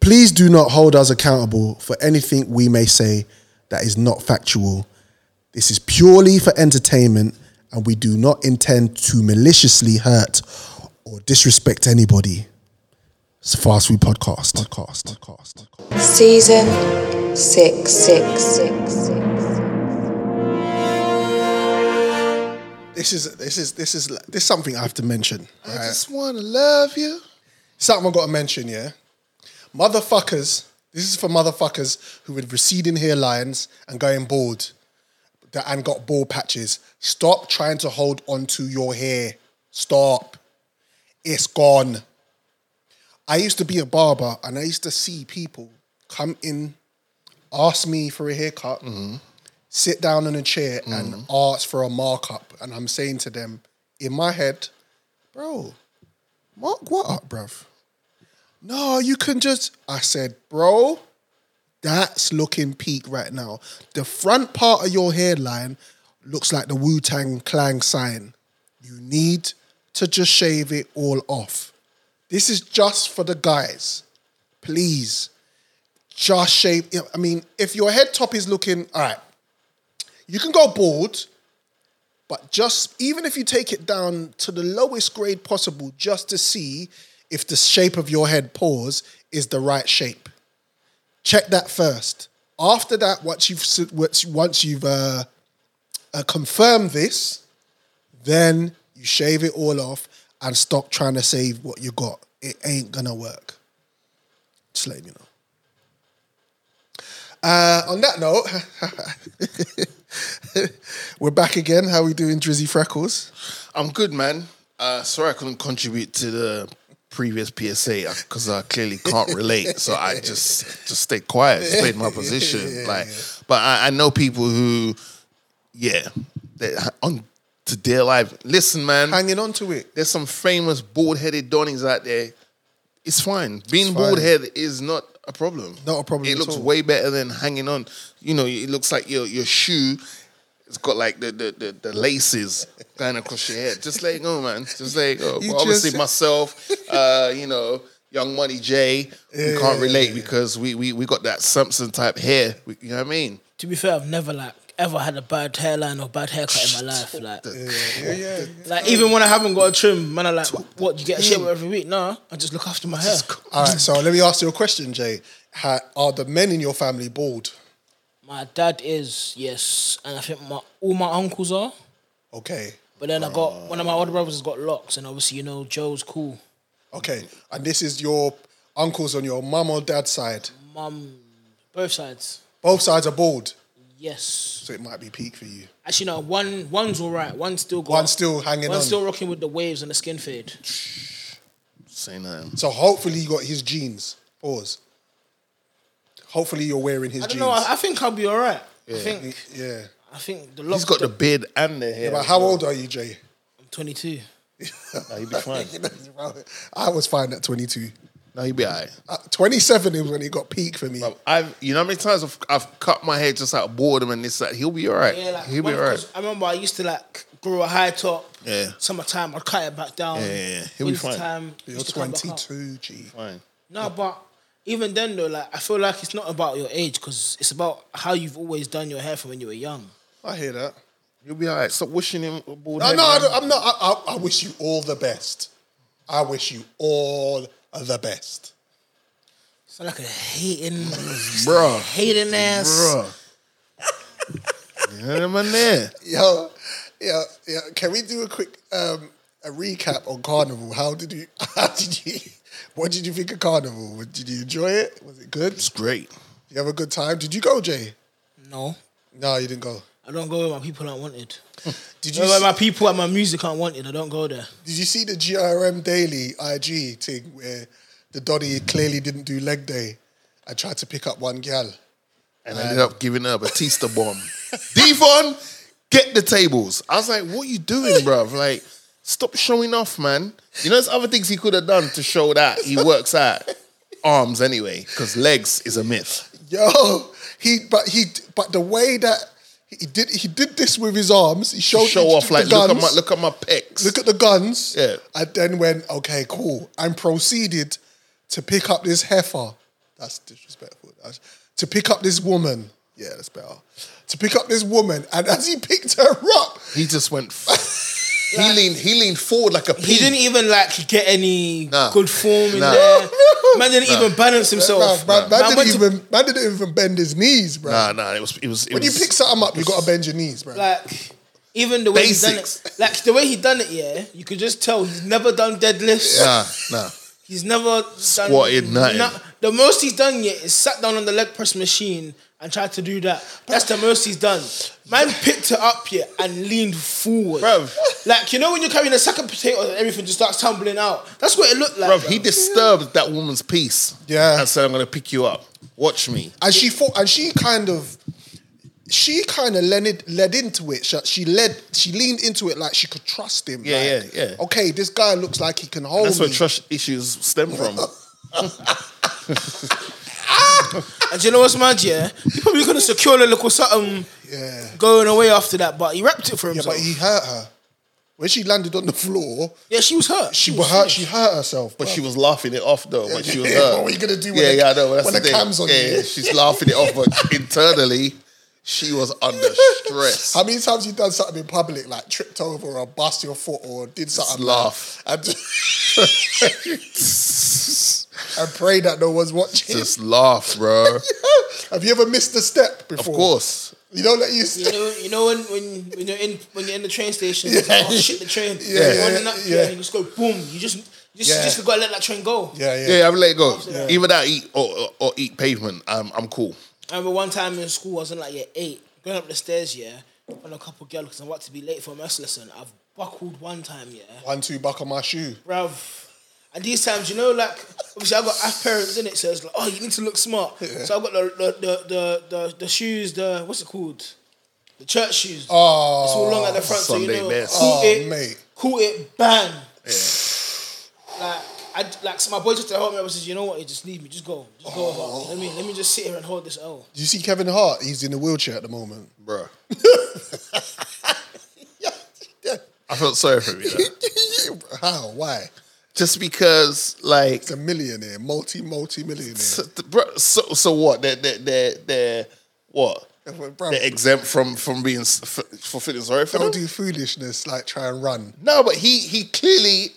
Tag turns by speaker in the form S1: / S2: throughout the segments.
S1: Please do not hold us accountable for anything we may say that is not factual. This is purely for entertainment, and we do not intend to maliciously hurt or disrespect anybody. It's Fast Food Podcast. Podcast. Podcast.
S2: Season six, six, six, six.
S1: This is this is this is this is something I have to mention.
S3: I
S1: right?
S3: just want to love you.
S1: something I've got to mention, yeah? Motherfuckers, this is for motherfuckers who with receding hairlines and going bald that, and got bald patches. Stop trying to hold on to your hair. Stop. It's gone. I used to be a barber and I used to see people come in, ask me for a haircut, sit down in a chair and ask for a markup. And I'm saying to them in my head, bro, Mark what up, bruv? No, you can just. I said, bro, that's looking peak right now. The front part of your hairline looks like the Wu Tang Clan sign. You need to just shave it all off. This is just for the guys. Please, just shave. I mean, if your head top is looking, all right, you can go bald. But just even if you take it down to the lowest grade possible, just to see if the shape of your head pause is the right shape, check that first. After that, once you've s- once- once you've uh, uh, confirmed this, then you shave it all off and stop trying to save what you got. It ain't gonna work. Just letting you know. Uh, on that note, we're back again. How we doing, Drizzy Freckles?
S3: I'm good, man. Uh, sorry I couldn't contribute to the previous PSA because I clearly can't relate. so I just just stay quiet, stayed my position. Like, but I, I know people who, yeah, they on to their life. Listen, man,
S1: Hanging on to it.
S3: there's some famous bald-headed donnies out there. It's fine.
S1: fine.
S3: Being bald-headed is not a problem.
S1: Not a problem
S3: It
S1: at
S3: looks
S1: all.
S3: way better than hanging on. You know, it looks like your your shoe. It's got like the the, the, the laces going across your head. Just let it go, man. Just let it go.
S1: You
S3: But obviously,
S1: just-
S3: myself, uh, you know, Young Money J, we can't relate because we, we we got that Simpson type hair. We, you know what I mean?
S4: To be fair, I've never like ever had a bad hairline or bad haircut in my life. Like, like even when I haven't got a trim, man, I like what you get a shaver every week. No, I just look after my hair.
S1: All right, so let me ask you a question, Jay. Ha are the men in your family bald?
S4: My dad is yes, and I think my all my uncles are.
S1: Okay,
S4: But then I
S1: Ah.
S4: got one of my older brothers has got locks, and obviously you know Joe's cool.
S1: okay. And this is your uncles on your mum or dad's side.
S4: Mum, both sides.
S1: Both sides are bald,
S4: Yes,
S1: so it might be peak for you.
S4: actually no. One one's all right. One's still got.
S1: One's still hanging
S4: One's
S1: on.
S4: still rocking with the waves and the skin fade.
S3: Saying that.
S1: so hopefully you got his jeans. Pause. Hopefully you're wearing his
S4: I don't
S1: jeans.
S4: know. I, I think I'll be all right. I think.
S1: yeah.
S4: I think the
S3: He's
S4: locks.
S3: got the beard and the hair.
S1: But how old are you, Jay?
S4: twenty two.
S3: No, he'd be fine.
S1: I was fine at 22.
S3: No, he'd be alright.
S1: At 27 is when it got peak for me.
S3: I've, Um, I've you know how many times I've, I've cut my hair just out of boredom and this that he'll be all right.
S4: Yeah, like
S3: he'll be
S4: one-
S3: all
S4: 'cause
S3: right.
S4: I remember I used to like grow a high top.
S3: Yeah.
S4: Summertime, I'd cut it back down.
S3: Yeah, yeah, yeah. He'll be fine.
S4: Wintertime,
S1: You're
S4: used to cut it back up.
S1: 22, G.
S3: Fine.
S4: No, but even then though, like I feel like it's not about your age because it's about how you've always done your hair from when you were young.
S1: I hear that.
S3: He'll be all right. Stop wishing him a bald
S1: No,
S3: head.
S1: no, I
S3: man.
S1: don't, I'm not. I, I, I wish you all the best. I wish you all the best.
S4: It's like a hating,
S3: Bruh.
S4: hating ass.
S3: Bruh. yeah, man, there.
S1: Yo, yo, yo, can we do a quick um, a recap on Carnival? How did you? How did you? What did you think of Carnival? Did you enjoy it? Was it good?
S3: It's great.
S1: You have a good time? Did you go, Jay?
S4: No,
S1: No, you didn't go.
S4: I don't go where my people aren't wanted.
S1: Did you?
S4: Where
S1: see-
S4: my people and my music aren't wanted, I don't go there.
S1: Did you see the GRM Daily IG thing where the Donny clearly didn't do leg day and tried to pick up one gal?
S3: And I ended up giving her a Batista bomb. Devon, get the tables. I was like, what you doing, bruv? Like, stop showing off, man. You know, there's other things he could have done to show that he works out arms anyway, because legs is a myth.
S1: Yo, he but he but the way that he did he did this with his arms, he showed
S3: Show
S1: he
S3: off
S1: took
S3: like
S1: the
S3: look at
S1: guns,
S3: my look at my pecs.
S1: look at the guns,
S3: Yeah.
S1: and then went okay, cool, and proceeded to pick up this heifer That's disrespectful. That's- to pick up this woman. Yeah, that's better. To pick up this woman, and as he picked her up,
S3: He just went. he leaned. He leaned forward like a pea.
S4: He didn't even like get any
S3: Nah.
S4: good form in
S3: Nah.
S4: there. Man didn't even balance himself.
S1: man, man,
S4: Man
S1: didn't
S4: went to-
S1: even, man didn't even bend his knees, bro.
S3: Nah, nah. It was. It was. It
S1: when you
S3: was
S1: pick something up, you gotta bend your knees, bro.
S4: like even the way he done it,
S3: Basics.
S4: like the way he done it, yeah, you could just tell he's never done deadlifts.
S3: Nah, nah.
S4: He's never
S3: Squatted,
S4: done,
S3: nothing.
S4: no- the most he's done yet is sat down on the leg press machine and tried to do that. That's the most he's done. Man picked it up here and leaned forward,
S3: Bruv.
S4: Like you know when you're carrying a sack of potatoes and everything just starts tumbling out. That's what it looked like.
S3: Bruv,
S4: bruv.
S3: he disturbed that woman's peace.
S1: Yeah.
S3: And said, I'm going to pick you up. Watch me.
S1: and she fought, and she kind of, she kind of led it- led into it. She, she led, she leaned into it like she could trust him.
S3: Yeah,
S1: like,
S3: yeah, yeah.
S1: Okay, this guy looks like he can hold
S3: That's where
S1: me.
S3: trust issues stem from.
S4: And do you know what's mad? Yeah, he probably could have secured a little something
S1: Yeah.
S4: going away after that, but he wrapped it for
S1: yeah,
S4: himself.
S1: but
S4: Yeah,
S1: he hurt her when she landed on the floor.
S4: she was hurt.
S1: She was hurt. She hurt herself.
S3: But she was laughing it off though. But she was
S1: yeah,
S3: hurt.
S1: what were you gonna do when
S3: Yeah,
S1: the-
S3: yeah, I know. That's
S1: when
S3: the,
S1: the
S3: thing.
S1: cam's on
S3: yeah,
S1: you?
S3: yeah, she's laughing it off, but internally, she was under stress.
S1: How many times you done something in public, like tripped over or bust your foot or did something?
S3: laugh.
S1: And, and pray that no one's watching.
S3: Just laugh, bro.
S1: Have you ever missed a step
S3: Of
S1: before?
S3: course.
S1: You don't let you.
S4: You know, you know when, when, when you're in when you're in the train station,
S1: Yeah.
S4: it's like, oh shit, the train.
S1: Yeah,
S4: You're
S1: yeah,
S4: running up,
S1: yeah.
S4: yeah, and you just go boom. You just you just,
S1: Yeah.
S4: you just gotta let that train go.
S1: Yeah, yeah.
S3: Yeah, I've let it go. Even that eat or, or, or eat pavement, I'm I'm cool.
S4: I remember one time in school, I was in like year eight, going up the stairs, yeah, on a couple girls because I'm about to be late for a maths lesson. I've buckled one time, yeah.
S1: One two buck on my shoe.
S4: bruv. And these times, you know, like obviously I got half parents in it, so it's like, oh, you need to look smart. So I got the the, the the the the shoes, the what's it called, the church shoes.
S1: Oh,
S4: it's all long at the front, so
S3: Sunday
S4: you know,
S3: best.
S4: caught
S1: Oh,
S4: it,
S1: mate.
S4: caught it, bang. Like I like so my boy just to help me. I was just, you know what, you just leave me, just go, just go.
S3: Oh.
S4: Hart. Let me let me just sit here and hold this L.
S1: Do you see Kevin Hart? He's in a wheelchair at the moment.
S3: Bro. I felt sorry for him. you know.
S1: How? Why?
S3: Just because like
S1: He's a millionaire, multi multi millionaire.
S3: So, bro, so so what? They're they they they're what?
S1: Bro.
S3: They're exempt from from being s- f- for feeling sorry for
S1: Don't
S3: them?
S1: do foolishness like try and run.
S3: No, but he he clearly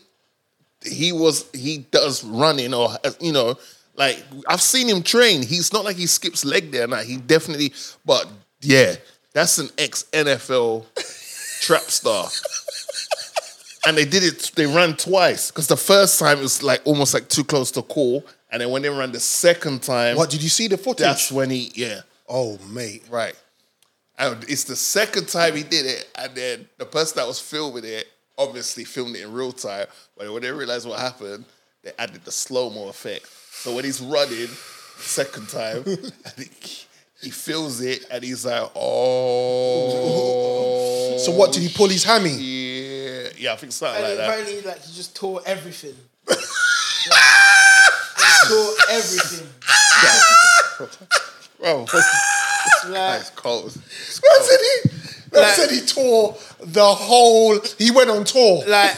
S3: he was he does running or you know like I've seen him train. He's not like he skips leg there. Now he definitely, but yeah, that's an ex NFL trap star. And they did it. They ran twice because the first time it was like almost like too close to call, and then when they ran the second time,
S1: What? Did you see the footage?
S3: that's when he, yeah,
S1: oh, mate.
S3: right. And it's the second time he did it, and then the person that was filming it obviously filmed it in real time. But when they realized what happened, they added the slow mo effect. So when he's running, second time, I think he feels it, and he's like, "Oh."
S1: So what? Did he pull his hammy?
S3: Yeah, yeah, I think something
S4: And
S3: like that.
S4: apparently, like he just tore everything. Like, he tore everything.
S3: Bro,
S4: Like,
S3: it's cold.
S1: Man said he. Man
S4: Like-
S1: said he tore the whole. He went on tour.
S4: like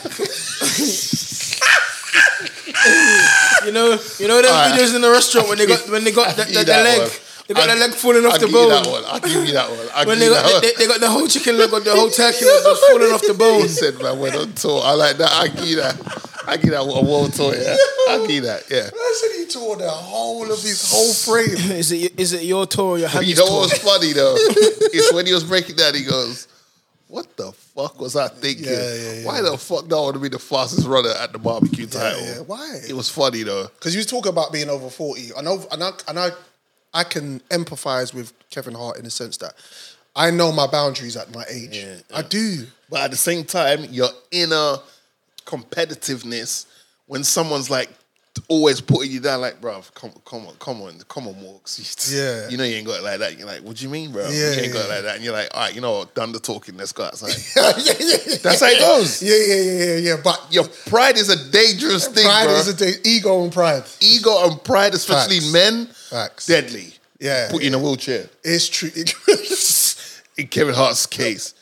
S4: you know you know those
S3: Alright.
S4: videos in the restaurant when they got when they got the,
S3: I'll
S4: the,
S3: give you
S4: the
S3: that
S4: leg
S3: one.
S4: they got
S3: I'll-
S4: the leg falling
S3: I'll
S4: off the
S3: give you that
S4: bone
S3: one. I'll give you that one. I'll give
S4: when they
S3: you that
S4: got
S3: one.
S4: they, they got the whole chicken leg or the whole turkey leg just falling off the
S3: He
S4: bone
S3: said, man, went on tour. I like that. I give you that. I give that a world tour, yeah. I give that, yeah.
S1: Man said he tore the whole of his whole frame.
S4: is it is it your tour or your
S3: But you
S4: happy
S3: know
S4: tour
S3: what's funny, though? it's when he was breaking down, he goes, what the fuck was I thinking?
S1: Yeah, yeah, yeah.
S3: Why the fuck do I want to be the fastest runner at the barbecue title?
S1: yeah. Why?
S3: It was funny, though.
S1: Because you talk about being over forty, and over, and I, and I, I can empathise with Kevin Hart in the sense that I know my boundaries at my age. I do.
S3: But at the same time, your inner competitiveness when someone's like always putting you down, like, bruv, come, come on, come on, come on, walks.
S1: Yeah.
S3: You know you ain't got it like that. You're like, what do you mean, bro?
S1: Yeah,
S3: you ain't got it
S1: yeah.
S3: like that. And you're like, all right, you know what? Done the talking. Let's go outside.
S1: yeah, yeah, yeah.
S3: That's how it goes.
S1: Yeah, yeah, yeah, yeah, yeah. But
S3: Your pride is a dangerous thing,
S1: pride
S3: bro.
S1: is a day, ego and pride.
S3: Ego and pride, especially
S1: Facts.
S3: men,
S1: Facts.
S3: deadly.
S1: Yeah,
S3: Put you in a wheelchair.
S1: It's true.
S3: In Kevin Hart's case.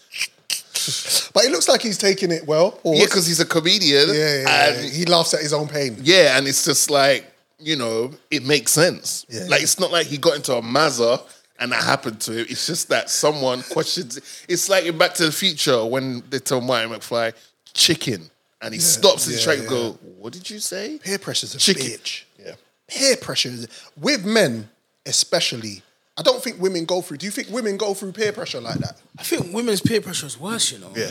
S1: but it looks like he's taking it well. Or
S3: Yeah, because he's a comedian.
S1: yeah, yeah, yeah.
S3: and
S1: he laughs at his own pain.
S3: yeah, and it's just like you know, it makes sense.
S1: Yeah.
S3: Like it's not like he got into a mazza and that happened to him. It's just that someone questions. it. It's like in Back to the Future when they tell Martin McFly chicken, and he stops his
S1: yeah,
S3: track
S1: yeah.
S3: and go, "What did you say?"
S1: Peer pressure's a
S3: Chicken.
S1: bitch.
S3: Yeah.
S1: Peer pressure is with men, especially. I don't think women go through. Do you think women go through peer pressure like that?
S4: I think women's peer pressure is worse, you know.
S3: Yeah.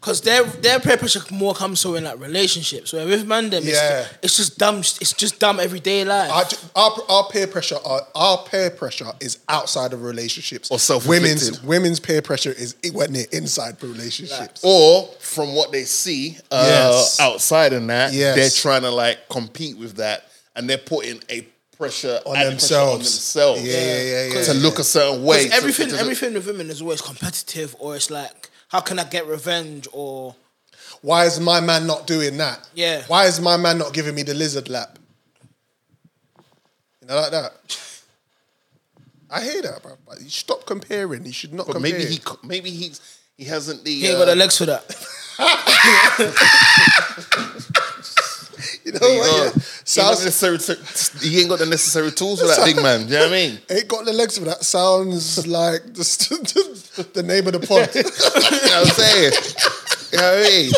S4: Cause their their peer pressure more comes so in like relationships. Where with man them,
S1: Yeah.
S4: it's, it's just dumb. It's just dumb everyday life.
S1: Our, our, our peer pressure, our, our peer pressure is outside of relationships.
S3: Or self-inflicted.
S1: women's women's peer pressure is it when they're inside relationships.
S3: Or from what they see uh,
S1: Yes.
S3: outside and that,
S1: Yes.
S3: they're trying to like compete with that, and they're putting a pressure
S1: On
S3: added pressure on
S1: themselves.
S3: themselves.
S1: Yeah, yeah, yeah, yeah,
S3: To
S1: yeah.
S3: look a certain way.
S4: Because everything,
S3: to- to-
S4: everything with women is always competitive, or it's like, how can I get revenge? Or
S1: Why is my man not doing that?
S4: Yeah.
S1: Why is my man not giving me the lizard lap? You know, like that. I hear that, bro. But you stop comparing. You should not
S3: But
S1: compare.
S3: maybe he, co- maybe he's, he hasn't the.
S4: he ain't got
S3: uh,
S4: the legs for that.
S1: you know
S3: the,
S1: what?
S3: uh,
S1: yeah.
S3: he,
S1: Sounds
S3: ain't got the necessary- he ain't got the necessary tools for that big man. Do you know what I mean?
S1: ain't got the legs for that. Sounds like the, the name of the pod.
S3: You know what I'm saying? You know what I mean?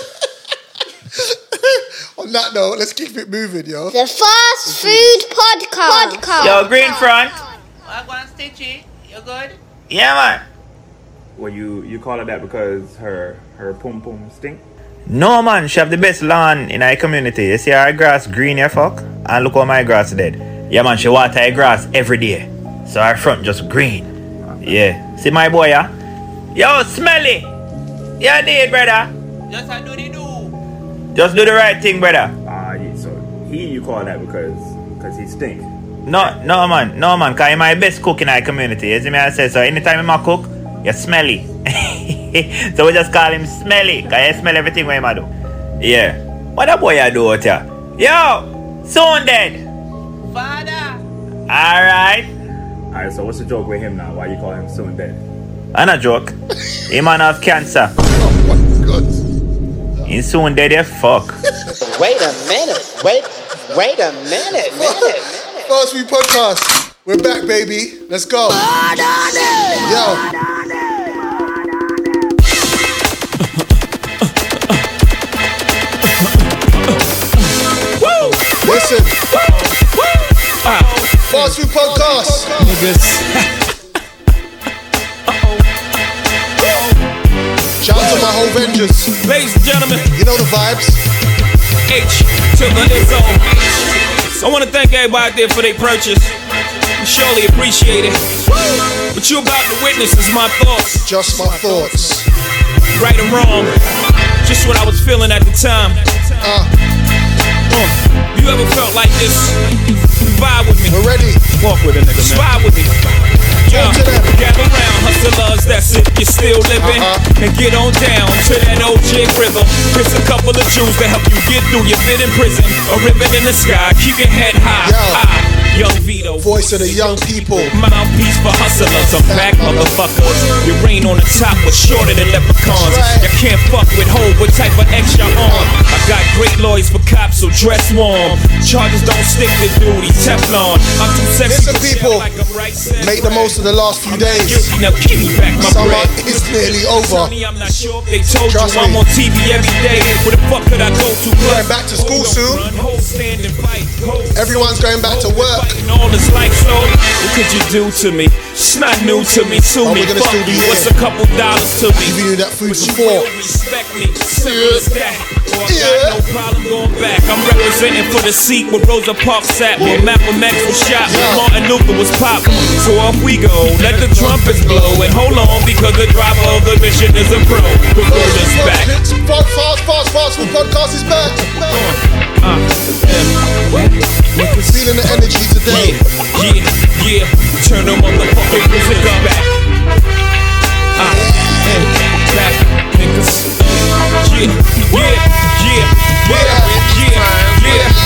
S1: On that note, let's keep it moving, yo.
S5: The Fast Food Podcast.
S6: Yo, green front.
S7: Wagwan Stitchy, you good?
S6: Yeah, man.
S8: Well, you you call her that because her her pum pum stink.
S6: No, man, she have the best lawn in our community. You see our grass green, yeah, fuck? And look how my grass dead. Yeah, man, she water her grass every day. So our front just green. Yeah. See my boy, yeah? Yo, smelly! Yeah, did, brother.
S7: Just a do the do.
S6: Just do the right thing, brother.
S8: Ah, yeah, so he you call that because because he stink.
S6: No, no, man, no, man, because I'm my best cook in our community. You see me, I say, so anytime I'm a cook, you're smelly. so we just call him smelly, because you smell everything when I do. Yeah. What a boy I do out here? Yo, soon dead.
S7: Father,
S6: All right.
S8: All right, so what's the joke with him now? Why you call him soon dead?
S6: And a joke. He man have cancer. He soon dead, yeah, fuck.
S9: Wait a minute. Wait. Wait a minute. Minute. minute.
S1: Fast Food Podcast. We're back, baby. Let's go. Yo. Listen. Fast Food Podcast. Shout out to my whole vengeance.
S10: Ladies and gentlemen,
S1: You know the vibes.
S10: H to the ISO. I want to thank everybody out there for their purchase. We surely appreciate it. What you about to witness is my thoughts,
S1: Just my thoughts.
S10: right and wrong. Just what I was feeling at the time. Uh, you ever felt like this? Vibe with me.
S1: We're ready.
S10: Walk with a nigga, man. Spy with me. Yeah.
S1: Talk to them.
S10: Gather round, hustlers, that's it, you're still living.
S1: Uh-huh.
S10: And get on down to that old jig rhythm. It's a couple of jewels to help you get through your bit in prison. A ribbon in the sky, keep your head high.
S1: Yo.
S10: I, young Vito.
S1: Voice of the young people.
S10: Mouthpiece for hustlers, I'm black motherfuckers. Your reign on the top was shorter than leprechauns.
S1: That's right.
S10: You can't fuck with hoe, what type of extra on? I got great lawyers for cops, so dress warm. Charges don't stick to duty, Teflon. I'm too sexy.
S1: Listen,
S10: to share
S1: people,
S10: like I'm right said
S1: Make the
S10: right.
S1: most of the last few days.
S10: Guilty, Now give me back my
S1: Summer
S10: bread.
S1: is nearly
S10: Tell
S1: over.
S10: me I'm not sure if they told
S1: Trust
S10: you
S1: me.
S10: I'm on TV every day. Where the fuck could I go to? Plus,
S1: back to school
S10: hoes don't
S1: soon.
S10: run, hoes stand and fight, hoes
S1: Everyone's going back to
S10: hoes
S1: work.
S10: fighting All this life slow. What could you do to me? It's not new to me. Sue
S1: Oh,
S10: me.
S1: we're gonna
S10: Fuck
S1: still be
S10: you.
S1: here.
S10: What's a couple dollars to me?
S1: Giving you that food for
S10: But you
S1: thought.
S10: will respect me. Simple as that. Or I
S1: Yeah.
S10: got no problem going back. I'm representing for the seat where Rosa Parks sat, where Malcolm X was shot, where
S1: Yeah.
S10: Martin Luther was popped. So off we go. Let the trumpets blow and hold on because the driver of the mission is a pro. The road is back.
S1: Fast, fast, fast, fast food podcast is back.
S10: Uh,
S1: Feeling the energy today.
S10: Yeah, yeah, yeah. Turn the motherfucking music up back. Uh, and back, niggas. Yeah, yeah, yeah, yeah, yeah, yeah.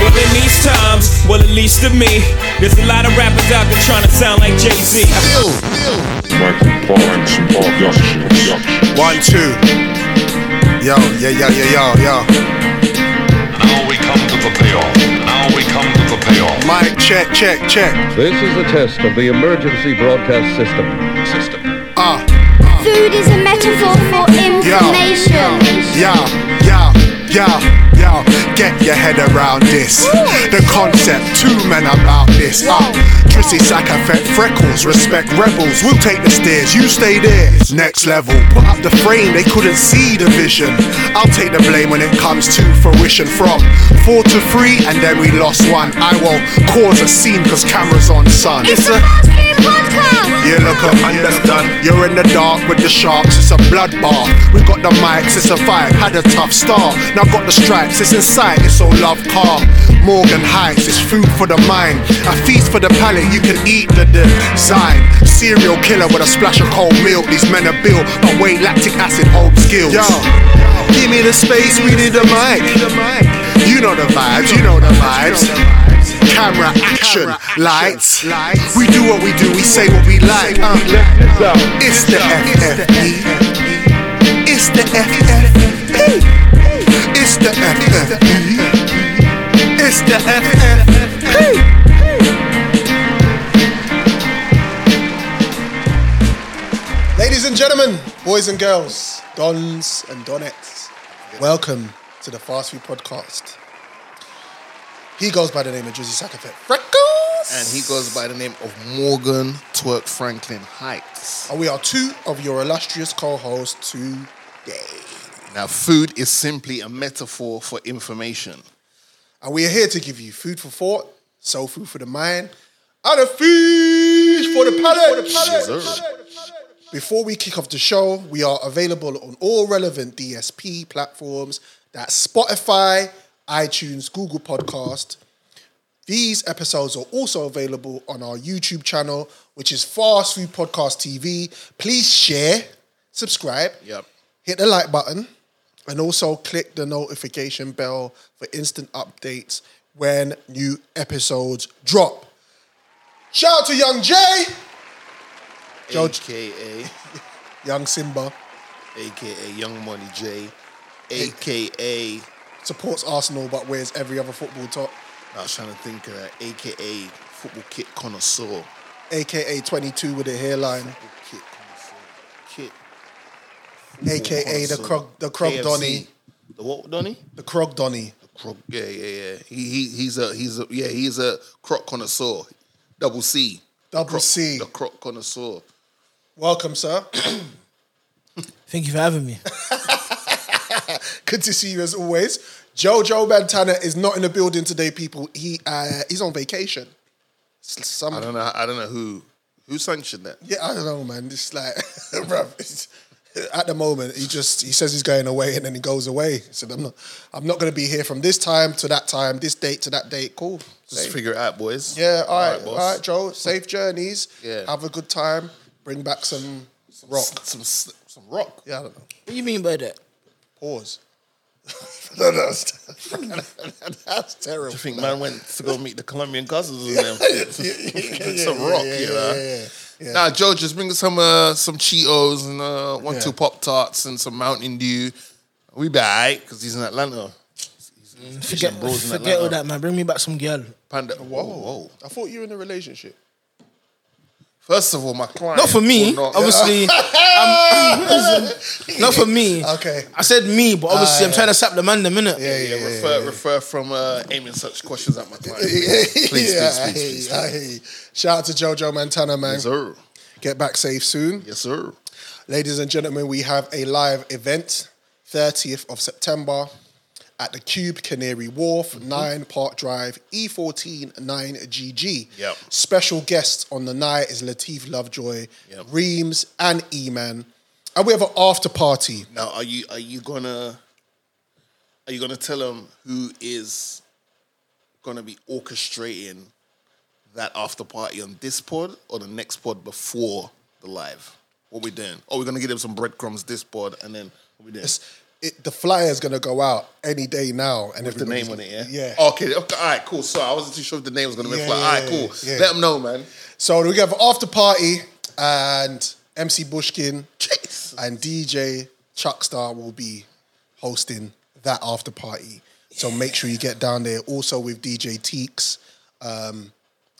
S10: Well, in these times, well, at least to me, there's a lot of rappers out there trying to sound like Jay Z.
S11: One, two. Yo, yeah, yeah, yeah, yo, yo. Now we come to the payoff. Now we come Mic check, check, check. This is a test of the emergency broadcast system. System. Ah.
S5: Food is a metaphor for information.
S11: Yeah, yeah, yeah, yeah. Get your head around this. The concept, two men about this. Ah, Trissy sack effect, freckles, respect rebels. We'll take the stairs, you stay there. Next level, put up the frame, they couldn't see the vision. I'll take the blame when it comes to fruition. From four to three, and then we lost one. I will cause a scene, cause cameras on, son.
S5: It's a Raspberry podcast.
S11: You look up, understood. You're in the dark with the sharks, it's a bloodbath. We got the mics, it's a vibe, had a tough start. Now got the stripes, it's in sight, it's all love calm. Morgan Heights, it's food for the mind. A feast for the palate, you can eat the design. Serial killer with a splash of cold milk. These men are built, but wait, lactic acid hold skills. Yo, give me the space, we need the mic. You know the vibes, you know the vibes. Camera action, lights. We do what we do, we say what we like. Uh, It's the FFE. It's the FFE. It's the E. FFE. It's the FFE.
S1: Ladies and gentlemen, boys and girls, dons and donettes, welcome to the Fast Food Podcast. He goes by the name of Drizzy Sackafet Freckles,
S3: And he goes by the name of Morgan Twerk Franklin Heights.
S1: and we are two of your illustrious co-hosts today.
S3: Now, food is simply a metaphor for information.
S1: And we are here to give you food for thought, soul food for the mind, and a feed for the palate. Before we kick off the show, we are available on all relevant DSP platforms. That's Spotify, iTunes, Google Podcast. These episodes are also available on our YouTube channel, which is Fast Food Podcast TV. Please share, subscribe,
S3: Yep.
S1: hit the like button, and also click the notification bell for instant updates when new episodes drop. Shout out to Young Jay, George.
S3: AKA,
S1: Young Simba,
S3: AKA Young Money J, AKA,
S1: supports Arsenal but wears every other football top,
S3: I was trying to think of that, AKA Football Kit Connoisseur.
S1: aka 22 with a hairline,
S3: Kit Connoisseur. Kit.
S1: aka the Krog, the Krog
S3: KFC.
S1: Donny,
S3: The what, Donny?
S1: the Krog Donny.
S3: Croc, yeah, yeah, yeah. He, he he's a he's a yeah he's a croc connoisseur. Double C.
S1: Double
S3: The croc-
S1: C.
S3: The croc connoisseur.
S1: Welcome, sir.
S4: Thank you for having me.
S1: Good to see you as always. Jojo Bantana is not in the building today, people. He uh, he's on vacation. S- Some,
S3: I don't know. I don't know who who sanctioned that.
S1: yeah, I don't know, man. It's like, bruv, it's- at the moment, he just he says he's going away and then he goes away. He said, I'm not, I'm not going to be here from this time to that time, this date to that date. Cool.
S3: Just
S1: Safe.
S3: figure it out, boys.
S1: Yeah, all right, all
S3: boss.
S1: right, Joe. Safe journeys.
S3: Yeah.
S1: Have a good time. Bring back some rock.
S3: Some s- some rock.
S1: Yeah, I don't know.
S4: What do you mean by that?
S1: Pause. no, no, that's, that's terrible.
S3: I think man went to go meet the Colombian cousins and them. some rock, you know. Nah, Joe, just bring some uh, some Cheetos and uh, one
S1: Yeah.
S3: two Pop Tarts and some Mountain Dew. We be alright because he's in Atlanta.
S4: Forget,
S3: bros in
S4: forget all
S3: Atlanta.
S4: that, man. Bring me back some girl.
S3: Panda. Whoa, whoa.
S1: I thought you were in a relationship.
S3: First of all, my client.
S4: Not for me,
S3: will not-
S4: obviously. I'm- not for me.
S1: Okay.
S4: I said me, but obviously I'm trying to sap the man the minute.
S1: Yeah, yeah,
S3: Yeah,
S1: yeah.
S3: refer refer from uh, aiming such questions at my client.
S1: yeah,
S3: Please, please,
S1: yeah, I
S3: please,
S1: hear you,
S3: please,
S1: I
S3: please.
S1: hear you. Shout out to Jojo Montana, man.
S3: Yes, sir.
S1: Get back safe soon.
S3: Yes, sir.
S1: Ladies and gentlemen, we have a live event, 30th of September at the Cube Canary Wharf,
S3: Mm-hmm.
S1: 9 Park Drive, E E14 9GG.
S3: Yep.
S1: Special guests on the night is Latif Lovejoy,
S3: Yep.
S1: Reams, and E Man. And we have an after party.
S3: Now, are you are you gonna are you gonna tell them who is gonna be orchestrating that after party on this pod or the next pod before the live? What we doing? Oh, we're gonna give them some breadcrumbs this pod, and then what we doing?
S1: It, the flyer is going to go out any day now. And
S3: With the
S1: everybody's
S3: name on it, yeah. Oh,
S1: gonna- Yeah.
S3: Okay. Okay. All right. Cool. So I wasn't too sure if the name was gonna be.
S1: Yeah,
S3: like, all right.
S1: yeah,
S3: Cool.
S1: yeah.
S3: Let them know, man.
S1: So we have an after party and MC Bushkin and DJ Chuckstar will be hosting that after party. So make sure you get down there. Also with DJ Teeks, Um,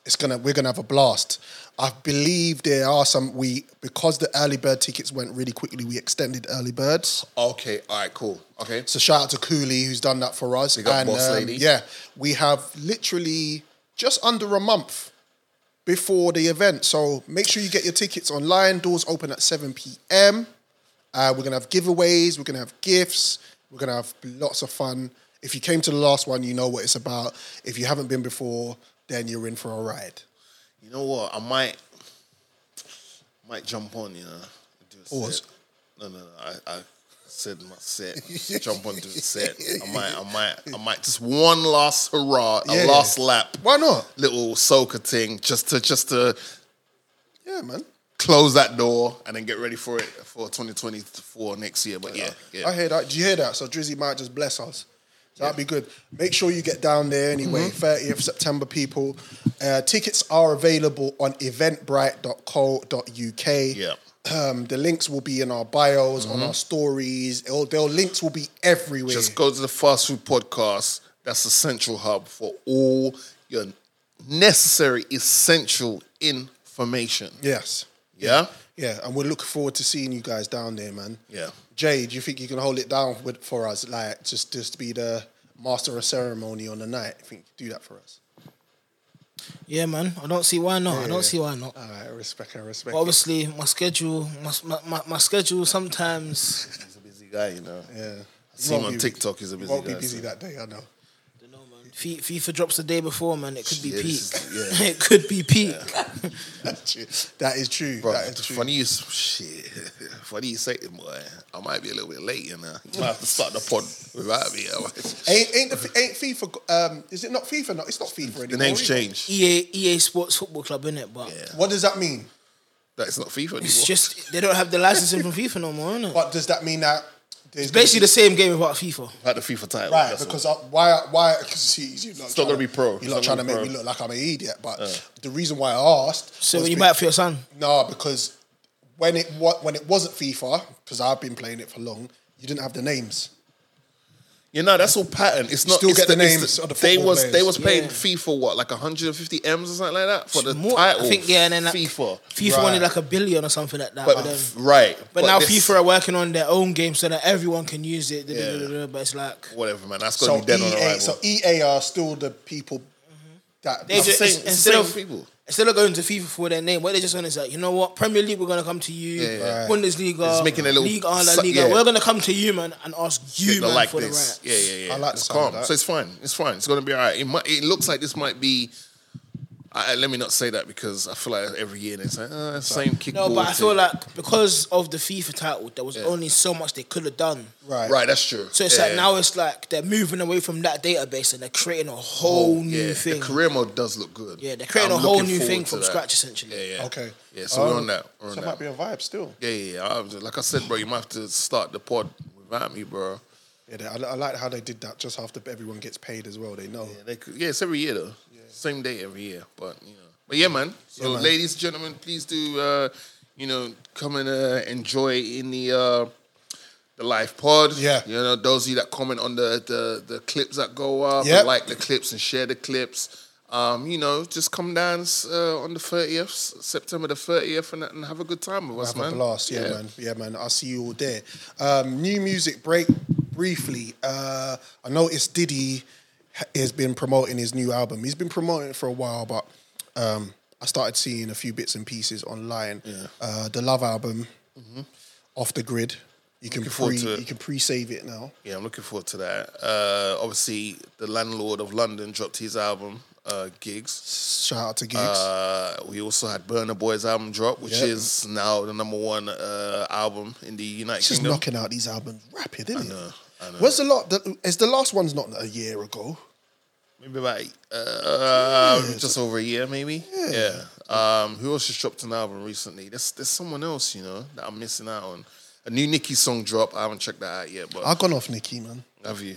S1: it's gonna we're gonna have a blast. I believe there are some we because the early bird tickets went really quickly. We extended early birds.
S3: Okay, all right, cool. Okay,
S1: so shout out to Cooley who's done that for us. um,
S3: Big up, boss lady.
S1: Yeah, we have literally just under a month before the event. So make sure you get your tickets online. Doors open at seven p.m. Uh, we're gonna have giveaways. We're gonna have gifts. We're gonna have lots of fun. If you came to the last one, you know what it's about. If you haven't been before, then you're in for a ride.
S3: You know what? I might might jump on, you know. Do a
S1: Pause.
S3: set. No, no, no. I, I said my set. jump onto the set. I might, I might, I might just one last hurrah,
S1: Yeah,
S3: a
S1: yeah.
S3: last lap.
S1: Why not?
S3: Little soca thing, just to just to
S1: Yeah, man.
S3: close that door and then get ready for it for 2024 next year. But yeah, yeah.
S1: I hear that. Do you hear that? So Drizzy might just bless us. So that'd be good. Make sure you get down there anyway.
S3: Mm-hmm.
S1: 30th September, people. Uh, tickets are available on eventbrite.co.uk.
S3: Yeah. Mm-hmm.
S1: Um, the links will be in our bios, on our stories. It'll, their links will be everywhere.
S3: Just go to the Fast Food Podcast. That's the central hub for all your necessary, essential information.
S1: yes.
S3: Yeah?
S1: Yeah. And we're looking forward to seeing you guys down there, man.
S3: Yeah.
S1: Jay, do you think you can hold it down with, for us? Like, just, just be the master of ceremony on the night. I think you do that for us.
S4: Yeah, man. I don't see why not. I don't see why not.
S1: All right, respect, I respect.
S4: But obviously, my schedule, my, my, my, my schedule sometimes.
S3: He's a busy guy, you know.
S1: Yeah.
S3: I see him on TikTok. He's a busy
S1: Won't
S3: guy.
S1: be busy
S3: so-
S1: that day, I know.
S4: Fi- FIFA drops the day before, man. It could be
S3: Yeah,
S4: peak.
S3: this is- yeah.
S4: it could be peak.
S1: That's true. That is true.
S3: Bro,
S1: that is true.
S3: funny you shit. Funny you say it, boy. I might be a little bit late, you know. You might have to start the pod without me.
S1: Ain't ain't, the, ain't FIFA? go- Um, is it not FIFA? No, it's not FIFA anymore.
S3: The name's
S1: is it?
S3: changed.
S4: EA EA E Sports Football Club, innit? But
S1: What does that mean?
S3: That's not FIFA anymore.
S4: it's just they don't have the licensing from FIFA no more, innit?
S1: But does that mean that? There's
S4: It's basically the same game without FIFA.
S3: like the FIFA title.
S1: right
S3: that's
S1: because
S3: all.
S1: I, why why because you're not,
S3: It's not gonna be pro. It's
S1: You're not
S3: not
S1: trying to
S3: gonna
S1: make
S3: be
S1: me
S3: pro. Uh.
S1: look like I'm an idiot. But the reason why I asked,
S4: So
S1: was
S4: you
S1: be-
S4: might for your son.
S1: no because when it what when it wasn't FIFA because I've been playing it for long, you didn't have the names.
S3: you know that's all pattern. It's not.
S1: Still
S3: it's
S1: get the
S3: it's
S1: names of the
S3: they
S1: football
S3: was
S1: players.
S3: they was paying
S4: Yeah.
S3: FIFA what like 150 m's or something like that for the
S4: More-
S3: title.
S4: I think yeah, and then like,
S3: FIFA.
S4: FIFA
S1: Right.
S4: wanted like a billion or something like that.
S3: But
S4: But, then,
S3: right.
S4: but, now
S3: this-
S4: FIFA are working on their own game so that everyone can use it.
S3: Yeah.
S4: But it's like
S3: whatever man. That's
S1: So
S3: gonna be dead on
S1: EA,
S3: arrival.
S1: so E EA are still the people that
S4: They just-
S3: same,
S4: instead
S3: same
S4: of-
S3: people.
S4: instead of going to FIFA for their name, what they just want is like, you know what, Premier League, we're gonna come to you,
S3: yeah.
S4: Bundesliga,
S3: It's making a little
S4: Liga, La
S3: su-
S4: Liga,
S3: yeah.
S4: we're gonna come to you, man, and ask you,
S3: They
S4: man,
S3: like
S4: for
S3: this.
S4: the
S3: Yeah,
S4: rights.
S3: yeah, yeah.
S1: I like the
S3: it's
S1: sound of
S3: calm.
S1: that.
S3: So it's fine. It's fine. It's gonna be all right. It might. It looks like this might be. I, I- let me not say that because I feel like every year they say uh, same kickball.
S4: No, but I
S3: thing."
S4: feel like because of the FIFA title, there was only so much they could have done.
S1: right
S3: right. That's true.
S4: So it's
S3: Yeah,
S4: like now it's like they're moving away from that database and they're creating a whole new
S3: yeah.
S4: thing.
S3: The career mode does look good.
S4: yeah, they're creating
S3: I'm
S4: a whole
S3: looking
S4: new
S3: forward
S4: thing
S3: to
S4: from
S3: that.
S4: scratch essentially.
S3: Yeah, yeah.
S1: Okay.
S3: Yeah, so we're
S1: Um,
S3: on that. We're on
S1: So it
S3: that.
S1: might be a vibe still.
S3: yeah, yeah, yeah. I was- like I said, bro, you might have to start the pod without me, bro.
S1: Yeah, they- I, I like how they did that just after everyone gets paid as well. They know.
S3: Yeah, they could, yeah, it's every year though. Same day every year, but you know. But yeah, man. So, ladies, gentlemen, please do, uh, you know, come and uh, enjoy in the uh, the live pod.
S1: Yeah.
S3: You know, those of you that comment on the the, the clips that go up,
S1: Yep.
S3: and like the clips and share the clips. Um, you know, just come down uh, on the thirtieth, September the thirtieth, and, and have a good time with us,
S1: Have
S3: man.
S1: a blast, yeah, man. Yeah, man. I'll see you all there. Um, new music break briefly. Uh, I noticed Diddy ha- has been promoting his new album. He's been promoting it for a while, but um, I started seeing a few bits and pieces online. Uh, the Love album, off the grid. You can
S3: Mm-hmm. Looking forward
S1: pre
S3: to it.
S1: you can pre save it now.
S3: Yeah, I'm looking forward to that. Uh, obviously, the landlord of London dropped his album, uh, Gigs.
S1: Shout out to Gigs.
S3: Uh, we also had Burner Boy's album drop, which
S1: Yep.
S3: is now the number one uh, album in the United
S1: It's just
S3: Kingdom.
S1: knocking out these albums rapid, isn't it?
S3: know, I know.
S1: Where's the lot? The, is the last one's not a year ago?
S3: Maybe about uh, just over a year, maybe. Yeah. Um, who else just dropped an album recently? There's there's someone else, you know, that I'm missing out on. A new Nicki song drop. I haven't checked that out yet, but
S1: I've gone off Nicki, man.
S3: have you?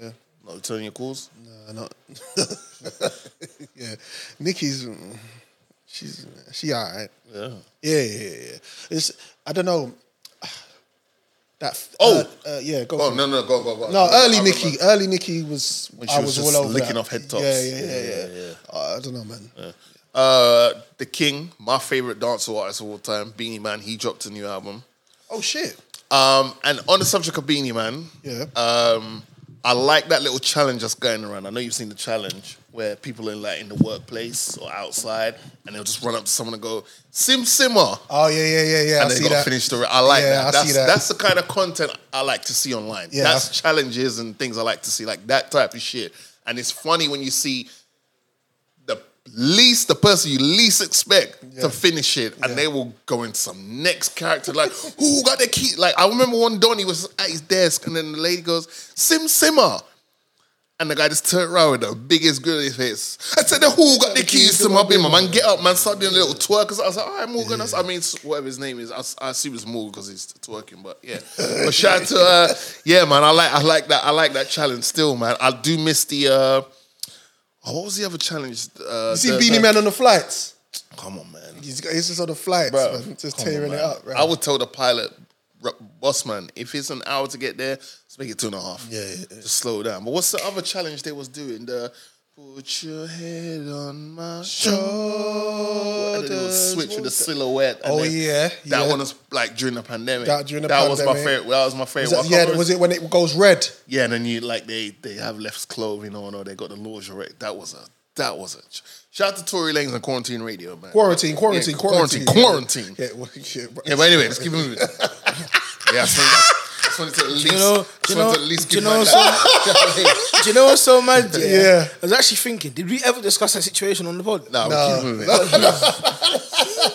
S1: Yeah,
S3: Not returning your calls.
S1: no, not. yeah, Nicki's. mm, She's she alright.
S3: Yeah.
S1: Yeah, yeah, yeah, yeah. It's I don't know. That f-
S3: Oh.
S1: uh, uh, yeah, go.
S3: Oh,
S1: for it.
S3: no, no, go, go, go.
S1: No,
S3: I
S1: early
S3: remember.
S1: Nikki, early Nikki was
S3: When she
S1: I
S3: was
S1: was,
S3: just
S1: all over
S3: licking
S1: that.
S3: off head tops.
S1: Yeah, yeah, yeah,
S3: Yeah,
S1: yeah.
S3: yeah, yeah.
S1: Uh, I don't know, man.
S3: Uh, the King, my favorite dancer artist of all time, Beanie Man. He dropped a new album.
S1: Oh shit.
S3: Um, and on the subject of Beanie Man,
S1: Yeah.
S3: um, I like that little challenge that's going around. I know you've seen the challenge where people in like in the workplace or outside, and they'll just run up to someone and go "Sim Simmer,"
S1: Oh yeah, yeah, yeah, yeah.
S3: and
S1: I
S3: they
S1: see
S3: got to
S1: that.
S3: finish the. Re- I like
S1: Yeah, I
S3: that. That's,
S1: see that.
S3: That's the kind of content I like to see online.
S1: Yeah.
S3: That's challenges and things I like to see, like that type of shit. And it's funny when you see the least, the person you least expect to finish it, and they will go into some next character. Like, who got the key? Like, I remember one Donnie was at his desk, and then the lady goes, "Sim Simmer." And the guy just turned around with the biggest grin on his face. I said, "The who got the keys to my bimmer, man? Get up, man! Start doing little twerkers." I was like, "All right, Morgan." I was- I mean, it's whatever his name is, I, s- I assume it's Morgan because he's twerking. But yeah, but shout out to uh, yeah, man. I like I like that I like that challenge still, man. I do miss the. Uh, oh, what was the other challenge? Uh,
S1: You see
S3: the-
S1: Beanie
S3: the-
S1: Man on the flights.
S3: Come on, man.
S1: He's, got, he's just on the flights,
S3: Bro,
S1: man. just
S3: come
S1: tearing
S3: on,
S1: it
S3: man.
S1: up. Right?
S3: I would tell the pilot, "R- boss man, if it's an hour to get there, let's make it two and a half.
S1: Yeah, yeah, yeah.
S3: Just slow down. But what's the other challenge they was doing? The put your head on my shoulder. And then it was switch with the silhouette. and
S1: Oh,
S3: then
S1: yeah,
S3: That
S1: yeah.
S3: one was like during the pandemic.
S1: That- during the
S3: That was my
S1: pandemic.
S3: favorite. That was my favorite.
S1: Was
S3: one.
S1: that,
S3: I
S1: yeah,
S3: can't
S1: was it
S3: remember-
S1: when it goes red?
S3: Yeah, and then you like they they have left clothing on or they got the lingerie. That was a that was a shout out to Tory Lanez and Quarantine Radio, man.
S1: Quarantine, quarantine,
S3: Yeah,
S1: quarantine,
S3: quarantine.
S1: Yeah, well, yeah, bro.
S3: Yeah, but anyway, let's keep it moving. yeah, I just wanted to- just wanted to at least,
S4: You know,
S3: just wanted
S4: you know,
S3: to at least
S4: do
S3: give
S4: you
S3: my
S4: know,
S3: that.
S4: Do you know what's so mad? Yeah.
S1: Yeah.
S4: I was actually thinking, did we ever discuss that situation on the pod?
S3: Nah,
S1: Nah.
S3: we'll keep moving.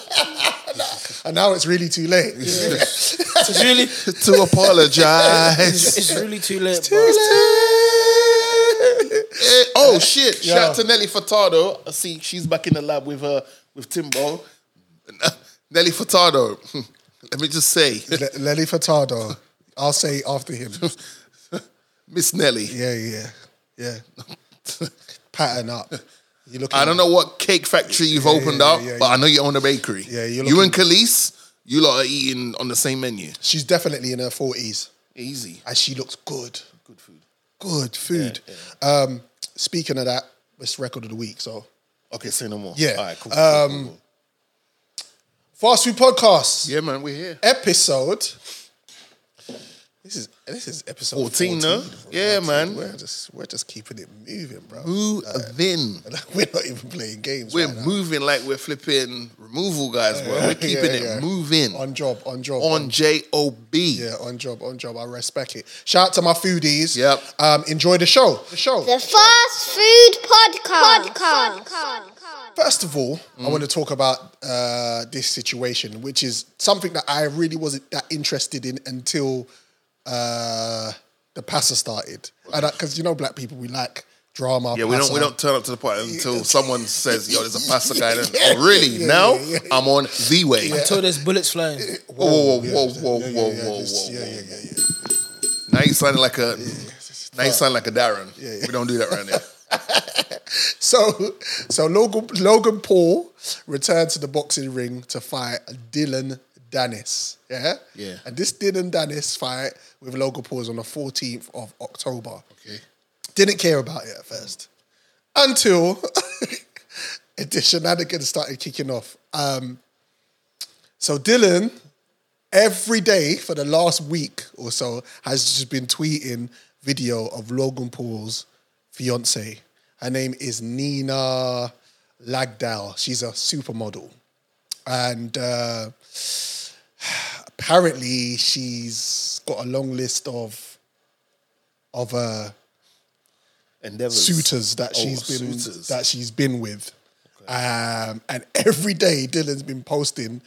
S1: and now it's really too late.
S4: It's really,
S3: to apologize.
S4: it's, it's really too late.
S1: Too
S4: bro.
S1: late.
S3: Eh, oh shit!
S1: Yo.
S3: Shout out to Nelly Furtado. I see she's back in the lab with uh with Timbo. Nelly Furtado. Let me just say,
S1: Le- Lely Furtado. I'll say after him.
S3: Miss Nelly.
S1: Yeah, yeah, yeah. Pattern up. You looking?
S3: I don't know what cake factory you've opened
S1: yeah,
S3: up,
S1: yeah,
S3: but
S1: yeah.
S3: I know you own a bakery.
S1: Yeah, you're
S3: you
S1: looking-
S3: and Khalees, you lot are eating on the same menu.
S1: She's definitely in her forties,
S3: Easy.
S1: and she looks good.
S3: Good food.
S1: Good food. Um, speaking of that, it's record of the week. So
S3: Okay, say no more.
S1: Yeah. um,
S3: All right, cool. cool, cool, cool, cool.
S1: fast food podcast
S3: Yeah, man, we're
S1: Uh,
S3: here.
S1: episode. This is this is episode 14.
S3: 14, no? Yeah, man.
S1: We're just we're just keeping it moving, bro.
S3: Who
S1: uh,
S3: then?
S1: We're not even playing games.
S3: We're
S1: right now.
S3: moving like we're flipping removal guys, bro. We're keeping
S1: yeah, yeah.
S3: it moving.
S1: on job, on job,
S3: On J-O-B.
S1: Yeah, on job, on job. I respect it. Shout out to my foodies.
S3: Yep.
S1: Um, enjoy the show. The show.
S5: The Fast Food Podcast. Podcast.
S1: First of all, I
S3: Mm.
S1: want to talk about uh, this situation, which is something that I really wasn't that interested in until uh, the passer started. Because you know, black people, we like drama.
S3: Yeah, we don't
S1: passer.
S3: we don't turn up to the party until someone says, "Yo, there's a pasta guy." Then, oh, really? now I'm on the way.
S4: Until there's bullets flying.
S3: Whoa, whoa, whoa,
S1: yeah,
S3: whoa,
S1: yeah,
S3: whoa,
S1: yeah,
S3: whoa,
S1: just-
S3: whoa,
S1: yeah,
S3: whoa.
S1: yeah, yeah, yeah.
S3: Now you sound like a now you sound like a Darren.
S1: yeah.
S3: We don't do that around here.
S1: So, so Logan, Logan Paul returned to the boxing ring to fight Dylan Dennis. Yeah,
S3: Yeah.
S1: And this Dylan Dennis fight with Logan Paul is on the 14th of October.
S3: Okay.
S1: Didn't care about it at first until the shenanigans started kicking off. Um, so Dylan, every day for the last week or so, has just been tweeting video of Logan Paul's fiance. Her name is Nina Lagdal. She's a supermodel, and uh, apparently she's got a long list of of uh,
S3: Endeavors.
S1: suitors that she's
S3: Oh,
S1: been
S3: suitors.
S1: that she's been with, um, and every day Dylan's been posting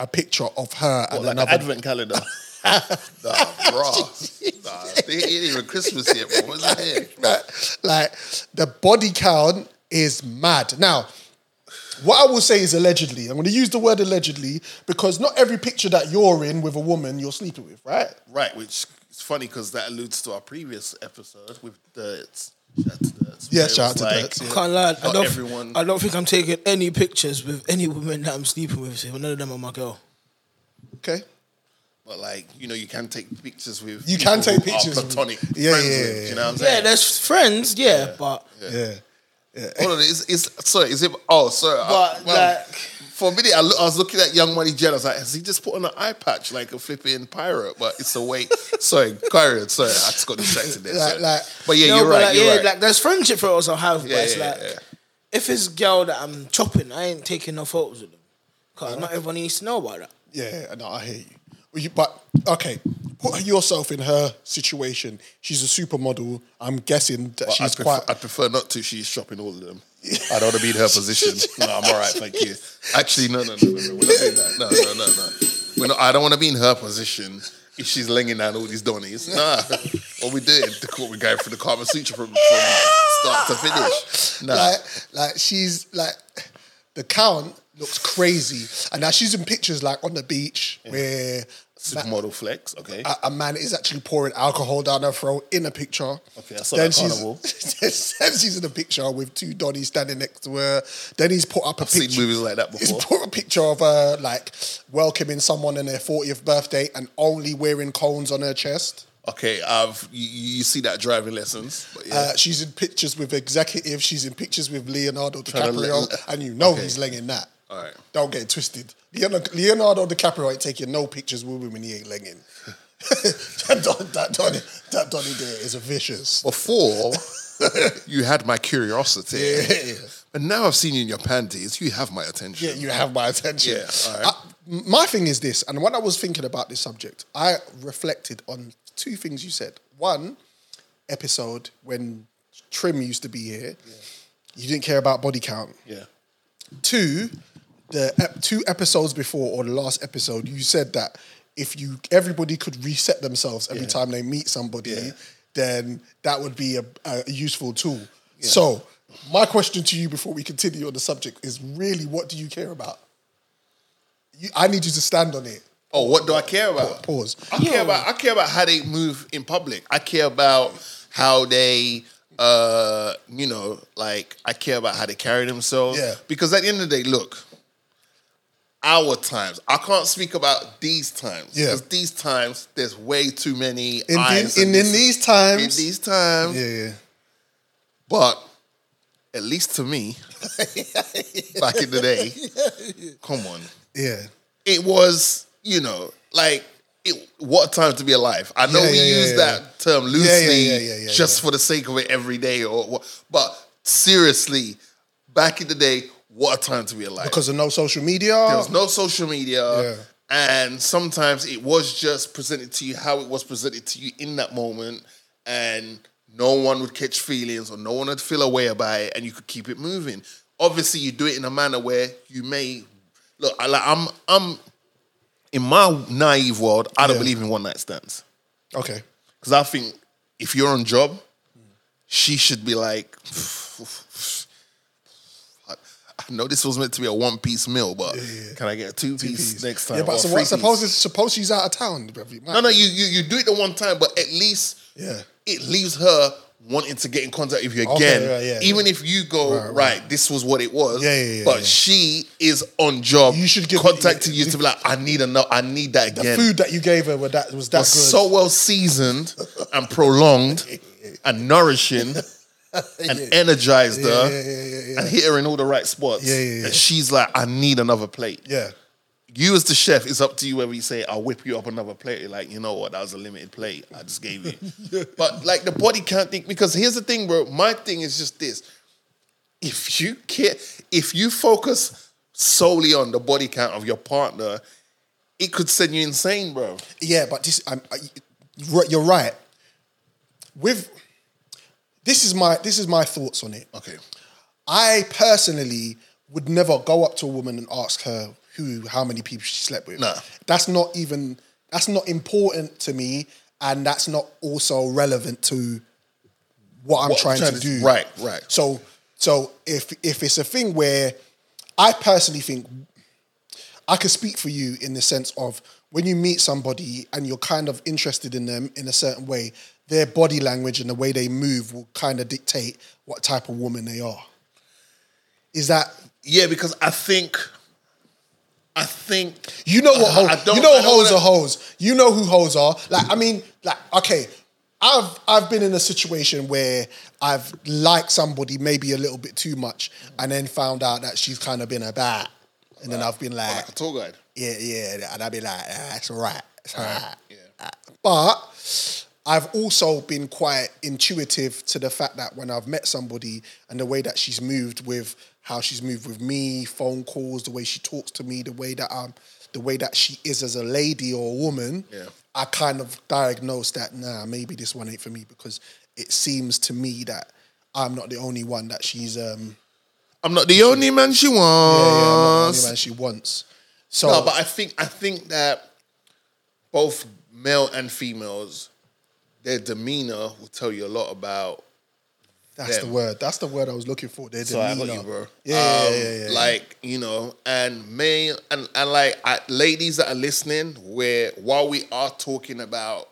S1: a picture of her and
S3: What, like an
S1: another.
S3: advent calendar. nah, bro. Nah, it ain't even Christmas yet, bro. What's that here?
S1: like the body count is mad. Now, what I will say is allegedly. I'm going to use the word allegedly because not every picture that you're in with a woman you're sleeping with, right?
S3: Right, which is funny because that alludes to our previous episode with Dirts. Shout out to Dirts.
S1: Yeah,
S3: Where it
S1: shout
S3: was
S1: out to Dirts, yeah.
S4: Can't lie. I
S3: Not
S4: don't,
S3: everyone.
S4: I don't think I'm taking any pictures with any women that I'm sleeping with. So none of them are my girl.
S1: Okay.
S3: But like you know, you can take pictures with.
S1: You can take
S3: people who are
S1: pictures with-
S3: Platonic.
S1: Yeah,
S3: friends
S1: yeah,
S3: with,
S1: yeah,
S3: You know what I'm
S4: Yeah,
S3: saying?
S4: there's friends, yeah, but
S3: yeah. Hold on, is, is sorry, is it? Oh, sorry. I-
S4: But, like-
S3: for a minute, I, look, I was looking at Young Money Jed. I was like, has he just put on an eye patch like a flipping pirate? But it's a wait. sorry, carry on. Sorry, I just got distracted there.
S4: like,
S3: sorry.
S4: like
S3: but yeah,
S4: No,
S3: you're right.
S4: Like,
S3: you're
S4: yeah,
S3: right.
S4: like there's friendship photos I have,
S3: Yeah,
S4: but it's
S3: yeah,
S4: like if it's girl that I'm chopping, I ain't taking no photos with them because not
S3: Uh-huh.
S4: everyone needs to know about that.
S1: Yeah, no, I hear you. Well, you- But okay, put yourself in her situation. She's a supermodel. I'm guessing that
S3: But
S1: she's
S3: I prefer,
S1: quite.
S3: I prefer not to. She's shopping all of them. I don't want to be in her position. No, I'm all right. Thank you. Actually, no, no, no, no. no. We're not doing that. No, no, no, no. We're not, I don't want to be in her position if she's laying down all these donnies. Nah. What we doing? The court, we're going for the Karma Sutra from, from start to finish. Nah.
S1: Like, like she's like the count looks crazy, and now she's in pictures like on the beach where
S3: Supermodel flex. Okay.
S1: a, a man is actually pouring alcohol down her throat in a picture.
S3: Okay, I saw that carnival.
S1: she's, then she's in a picture with two Donnies standing next to her. Then he's put up a
S3: I've
S1: picture.
S3: seen movies like that
S1: He's
S3: before.
S1: put a picture of her like welcoming someone on their 40th birthday and only wearing cones on her chest.
S3: Okay, I've you, you see that driving lessons. But yeah.
S1: Uh, she's in pictures with executives. She's in pictures with Leonardo
S3: Trying to
S1: DiCaprio,
S3: let-
S1: and you know
S3: Okay.
S1: he's legging that.
S3: all right.
S1: Don't get it twisted. Leonardo, Leonardo DiCaprio ain't taking no pictures with women he ain't legging. that, Don, that, Donny, that Donny there is a vicious.
S3: Before you had my curiosity,
S1: Yeah.
S3: but now I've seen you in your panties. You have my attention.
S1: Yeah, you have my attention.
S3: Yeah, all right.
S1: I- m- my thing is this, and when I was thinking about this subject, I reflected on two things you said. One episode when Trim used to be here, you didn't care about body count.
S3: Yeah.
S1: Two, the ep- two episodes before or the last episode, you said that if you everybody could reset themselves every
S3: Yeah.
S1: time they meet somebody,
S3: Yeah.
S1: then that would be a, a useful tool. So, my question to you before we continue on the subject is really, what do you care about? You, I need you to stand on it.
S3: Oh, what do I care about?
S1: Pause.
S3: I care about I care about how they move in public. I care about how they uh you know, like I care about how they carry themselves.
S1: Yeah.
S3: Because at the end of the day, look, our times. I can't speak about these times.
S1: Yeah.
S3: Because these times there's way too many
S1: In,
S3: eyes
S1: the, in,
S3: and
S1: in
S3: this-
S1: these times,
S3: in these times.
S1: yeah, yeah.
S3: But at least to me, back in the day, come on.
S1: Yeah.
S3: it was, you know, like it, what a time to be alive. I know
S1: Yeah,
S3: we
S1: yeah, yeah,
S3: use
S1: yeah.
S3: that term loosely,
S1: yeah, yeah, yeah,
S3: just for the sake of it every day, or what, but seriously, back in the day, what a time to be alive.
S1: Because of no social media.
S3: there was no social media.
S1: Yeah.
S3: And sometimes it was just presented to you how it was presented to you in that moment, and no one would catch feelings or no one would feel a way about it, and you could keep it moving. Obviously, you do it in a manner where you may look. I, like, I'm, I'm in my naive world. I don't
S1: Yeah.
S3: believe in one night stands
S1: okay.
S3: because I think if you're on job, she should be like, I know this was meant to be a one piece meal, but can I get a two piece next time?
S1: Yeah, but
S3: or
S1: so
S3: a
S1: what,
S3: three-piece?
S1: suppose, it's- suppose she's out of town. bruv, you might-
S3: No, no, you, you you do it the one time, but at least
S1: Yeah.
S3: it leaves her wanting to get in contact with you
S1: Okay,
S3: again.
S1: right, yeah,
S3: Even if you go right, this was what it was.
S1: Yeah, yeah, yeah,
S3: but
S1: yeah.
S3: she is on job.
S1: You should give-
S3: contacting you to be like, I need another, I need that
S1: The
S3: again
S1: food that you gave her was that was that
S3: was
S1: good.
S3: so well seasoned and prolonged and nourishing and energized her and hit her in all the right spots.
S1: Yeah, yeah, yeah.
S3: And she's like, I need another plate.
S1: yeah.
S3: You as the chef, it's up to you whether you say, I'll whip you up another plate. You're like, you know what, that was a limited plate. I just gave you. But like the body can't think because here's the thing, bro. My thing is just this. If you care, if you focus solely on the body count of your partner, it could send you insane, bro.
S1: Yeah, but this, I'm, I, you're right- you're right. With this is my this is my thoughts on it.
S3: Okay.
S1: I personally would never go up to a woman and ask her who, how many people she slept with.
S3: No.
S1: that's not even that's not important to me, and that's not also relevant to what I'm
S3: What I'm
S1: trying,
S3: trying
S1: to,
S3: to-
S1: do.
S3: right, right.
S1: So, so if if it's a thing where I personally think I could speak for you in the sense of when you meet somebody and you're kind of interested in them in a certain way, their body language and the way they move will kind of dictate what type of woman they are. Is that
S3: Yeah, because I think I think
S1: You know what hoes?
S3: I don't-
S1: you know
S3: I don't
S1: hoes
S3: wanna-
S1: are hoes. You know who hoes are. Like I mean, like okay, I've I've been in a situation where I've liked somebody maybe a little bit too much, and then found out that she's kind of been a bat, and then I've been like,
S3: like a tour guide.
S1: yeah, yeah, and I'd be like, ah, it's all right, it's all right. Uh, But I've also been quite intuitive to the fact that when I've met somebody and the way that she's moved with how she's moved with me, phone calls, the way she talks to me, the way that um, the way that she is as a lady or a woman,
S3: Yeah.
S1: I kind of diagnosed that nah, maybe this one ain't for me because it seems to me that I'm not the only one that she's um
S3: I'm not the only man she
S1: yeah, yeah, I'm not the
S3: wants.
S1: only one she wants. So
S3: No, but I think I think that both male and females, their demeanor will tell you a lot about.
S1: that's the
S3: them.
S1: word. That's the word I was looking for. Their
S3: So I got
S1: demeanor.
S3: you, bro.
S1: Yeah,
S3: Um,
S1: yeah, yeah, yeah, yeah.
S3: Like you know, and male and and like I, ladies that are listening, where while we are talking about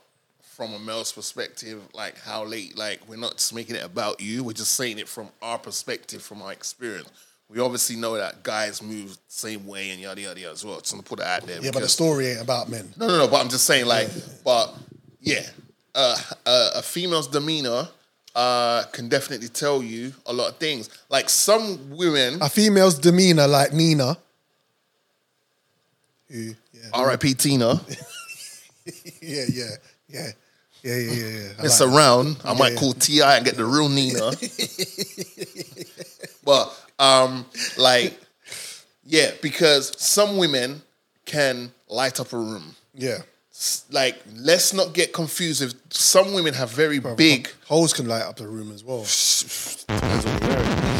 S3: from a male's perspective, like how late, like we're not just making it about you. We're just saying it from our perspective, from our experience. We obviously know that guys move the same way and yada yada yada as well. So I'm gonna put that out there.
S1: Yeah, but the
S3: because-
S1: story ain't about men.
S3: No, no, no. But I'm just saying, like, but yeah, uh, uh, a female's demeanor uh, can definitely tell you a lot of things. Like some women,
S1: A female's demeanor, like Nina. Who? Yeah,
S3: R.I.P. Tina,
S1: yeah, yeah, yeah, yeah, yeah, yeah. yeah. I
S3: it's
S1: like that.
S3: around. I might
S1: Yeah.
S3: call Ti and get the real Nina. but um, like, yeah, because some women can light up a room.
S1: Yeah,
S3: S- Like, let's not get confused. If some women have very big
S1: holes can light up the room as well.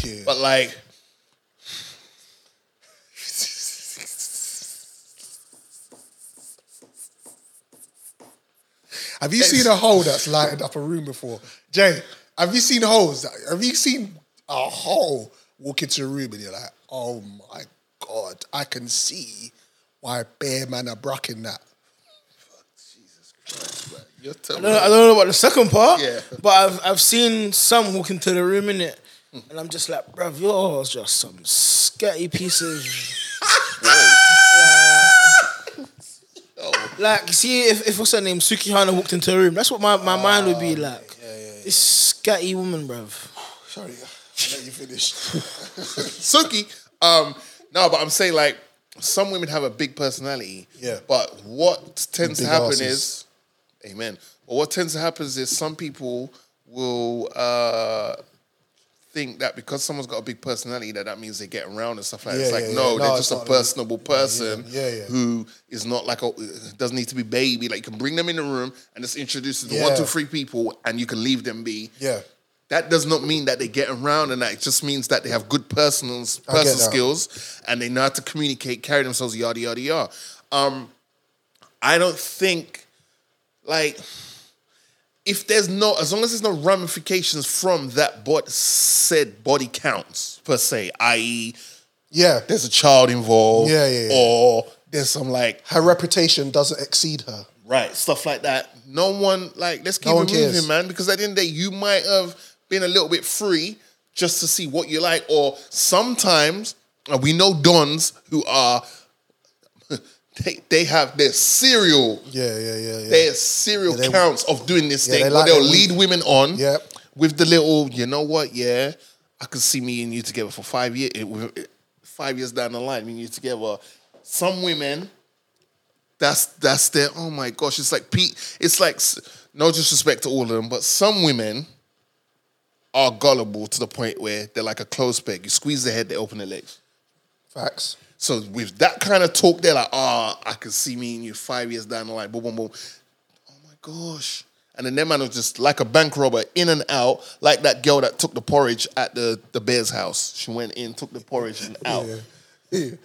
S1: Yeah.
S3: But like,
S1: Have you seen a hole that's lighted up a room before, Jay? Have you seen holes? that- Have you seen a hole walk into a room and you're like, oh my god, I can see why bear man are brucking that.
S3: you're telling
S4: I don't, I don't know about the second part,
S3: Yeah.
S4: but I've I've seen some walk into the room in it,
S3: Mm.
S4: and I'm just like, bruv, you're just some sketty piece of. Like, see, if, if what's her name, Sukihana walked into the room, that's what my, my mind would
S3: Ah,
S4: be like. This scatty woman, bruv.
S1: Sorry, I let you finish.
S3: Suki. Um, no, but I'm saying like some women have a big personality.
S1: Yeah.
S3: But what tends to
S1: Big
S3: happen
S1: asses.
S3: is, amen. But what tends to happen is some people will uh, think that because someone's got a big personality that that means they get around and stuff like that.
S1: Yeah,
S3: It's like
S1: yeah, yeah.
S3: no,
S1: No,
S3: they're
S1: it's
S3: just a
S1: not-
S3: personable person
S1: yeah, yeah.
S3: who is not like a doesn't need to be baby. Like you can bring them in the room and just introduce them to one,
S1: Yeah.
S3: two, three people, and you can leave them be
S1: Yeah.
S3: that does not mean that they get around and that it just means that they have good personal
S1: I get
S3: personal
S1: that.
S3: skills and they know how to communicate, carry themselves, yada yada yada. Um, I don't think like if there's no as long as there's no ramifications from that bod said body counts per se, i.e.
S1: Yeah,
S3: there's a child involved,
S1: Yeah, yeah, yeah.
S3: or there's some like
S1: her reputation doesn't exceed her.
S3: Right, stuff like that. No one like let's keep
S1: No one
S3: it moving,
S1: cares.
S3: man. Because at the end of the day, you might have been a little bit free just to see what you like, or sometimes and we know dons who are they they have their serial
S1: Yeah, yeah, yeah, yeah.
S3: their serial
S1: Yeah, they-
S3: counts of doing this
S1: Yeah,
S3: thing
S1: they
S3: where
S1: like
S3: they'll
S1: their
S3: lead
S1: week.
S3: women on
S1: Yep.
S3: with the little you know what yeah I could see me and you together for five years eh, five years down the line me and you together some women that's that's their oh my gosh it's like Pete it's like s- no disrespect to all of them but some women are gullible to the point where they're like a clothes peg you squeeze their head they open their legs
S1: Facts.
S3: so with that kind of talk, they're like, ah, I can see me and you five years down the line, boom, boom, boom. Oh my gosh. And then that man was just like a bank robber, in and out, like that girl that took the porridge at the, the bear's house. She went in, took the porridge and out. And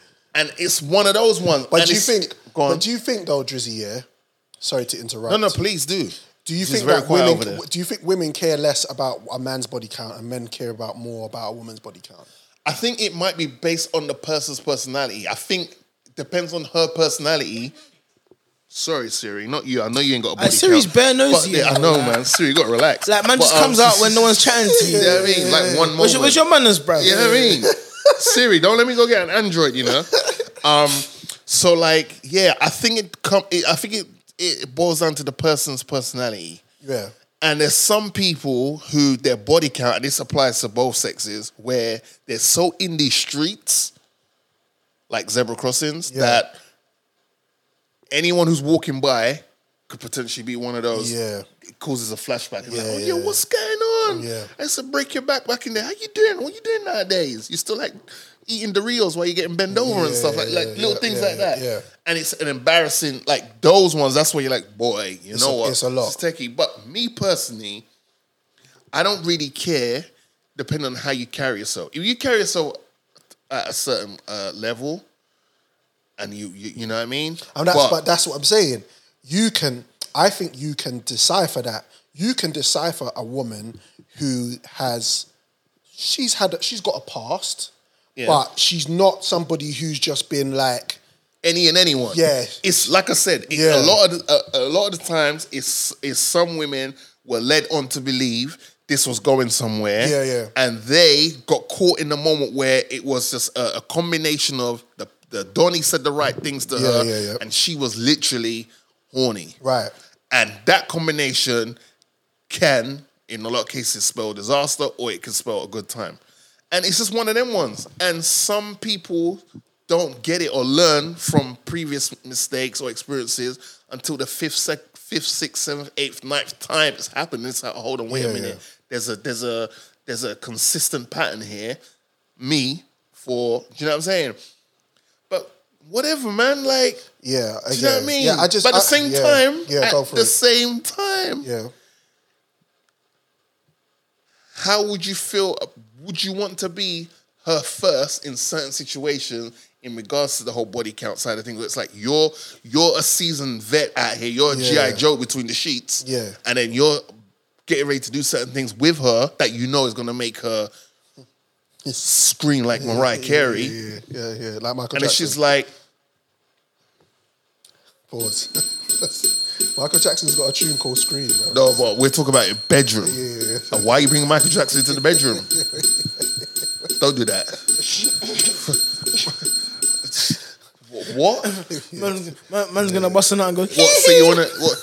S3: it's one of those ones.
S1: But
S3: and
S1: do you
S3: it's-
S1: think?
S3: Go on.
S1: But do you think though, Drizzy? Yeah. Sorry to interrupt.
S3: no, no, please do.
S1: Do you
S3: She's
S1: think
S3: very
S1: that
S3: quiet
S1: women?
S3: over there.
S1: Do you think women care less about a man's body count and men care about more about a woman's body count?
S3: I think it might be based on the person's personality. I think it depends on her personality. Sorry, Siri, not you. I know you ain't got a body
S4: Hey, Uh, Siri's
S3: count.
S4: bare nosy,
S3: But, yeah,
S4: yeah.
S3: I know, man. Siri, you got to relax.
S4: Like, man just
S3: But, um,
S4: comes out when no one's chatting to you.
S3: You know what I mean? Like one moment.
S4: Where's your, where's your manners, bruv?
S3: You know what I mean? Siri, don't let me go get an Android, you know? Um, So like, yeah, I think it com- it, I think it, it boils down to the person's personality.
S1: Yeah.
S3: And there's some people who their body count, and this applies to both sexes, where they're so in these streets, like zebra crossings, that anyone who's walking by could potentially be one of those.
S1: Yeah.
S3: It causes a flashback. You're like,
S1: Yeah,
S3: oh, yeah,
S1: yeah.
S3: what's going on?
S1: Yeah.
S3: I used to break your back back in there. How you doing? What you doing nowadays? You still like eating Doritos while you're getting bent over and stuff like like little things like that.
S1: yeah.
S3: And it's an embarrassing like those ones. That's where you're like, boy, you
S1: It's
S3: know
S1: a-
S3: what?
S1: it's a lot.
S3: It's techie. But me personally, I don't really care. Depending on how you carry yourself, if you carry yourself at a certain uh, level, and you, you you know what I mean.
S1: And that's but,
S3: But-
S1: that's what I'm saying. You can I think you can decipher that. You can decipher a woman who has she's had she's got a past,
S3: Yeah.
S1: but she's not somebody who's just been like
S3: any and anyone.
S1: Yeah.
S3: it's like I said. it-
S1: Yeah.
S3: a lot of the- a, a lot of the times, it's it's some women were led on to believe this was going somewhere.
S1: Yeah, yeah.
S3: And they got caught in the moment where it was just a, a combination of the the Donnie said the right things to
S1: Yeah,
S3: her,
S1: yeah, yeah.
S3: and she was literally horny.
S1: right.
S3: And that combination can, in a lot of cases, spell disaster or it can spell a good time. And it's just one of them ones. And some people don't get it or learn from previous mistakes or experiences until the fifth, sec- fifth, sixth, seventh, eighth, ninth time it's happened. It's like, hold on, wait
S1: Yeah,
S3: a minute.
S1: yeah.
S3: There's a there's a there's a consistent pattern here. Me for do you know what I'm saying? But whatever, man. Like
S1: Yeah.
S3: do you know what I
S1: yeah.
S3: mean?
S1: Yeah, I just
S3: but at the
S1: I-
S3: same
S1: yeah,
S3: time,
S1: Yeah,
S3: at
S1: go for
S3: the
S1: it.
S3: same time,
S1: yeah.
S3: how would you feel? Would you want to be her first in certain situations in regards to the whole body count side of things? Where It's like you're you're a seasoned vet out here. You're a
S1: Yeah.
S3: GI Joe between the sheets,
S1: Yeah.
S3: and then you're getting ready to do certain things with her that you know is going to make her scream like Mariah Carey,
S1: Yeah, yeah, yeah. Like Michael
S3: and then
S1: Jackson.
S3: she's like.
S1: Pause. Michael Jackson's got a tune called Scream, man.
S3: No, but we're talking about your bedroom.
S1: Yeah.
S3: And why you bring Michael Jackson into the bedroom? Don't do that. what?
S4: Man's, man, man's gonna bust it out and go.
S3: What? So you wanna what?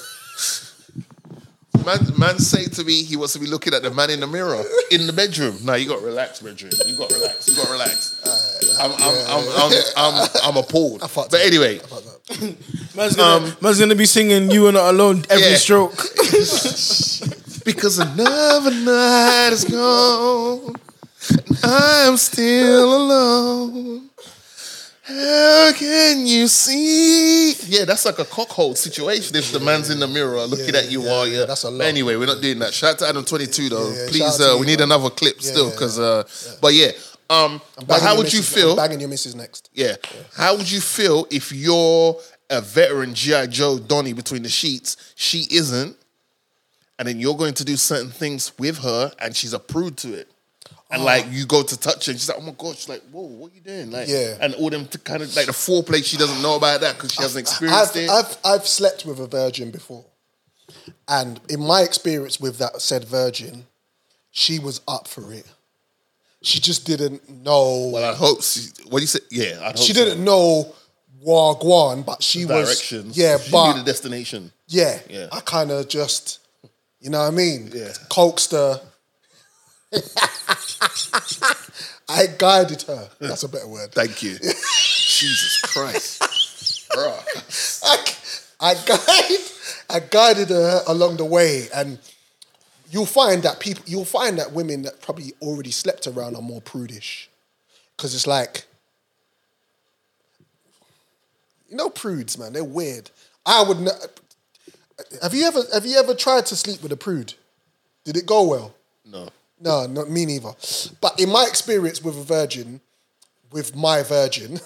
S3: Man, man, say to me he wants to be looking at the man in the mirror in the bedroom. No, you got to relax, bedroom. You got to relax. You got to relax. I'm, I'm, I'm, I'm, I'm, I'm appalled. But anyway,
S4: Man's gonna, man's gonna be singing "You Are Not Alone" every
S3: Yeah.
S4: stroke.
S3: because another night is gone, and I'm still alone. How can you see? Yeah, that's like a cockhold situation. If the man's in the mirror looking at you while you're.
S1: that's a lot.
S3: But Anyway, we're not doing that. Shout out to Adam Twenty Two though.
S1: Yeah, yeah,
S3: Please,
S1: shout out to
S3: uh, we
S1: you,
S3: need
S1: man.
S3: another clip
S1: Yeah,
S3: still,
S1: yeah,
S3: because. Uh, But yeah, um, but
S1: Banging
S3: how
S1: your
S3: would you
S1: missus- I'm
S3: feel?
S1: Banging your missus next.
S3: Yeah. How would you feel if you're a veteran GI Joe Donnie between the sheets? She isn't, and then you're going to do certain things with her, and she's a prude to it.
S1: Uh-huh.
S3: And like you go to touch her, and she's like, "Oh my god!" She's like, "Whoa, what are you doing?" Like,
S1: Yeah.
S3: And all them t- kind of like the foreplay. She doesn't know about that because she hasn't experienced
S1: I've,
S3: it.
S1: I've, I've slept with a virgin before. And in my experience with that said virgin, she was up for it. She just didn't know.
S3: well, I hope she. What do you say? Yeah, I hope
S1: she didn't know Wagwan, but she was.
S3: directions.
S1: Yeah,
S3: she
S1: but
S3: knew the destination.
S1: yeah,
S3: Yeah.
S1: I kind of just, you know what I mean?
S3: Yeah.
S1: Coaxed her. I guided her. That's a better word.
S3: Thank you. Jesus Christ, bruh.
S1: I, I, guide, I guided her along the way, and you'll find that people, you'll find that women that probably already slept around are more prudish, because it's like, you know, prudes, man, they're weird. I would. not have you ever have you ever tried to sleep with a prude? Did it go well?
S3: No.
S1: No, not me neither. But in my experience with a virgin, with my virgin,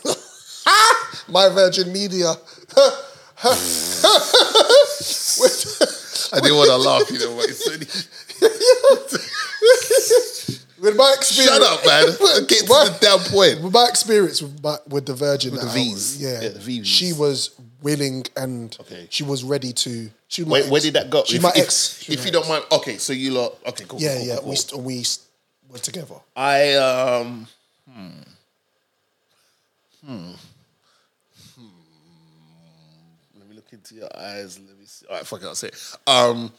S1: my virgin media,
S3: I didn't want to laugh, you know, but it's only-
S1: with my experience,
S3: Shut up, man. Get to the damn point.
S1: with my experience with my, with the virgin,
S3: With
S1: that
S3: the
S1: I
S3: Vs.
S1: was- yeah,
S3: Yeah, the Vs.
S1: she was willing and
S3: Okay.
S1: she was ready to. She was my
S3: Where, where
S1: ex.
S3: did that go?
S1: She
S3: if,
S1: my
S3: if-
S1: ex. She
S3: If,
S1: was
S3: you
S1: my
S3: don't mind, okay. So you lot, okay, cool.
S1: ex. yeah,
S3: cool,
S1: yeah,
S3: cool,
S1: we
S3: cool.
S1: st- we st- were together.
S3: I um, hmm. Hmm. Hmm. look into your eyes. Let me see. All right, fuck it, I'll say. it. Um,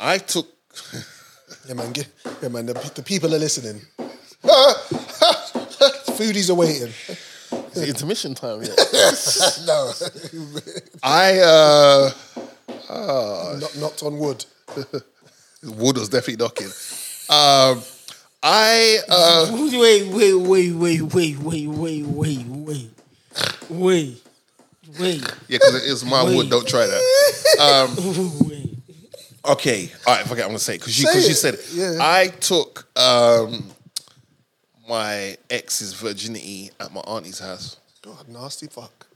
S3: I took.
S1: yeah, man. Get, yeah, man. The, the people are listening. Foodies are waiting.
S3: Is it intermission time yet?
S1: no.
S3: I uh, oh,
S1: Knock, knocked on wood.
S3: wood was definitely knocking. Um, I uh,
S4: Wait, wait, wait, wait, wait, wait, wait, wait, wait, wait, wait,
S3: yeah, because it's my wood. Don't try that. Um,
S4: wait.
S3: Okay. All right. Forget. I'm gonna say because you
S1: Say
S3: because you
S1: it.
S3: said it.
S1: Yeah.
S3: I took um, my ex's virginity at my auntie's house.
S1: God, nasty fuck.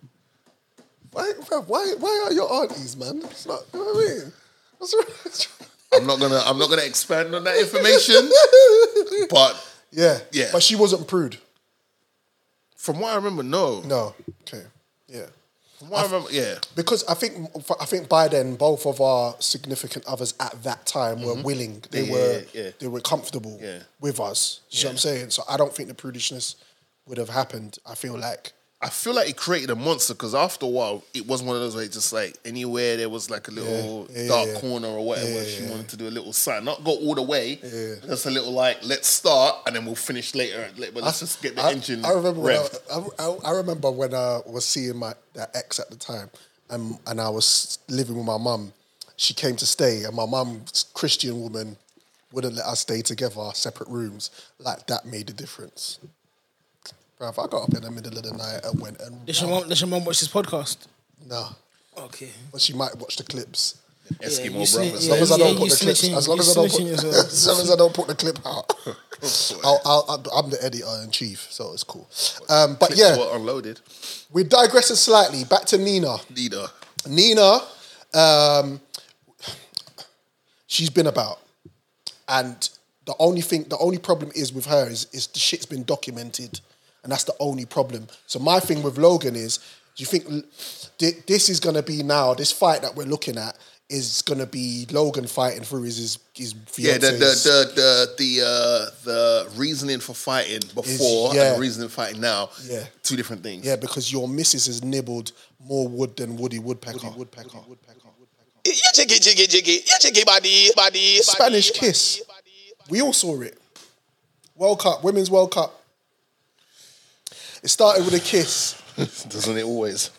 S1: Why, bruv, why, why are your aunties, man? It's not, you know what I mean? What's wrong?
S3: I'm not gonna. I'm not gonna expand on that information. but
S1: yeah,
S3: Yeah.
S1: But she wasn't prude.
S3: from what I remember, no.
S1: No. Okay. Yeah.
S3: From what I remember, yeah.
S1: Because I think I think by then both of our significant others at that time were willing. They
S3: Mm-hmm. Yeah,
S1: were
S3: yeah, yeah.
S1: they were comfortable
S3: Yeah.
S1: with us. You know what I'm saying? So I don't think the prudishness would have happened. I feel like
S3: I feel like it created a monster because after a while, it was one of those where it just like anywhere there was like a little
S1: Yeah, yeah,
S3: dark
S1: yeah.
S3: corner or whatever,
S1: Yeah,
S3: she
S1: yeah.
S3: wanted to do a little sign, not go all the way, just a little like let's start and then we'll finish later. But let's just get the
S1: I,
S3: engine.
S1: I remember when
S3: revved.
S1: I, I, I remember when I was seeing my that ex at the time, and and I was living with my mum. She came to stay, and my mum, Christian woman, wouldn't let us stay together, separate rooms. Like that made a difference. Bruv, I got up in the middle of the night and went and
S4: Does your mom? Does your mom watch this podcast?
S1: no,
S4: Okay.
S1: but she might watch the clips.
S3: Eskimo
S4: you sni-
S3: brothers.
S1: As long as I
S4: Yeah,
S1: don't
S4: you
S1: put the clips,
S4: snitching-
S1: as long
S4: you
S1: as I don't put,
S4: snitching yourself.
S1: as long as I don't put the clip out,
S3: Oh,
S1: I'll, I'll, I'm the editor in chief, so it's cool. Um, but
S3: Clips
S1: yeah,
S3: were unloaded.
S1: We're digressing slightly. Back to Nina.
S3: Leader.
S1: Nina, um, she's been about, and the only thing, the only problem is with her is is the shit's been documented, and that's the only problem. So my thing with Logan is, do you think l- thi- this is gonna be now this fight that we're looking at is gonna be Logan fighting through his his, his
S3: Yeah, the the
S1: fiance's-
S3: the the the, uh, the reasoning for fighting before
S1: yeah.
S3: and the reasoning for fighting now.
S1: Yeah.
S3: Two different things.
S1: yeah because your missus has nibbled more wood than Woody Woodpecker. Woody Woodpecker.
S9: You jiggy, jiggy, jiggy. You jiggy body, body.
S1: Spanish kiss. We all saw it. World Cup, Women's World Cup. It started with a kiss.
S3: Doesn't it always?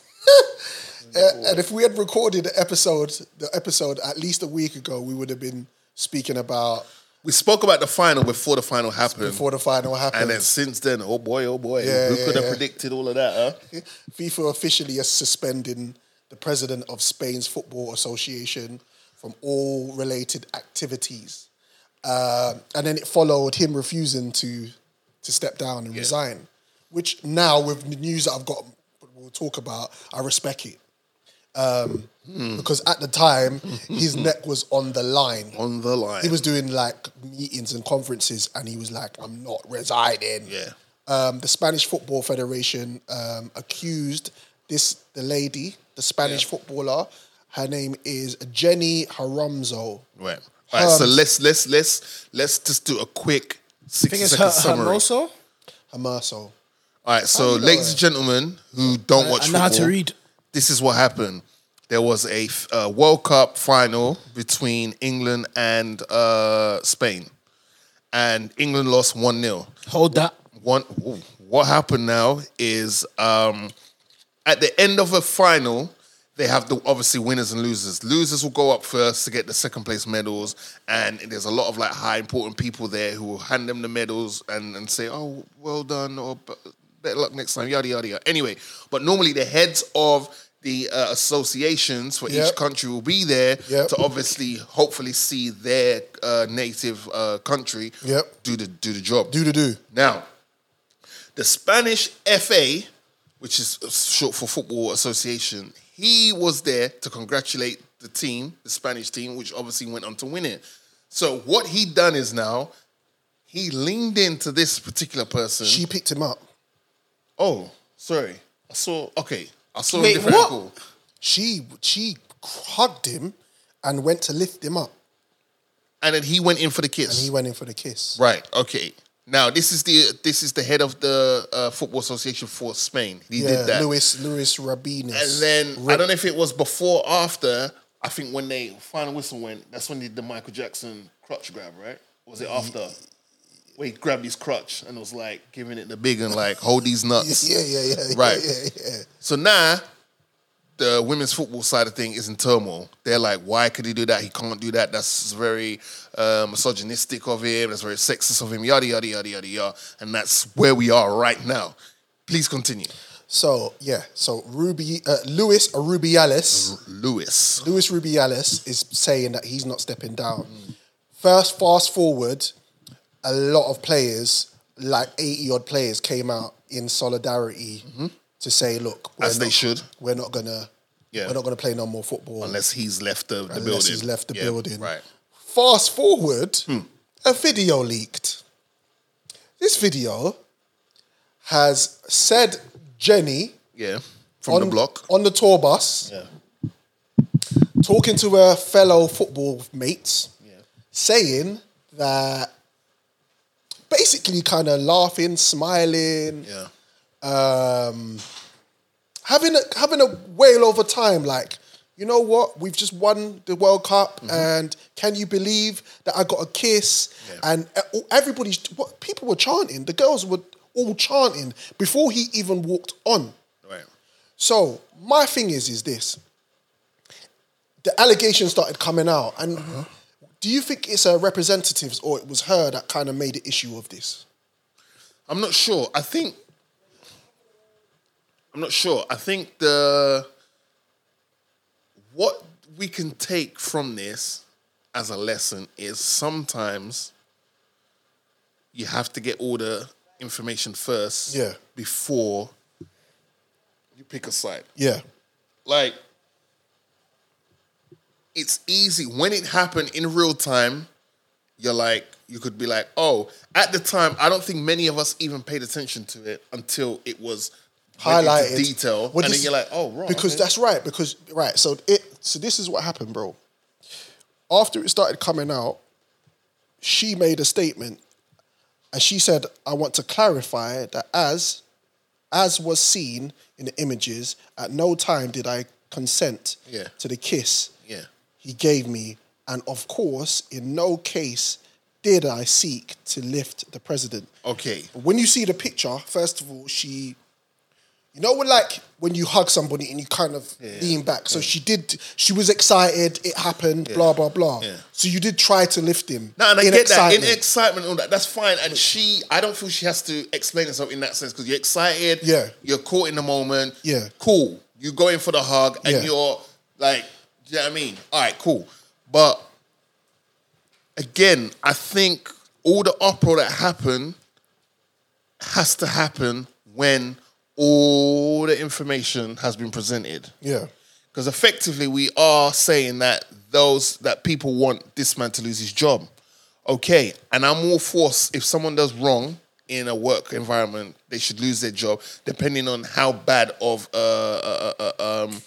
S1: Uh, and if we had recorded the episode, the episode at least a week ago, we would have been speaking about
S3: We spoke about the final before the final happened.
S1: before the final happened.
S3: And then since then, oh boy, oh boy,
S1: Yeah,
S3: who
S1: yeah,
S3: could have
S1: yeah.
S3: predicted all of that? Huh?
S1: FIFA officially is suspending the president of Spain's Football Association from all related activities. Um, and then it followed him refusing to to step down and resign, which now with the news that I've got, we'll talk about. I respect it
S3: Hmm.
S1: um, because at the time his neck was on the line.
S3: On the line,
S1: He was doing like meetings and conferences, and he was like, "I'm not resigning."
S3: Yeah.
S1: Um, the Spanish Football Federation um, accused this the lady, the Spanish footballer. Her name is Jenny Haramzo.
S3: right. All right. so
S1: Um,
S3: let's let's let's let's just do a quick
S4: I
S3: sixty
S4: think it's
S3: second
S4: her,
S3: summary.
S4: her also.
S1: Hamarso.
S3: All right, so ladies and gentlemen who don't watch
S4: I know how to
S3: football,
S4: read.
S3: this is what happened. There was a f- uh, World Cup final between England and uh, Spain, and England lost 1 0.
S4: Hold that.
S3: One, ooh, what happened now is um, at the end of a final, they have the obviously winners and losers. Losers will go up first to get the second place medals, and there's a lot of like high important people there who will hand them the medals and, and say, "Oh, well done," or "B- "Better luck next time." Yada yada yada. Anyway, but normally the heads of the uh, associations for each
S1: Yep.
S3: country will be there
S1: Yep.
S3: to obviously, hopefully, see their uh, native uh, country
S1: Yep.
S3: do the do the job.
S1: Do to do.
S3: Now, the Spanish FA, which is short for Football Association, he was there to congratulate the team, the Spanish team, which obviously went on to win it. So what he done is now he leaned into this particular person.
S1: She picked him up.
S3: oh, sorry, I saw. Okay, I saw
S4: Wait,
S3: a different
S4: what?
S3: angle.
S1: She she hugged him and went to lift him up,
S3: and then he went in for the kiss.
S1: and he went in for the kiss.
S3: Right. Okay. Now this is the this is the head of the uh, football association for Spain. He
S1: yeah,
S3: did that.
S1: Luis Luis Rabinus.
S3: And then I don't know if it was before or after. I think when they final whistle went, that's when they did the Michael Jackson crutch grab, right? Or was it after? Where he grabbed his crutch and was like giving it the big and like hold these nuts.
S1: Yeah, yeah, yeah, yeah,
S3: Right.
S1: yeah, yeah.
S3: So now the women's football side of thing is in turmoil. They're like, why could he do that? He can't do that. That's very uh, misogynistic of him. That's very sexist of him. Yada yada yada yada yada. And that's where we are right now. Please continue.
S1: So yeah, so Ruby uh, Luis Rubiales,
S3: Lewis.
S1: Luis Rubiales is saying that he's not stepping down. First, fast forward, a lot of players, like eighty odd players, came out in solidarity to say, "Look, we're
S3: As they
S1: not-
S3: should.
S1: we're not gonna,
S3: Yeah.
S1: we're not gonna play no more football
S3: Unless he's left the, the
S1: unless
S3: building.
S1: he's left the
S3: Yeah,
S1: building."
S3: Right. Hmm.
S1: Fast forward, a video leaked. This video has said Jenny
S3: Yeah. From the block.
S1: on the tour bus,
S3: Yeah.
S1: talking to her fellow football mates, saying that basically kind of laughing, smiling,
S3: Yeah.
S1: um, having a, having a whale over time. Like, you know what? We've just won the World Cup, and can you believe that I got a kiss? And e- everybody's what people were chanting. The girls were all chanting before he even walked on.
S3: Right.
S1: So my thing is, is this: the allegations started coming out, and do you think it's her representatives or it was her that kind of made the issue of this?
S3: I'm not sure. I think I'm not sure. I think the what we can take from this as a lesson is sometimes you have to get all the information first
S1: Yeah.
S3: before you pick a side.
S1: Yeah,
S3: Like it's easy when it happened in real time you're like you could be like oh at the time i don't think many of us even paid attention to it until it was went into
S1: highlighted
S3: detail
S1: Well,
S3: and then
S1: this-
S3: you're like oh right
S1: because
S3: okay.
S1: that's right. Because right, so it so this is what happened, bro. After it started coming out, she made a statement, and she said, "I want to clarify that as as was seen in the images, at no time did I consent
S3: Yeah.
S1: to the kiss."
S3: yeah
S1: he gave me, and of course, in no case did I seek to lift the president.
S3: okay
S1: When you see the picture, first of all, she, you know, when like when you hug somebody and you kind of lean back. So she did. She was excited. It happened. Blah blah blah.
S3: Yeah.
S1: So you did try to lift him.
S3: no, and I
S1: in
S3: get that in
S1: excitement.
S3: excitement, and all that. That's fine. And she, I don't feel she has to explain herself in that sense because you're excited.
S1: Yeah.
S3: you're caught in the moment.
S1: Yeah.
S3: cool. You go in for the hug, and
S1: Yeah.
S3: you're like, do you know what I mean? All right, cool. But again, I think all the opera that happened has to happen when all the information has been presented.
S1: yeah.
S3: Because effectively, we are saying that those that people want this man to lose his job. Okay, and I'm all for s- if someone does wrong in a work environment, they should lose their job, depending on how bad of uh, uh, uh, uh, um,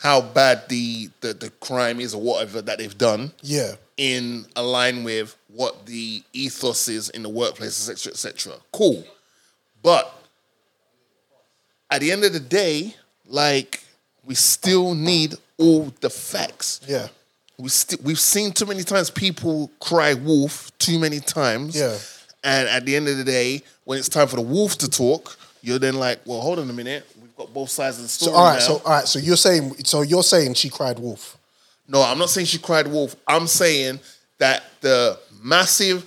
S3: how bad the, the the crime is or whatever that they've done
S1: Yeah.
S3: in align with what the ethos is in the workplace, etc., etc. Cool, but at the end of the day, like we still need all the facts.
S1: Yeah.
S3: We st- we've seen too many times people cry wolf too many times.
S1: Yeah.
S3: And at the end of the day, when it's time for the wolf to talk, you're then like, well, hold on a minute. We've got both sides of the story.
S1: So all right.
S3: now.
S1: So all right. So you're saying. So you're saying she cried wolf.
S3: No, I'm not saying she cried wolf. I'm saying that the massive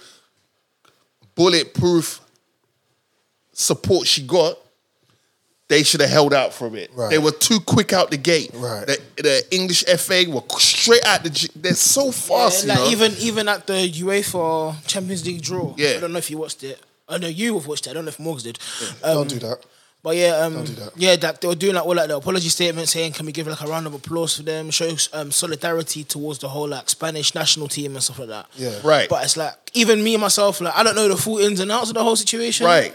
S3: bulletproof support she got, they should have held out from it.
S1: Right.
S3: They were too quick out the gate.
S1: Right.
S3: The, the English FA were straight out the. j- They're so fast.
S4: like
S3: you know?
S4: even even at the UEFA Champions League draw.
S3: Yeah.
S4: I don't know if you watched it. I know you have watched it. I don't know if Morgs did. Um,
S3: Mm.
S1: Don't do that.
S4: But yeah, um,
S1: do that.
S4: yeah, that they were doing like all like the apology statement, saying, "Can we give like a round of applause for them? Show um, solidarity towards the whole like Spanish national team and stuff like that."
S1: Yeah.
S3: Right.
S4: But it's like even me myself, like I don't know the full ins and outs of the whole situation.
S3: Right.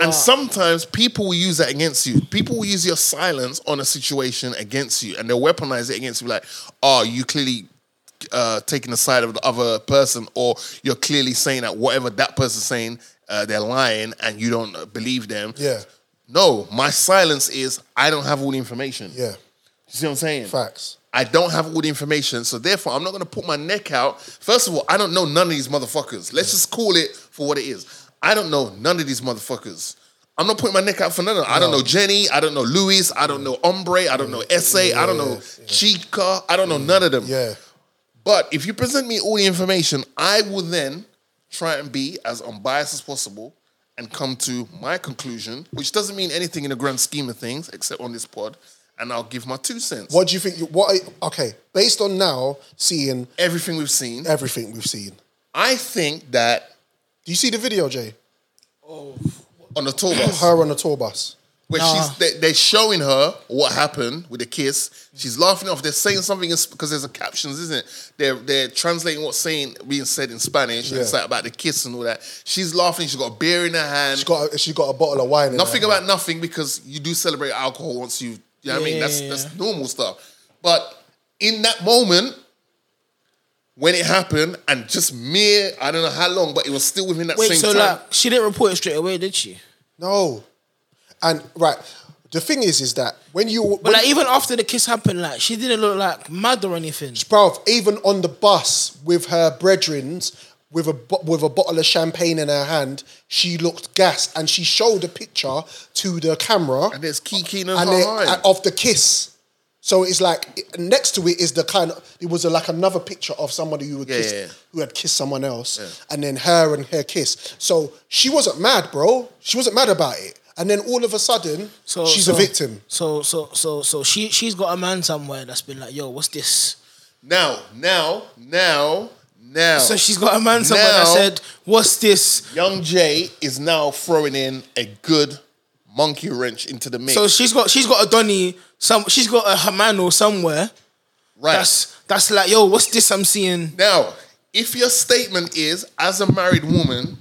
S3: And sometimes people will use that against you. People will use your silence on a situation against you, and they'll weaponize it against you. Like, oh, you clearly uh, taking the side of the other person, or you're clearly saying that whatever that person's saying uh, they're lying and you don't uh, believe them.
S1: Yeah.
S3: No, my silence is I don't have all the information.
S1: Yeah.
S3: You see what I'm saying?
S1: Facts.
S3: I don't have all the information, so therefore I'm not going to put my neck out. First of all, I don't know none of these motherfuckers. Let's just call it for what it is. I don't know none of these motherfuckers. I'm not putting my neck out for none of them. I don't know Jenny. I don't know Luis. I don't know Ombre. I don't know Essay. I don't know Chica. I don't know none of them.
S1: Yeah.
S3: But if you present me all the information, I will then try and be as unbiased as possible and come to my conclusion, which doesn't mean anything in the grand scheme of things, except on this pod, and I'll give my two cents.
S1: What do you think? You, what? Are, okay, based on now seeing
S3: everything we've seen,
S1: everything we've seen.
S3: I think that.
S1: Do you see the video, Jay?
S3: On the tour bus.
S1: Her on the tour bus.
S3: Where she's they, they're showing her what happened with the kiss. She's laughing off. They're saying something because there's a captions, isn't it? They're they're translating what's saying being said in Spanish. And it's
S1: Yeah.
S3: like about the kiss and all that. She's laughing. She's got a beer in her hand.
S1: She's got a, she's got a bottle of wine. in
S3: Nothing
S1: her.
S3: about nothing because you do celebrate alcohol once you. You know what I mean?
S1: Yeah,
S3: That's
S1: yeah,
S3: that's normal stuff. But in that moment, when it happened, and just mere I don't know how long, but it was still within that
S4: Wait,
S3: same
S4: so
S3: time.
S4: like she didn't report it straight away, did she?
S1: No. And right, the thing is, is that when you
S4: But like even after the kiss happened, like she didn't look like mad or anything.
S1: Bruv, even on the bus with her brethrens, with a bo- with a bottle of champagne in her hand, she looked gassed, and she showed a picture to the camera. And
S3: there's Kiki in
S1: and
S3: her
S1: it-
S3: hand.
S1: and of the kiss. So it's like it- next to it is the kind of it was a, like another picture of somebody who had
S3: Yeah,
S1: kissed,
S3: yeah, yeah.
S1: who had kissed someone else,
S3: Yeah.
S1: and then her and her kiss. So she wasn't mad, bro. She wasn't mad about it. And then all of a sudden,
S4: So
S1: she's
S4: so-
S1: a victim.
S4: So so so so she she's got a man somewhere that's been like, yo, what's this?
S3: Now, now, now, now.
S4: So she's got a man somewhere that said, "What's this?"
S3: Young Jay is now throwing in a good monkey wrench into the mix.
S4: So she's got she's got a Donny some she's got a Hamano somewhere.
S3: Right.
S4: That's that's like, yo, what's this I'm seeing?
S3: Now, if your statement is, as a married woman,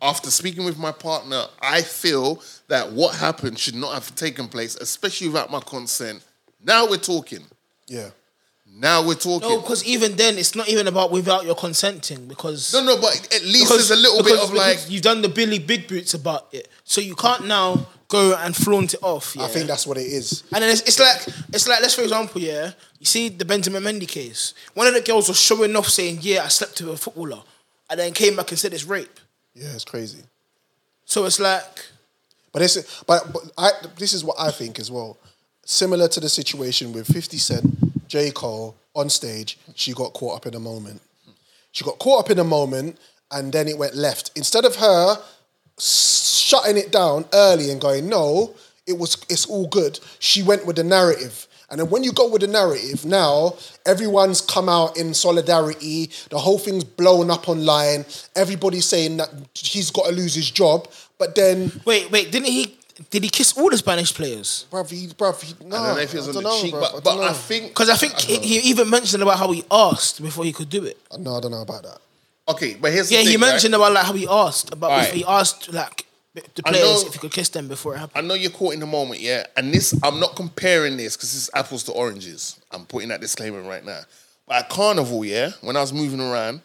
S3: after speaking with my partner, I feel that what happened should not have taken place, especially without my consent. Now we're talking.
S1: Yeah.
S3: Now we're talking.
S4: No, because even then it's not even about without your consenting because
S3: No, no, but at least there's a little bit of like-
S4: you've done the Billy Big Boots about it. So you can't now go and flaunt it off.
S1: I think that's what it is.
S4: And then it's, it's like it's like let's for example, yeah, you see the Benjamin Mendy case. One of the girls was showing off saying, "Yeah, I slept with a footballer," and then came back and said it's rape.
S1: Yeah, it's crazy.
S4: So it's like
S1: But this, but, but I, this is what I think as well. Similar to the situation with 50 Cent, J. Cole on stage, she got caught up in a moment. She got caught up in a moment and then it went left. Instead of her s- shutting it down early and going, no, it was it's all good, she went with the narrative. And then when you go with the narrative, now everyone's come out in solidarity, the whole thing's blown up online, everybody's saying that he's gotta lose his job, but then
S4: wait, wait, didn't he did he kiss all the Spanish players?
S1: Bruv, he, bruv, he, no,
S3: I don't know if it was on the
S1: dunno,
S3: cheek,
S1: bruv,
S3: but, but
S1: dunno.
S3: I think
S4: Because I think he, he even mentioned about how he asked before he could do it.
S1: No, I don't know about that.
S3: Okay, but here's the
S4: Yeah, he
S3: thing,
S4: mentioned
S3: right?
S4: about like how he asked about
S3: All
S4: if
S3: right.
S4: he asked like the
S3: I
S4: players
S3: know-
S4: if he could kiss them before it happened.
S3: I know you're caught in the moment, yeah. And this, I'm not comparing this because this is apples to oranges. I'm putting that disclaimer right now. But at Carnival, yeah, when I was moving around,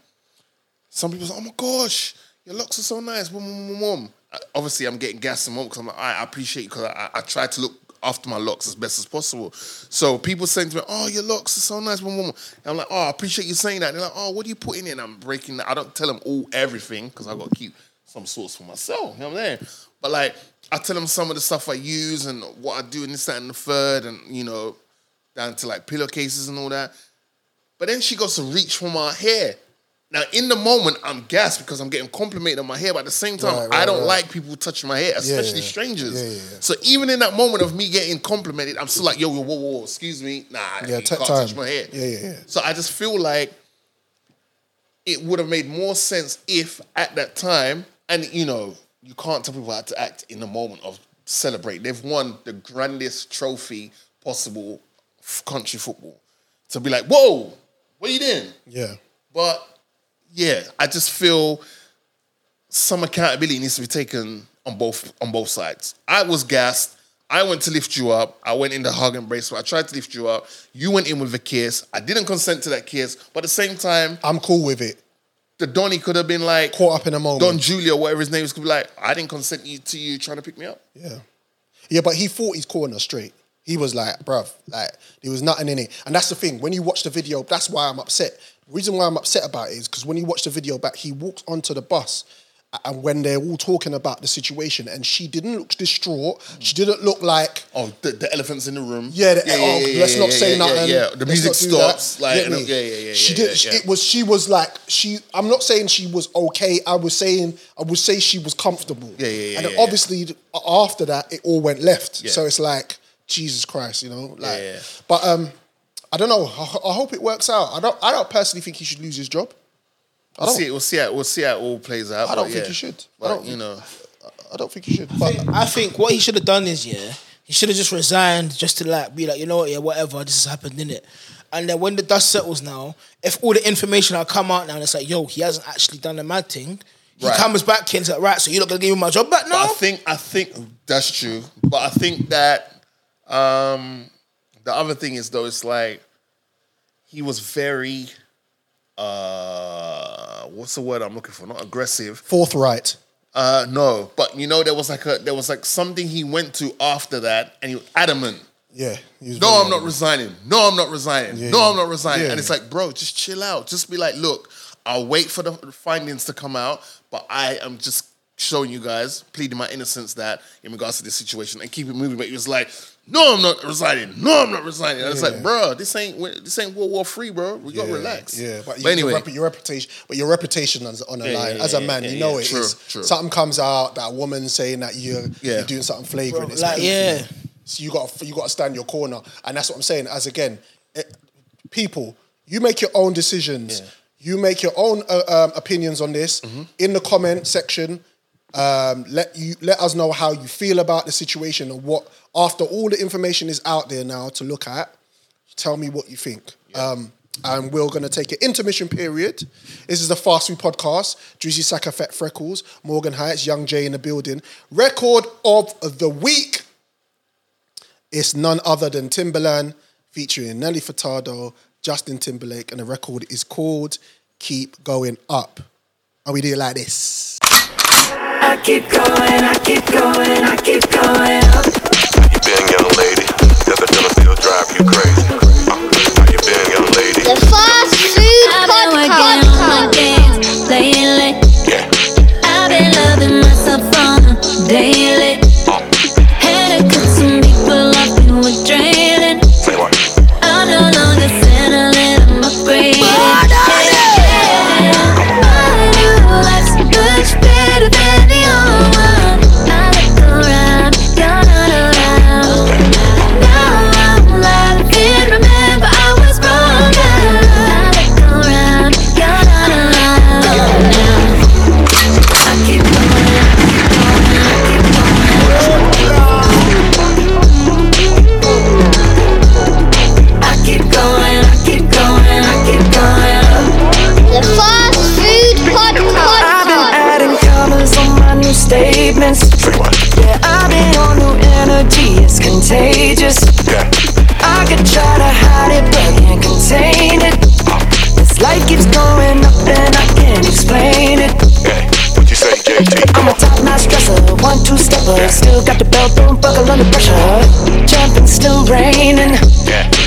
S3: some people say, "Oh my gosh, your locks are so nice." Mom, mom, mom, mom. I- Obviously, I'm getting gassed and mom because I'm like, "Alright, I appreciate you because I, I, I try to look after my locks as best as possible. So people saying to me, "Oh, your locks are so nice, mom, mom." mom." And I'm like, "Oh, I appreciate you saying that." And they're like, "Oh, what are you putting in?" I'm breaking. The, I don't tell them all everything because I got to keep some source for myself. You know what I'm saying? But like, I tell them some of the stuff I use and what I do and this, that, and the third, and you know, down to like pillowcases and all that. But then she goes to reach for my hair. Now, in the moment, I'm gassed because I'm getting complimented on my hair, but at the same time,
S1: Right, right,
S3: I don't
S1: right.
S3: like people touching my hair,
S1: Yeah,
S3: especially
S1: yeah.
S3: strangers.
S1: Yeah, yeah, yeah.
S3: So even in that moment of me getting complimented, I'm still like, yo, yo, whoa, whoa, whoa, excuse me. Nah,
S1: Yeah,
S3: you
S1: take
S3: can't
S1: time.
S3: touch my hair.
S1: Yeah, yeah, yeah.
S3: So I just feel like it would have made more sense if at that time, and you know, you can't tell people how to act in the moment of celebrate. They've won the grandest trophy possible f- country football. To be like, whoa, what are you doing?
S1: Yeah.
S3: But yeah, I just feel some accountability needs to be taken on both on both sides. I was gassed. I went to lift you up. I went in the hug and brace. I tried to lift you up. You went in with a kiss. I didn't consent to that kiss, but at the same time,
S1: I'm cool with it.
S3: the Donny could have been like
S1: caught up in a moment.
S3: Don Julio, whatever his name is, could be like, I didn't consent you to you trying to pick me up.
S1: Yeah. Yeah, but he thought his corner straight. He was like, bruv, like, there was nothing in it. And that's the thing. When you watch the video, that's why I'm upset. The reason why I'm upset about it is because when you watch the video back, he walks onto the bus. a- And when they're all talking about the situation, and she didn't look distraught, she didn't look like
S3: oh the, the elephants in the room.
S1: Yeah, the,
S3: Yeah, yeah,
S1: oh,
S3: yeah,
S1: let's
S3: yeah,
S1: not
S3: yeah,
S1: say
S3: yeah,
S1: nothing.
S3: yeah. The
S1: let's
S3: music
S1: not do that.
S3: stops, like,
S1: Get
S3: and-
S1: me?
S3: yeah, yeah, yeah,
S1: She
S3: yeah,
S1: did.
S3: yeah,
S1: she-
S3: yeah.
S1: It was. She was like. She. I'm not saying she was okay. I was saying. I would say she was comfortable.
S3: Yeah, yeah, yeah,
S1: And then
S3: yeah, yeah.
S1: obviously a- after that, it all went left.
S3: Yeah.
S1: So it's like Jesus Christ, you know. Like,
S3: yeah.
S1: but um, I don't know. I, ho- I hope it works out. I don't. I don't personally think he should lose his job. I
S3: We'll
S1: don't.
S3: see, we'll see how we'll see how it all plays out.
S1: Oh. I don't
S3: but
S1: think
S3: yeah.
S1: you should. I
S3: But,
S1: don't
S3: you
S1: think-
S3: know,
S1: I don't think he should. But
S4: I think what he should have done is yeah, he should have just resigned just to like be like, you know what, yeah, whatever, this has happened, innit? And then when the dust settles now, if all the information had come out now and it's like, yo, he hasn't actually done the mad thing, he
S3: Right.
S4: comes back here and it's like, right, so you're not gonna give me my job back
S3: But
S4: now?
S3: I think I think that's true. But I think that um the other thing is though, it's like he was very uh what's the word I'm looking for? Not aggressive.
S1: forthright.
S3: Uh no, but you know there was like a there was like something he went to after that and he was adamant.
S1: Yeah. he was
S3: No,
S1: very-
S3: I'm not resigning. No, I'm not resigning.
S1: Yeah,
S3: no,
S1: yeah.
S3: I'm not resigning.
S1: Yeah.
S3: And it's like, bro, just chill out. Just be like, look, I'll wait for the findings to come out, but I am just showing you guys, pleading my innocence that in regards to this situation and keep it moving. But he was like, no, I'm not resigning. No, I'm not resigning. And it's
S1: Yeah.
S3: like, bro, this ain't this ain't World War Three, bro. We gotta
S1: Yeah,
S3: relax.
S1: Yeah, but, you-
S3: but anyway,
S1: your, rep- your reputation, but your reputation is on the
S3: Yeah,
S1: line
S3: yeah,
S1: as a
S3: yeah,
S1: man.
S3: yeah,
S1: you know
S3: yeah.
S1: it is.
S3: True, true.
S1: Something comes out that woman saying that you're,
S3: Yeah.
S1: you're doing something flagrant.
S4: Bro,
S1: it's
S4: like,
S1: creepy.
S4: yeah.
S1: So you got you got to stand your corner, and that's what I'm saying. As again, it, people, you make your own decisions. You make your own uh, um, opinions on this
S3: Mm-hmm.
S1: in the comment section. Um, let you let us know how you feel about the situation and what after all the information is out there now to look at tell me what you think. Um, and we're going to take an intermission period. This is the Fast Food Podcast. Drizzy Saka, Fat Freckles, Morgan Heights, Young Jay in the building. Record of the week is none other than Timberland featuring Nelly Furtado, Justin Timberlake, and the record is called Keep Going Up. And we do it like this.
S12: I keep going, I keep going, I keep going up.
S13: You been young lady, let the Delafield drive you crazy. Uh, how you been young lady?
S5: The fast food
S12: I've been working on my dance lately. I've been loving myself on a daily. Had to cut some people off who were draining. I'm no longer settling, I'm upgrading. Yeah, yeah. My life's much better than yours. I look around, gone around. Now I'm alive and remember I was wrong. I look around, gone around. Now I keep going. I keep going, I keep going, I keep going. The fast food podcast. I've been adding colors on my new statements. Yeah, I've been on new energy, it's contagious. I could try to hide it, but can't contain it.
S13: Oh.
S12: This life keeps going up, and I can't explain it.
S13: What you say, JT?
S12: I'm a top notch dresser, one two stepper. Still got the belt, don't buckle under pressure. Jumping, still raining.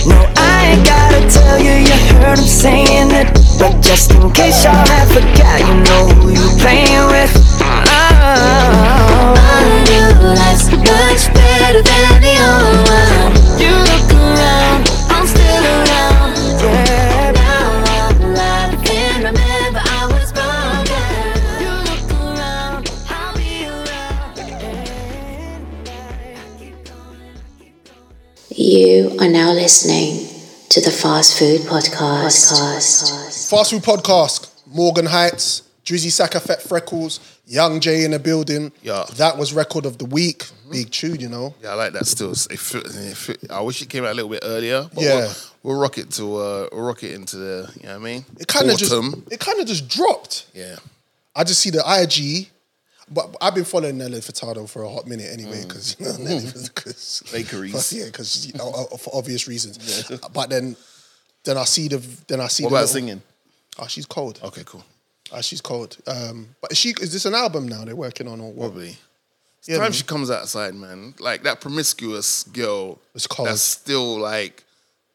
S12: No, I ain't gotta tell you, you heard him saying it. But just in case y'all have forgot, you know who you playing with. Oh. My new life's much better than the old one. You look around, I'm still around. Yeah, now I'm alive and remember I was wrong. You look around, I'll be
S2: You are now listening to the Fast Food Podcast.
S1: Fast Food Podcast, Morgan Heights, Drizzy Saka, Fat Freckles, Young Jay in the building.
S3: Yeah.
S1: That was record of the week. Big tune, you know.
S3: yeah, I like that still. It fe- it fe- I wish it came out a little bit earlier. But
S1: Yeah.
S3: we'll, we'll rock it to uh, we'll rock it into the you know what I mean.
S1: It kind of just
S3: Autumn.
S1: it kind of just dropped.
S3: yeah.
S1: I just see the IG, but I've been following Nelly Furtado for a hot minute anyway
S3: Mm.
S1: because you know, Nelly because
S3: Bakeries.
S1: yeah, because you know, o- oh, for obvious reasons. But then, then I see the then I see
S3: What
S1: the
S3: about
S1: little-
S3: singing?
S1: Oh, she's cold.
S3: Okay, cool.
S1: Ah, she's cold. Um, but is she is this an album now they're working on or what?
S3: Probably. It's time she comes outside, man. Like that promiscuous girl.
S1: It's cold.
S3: That's still like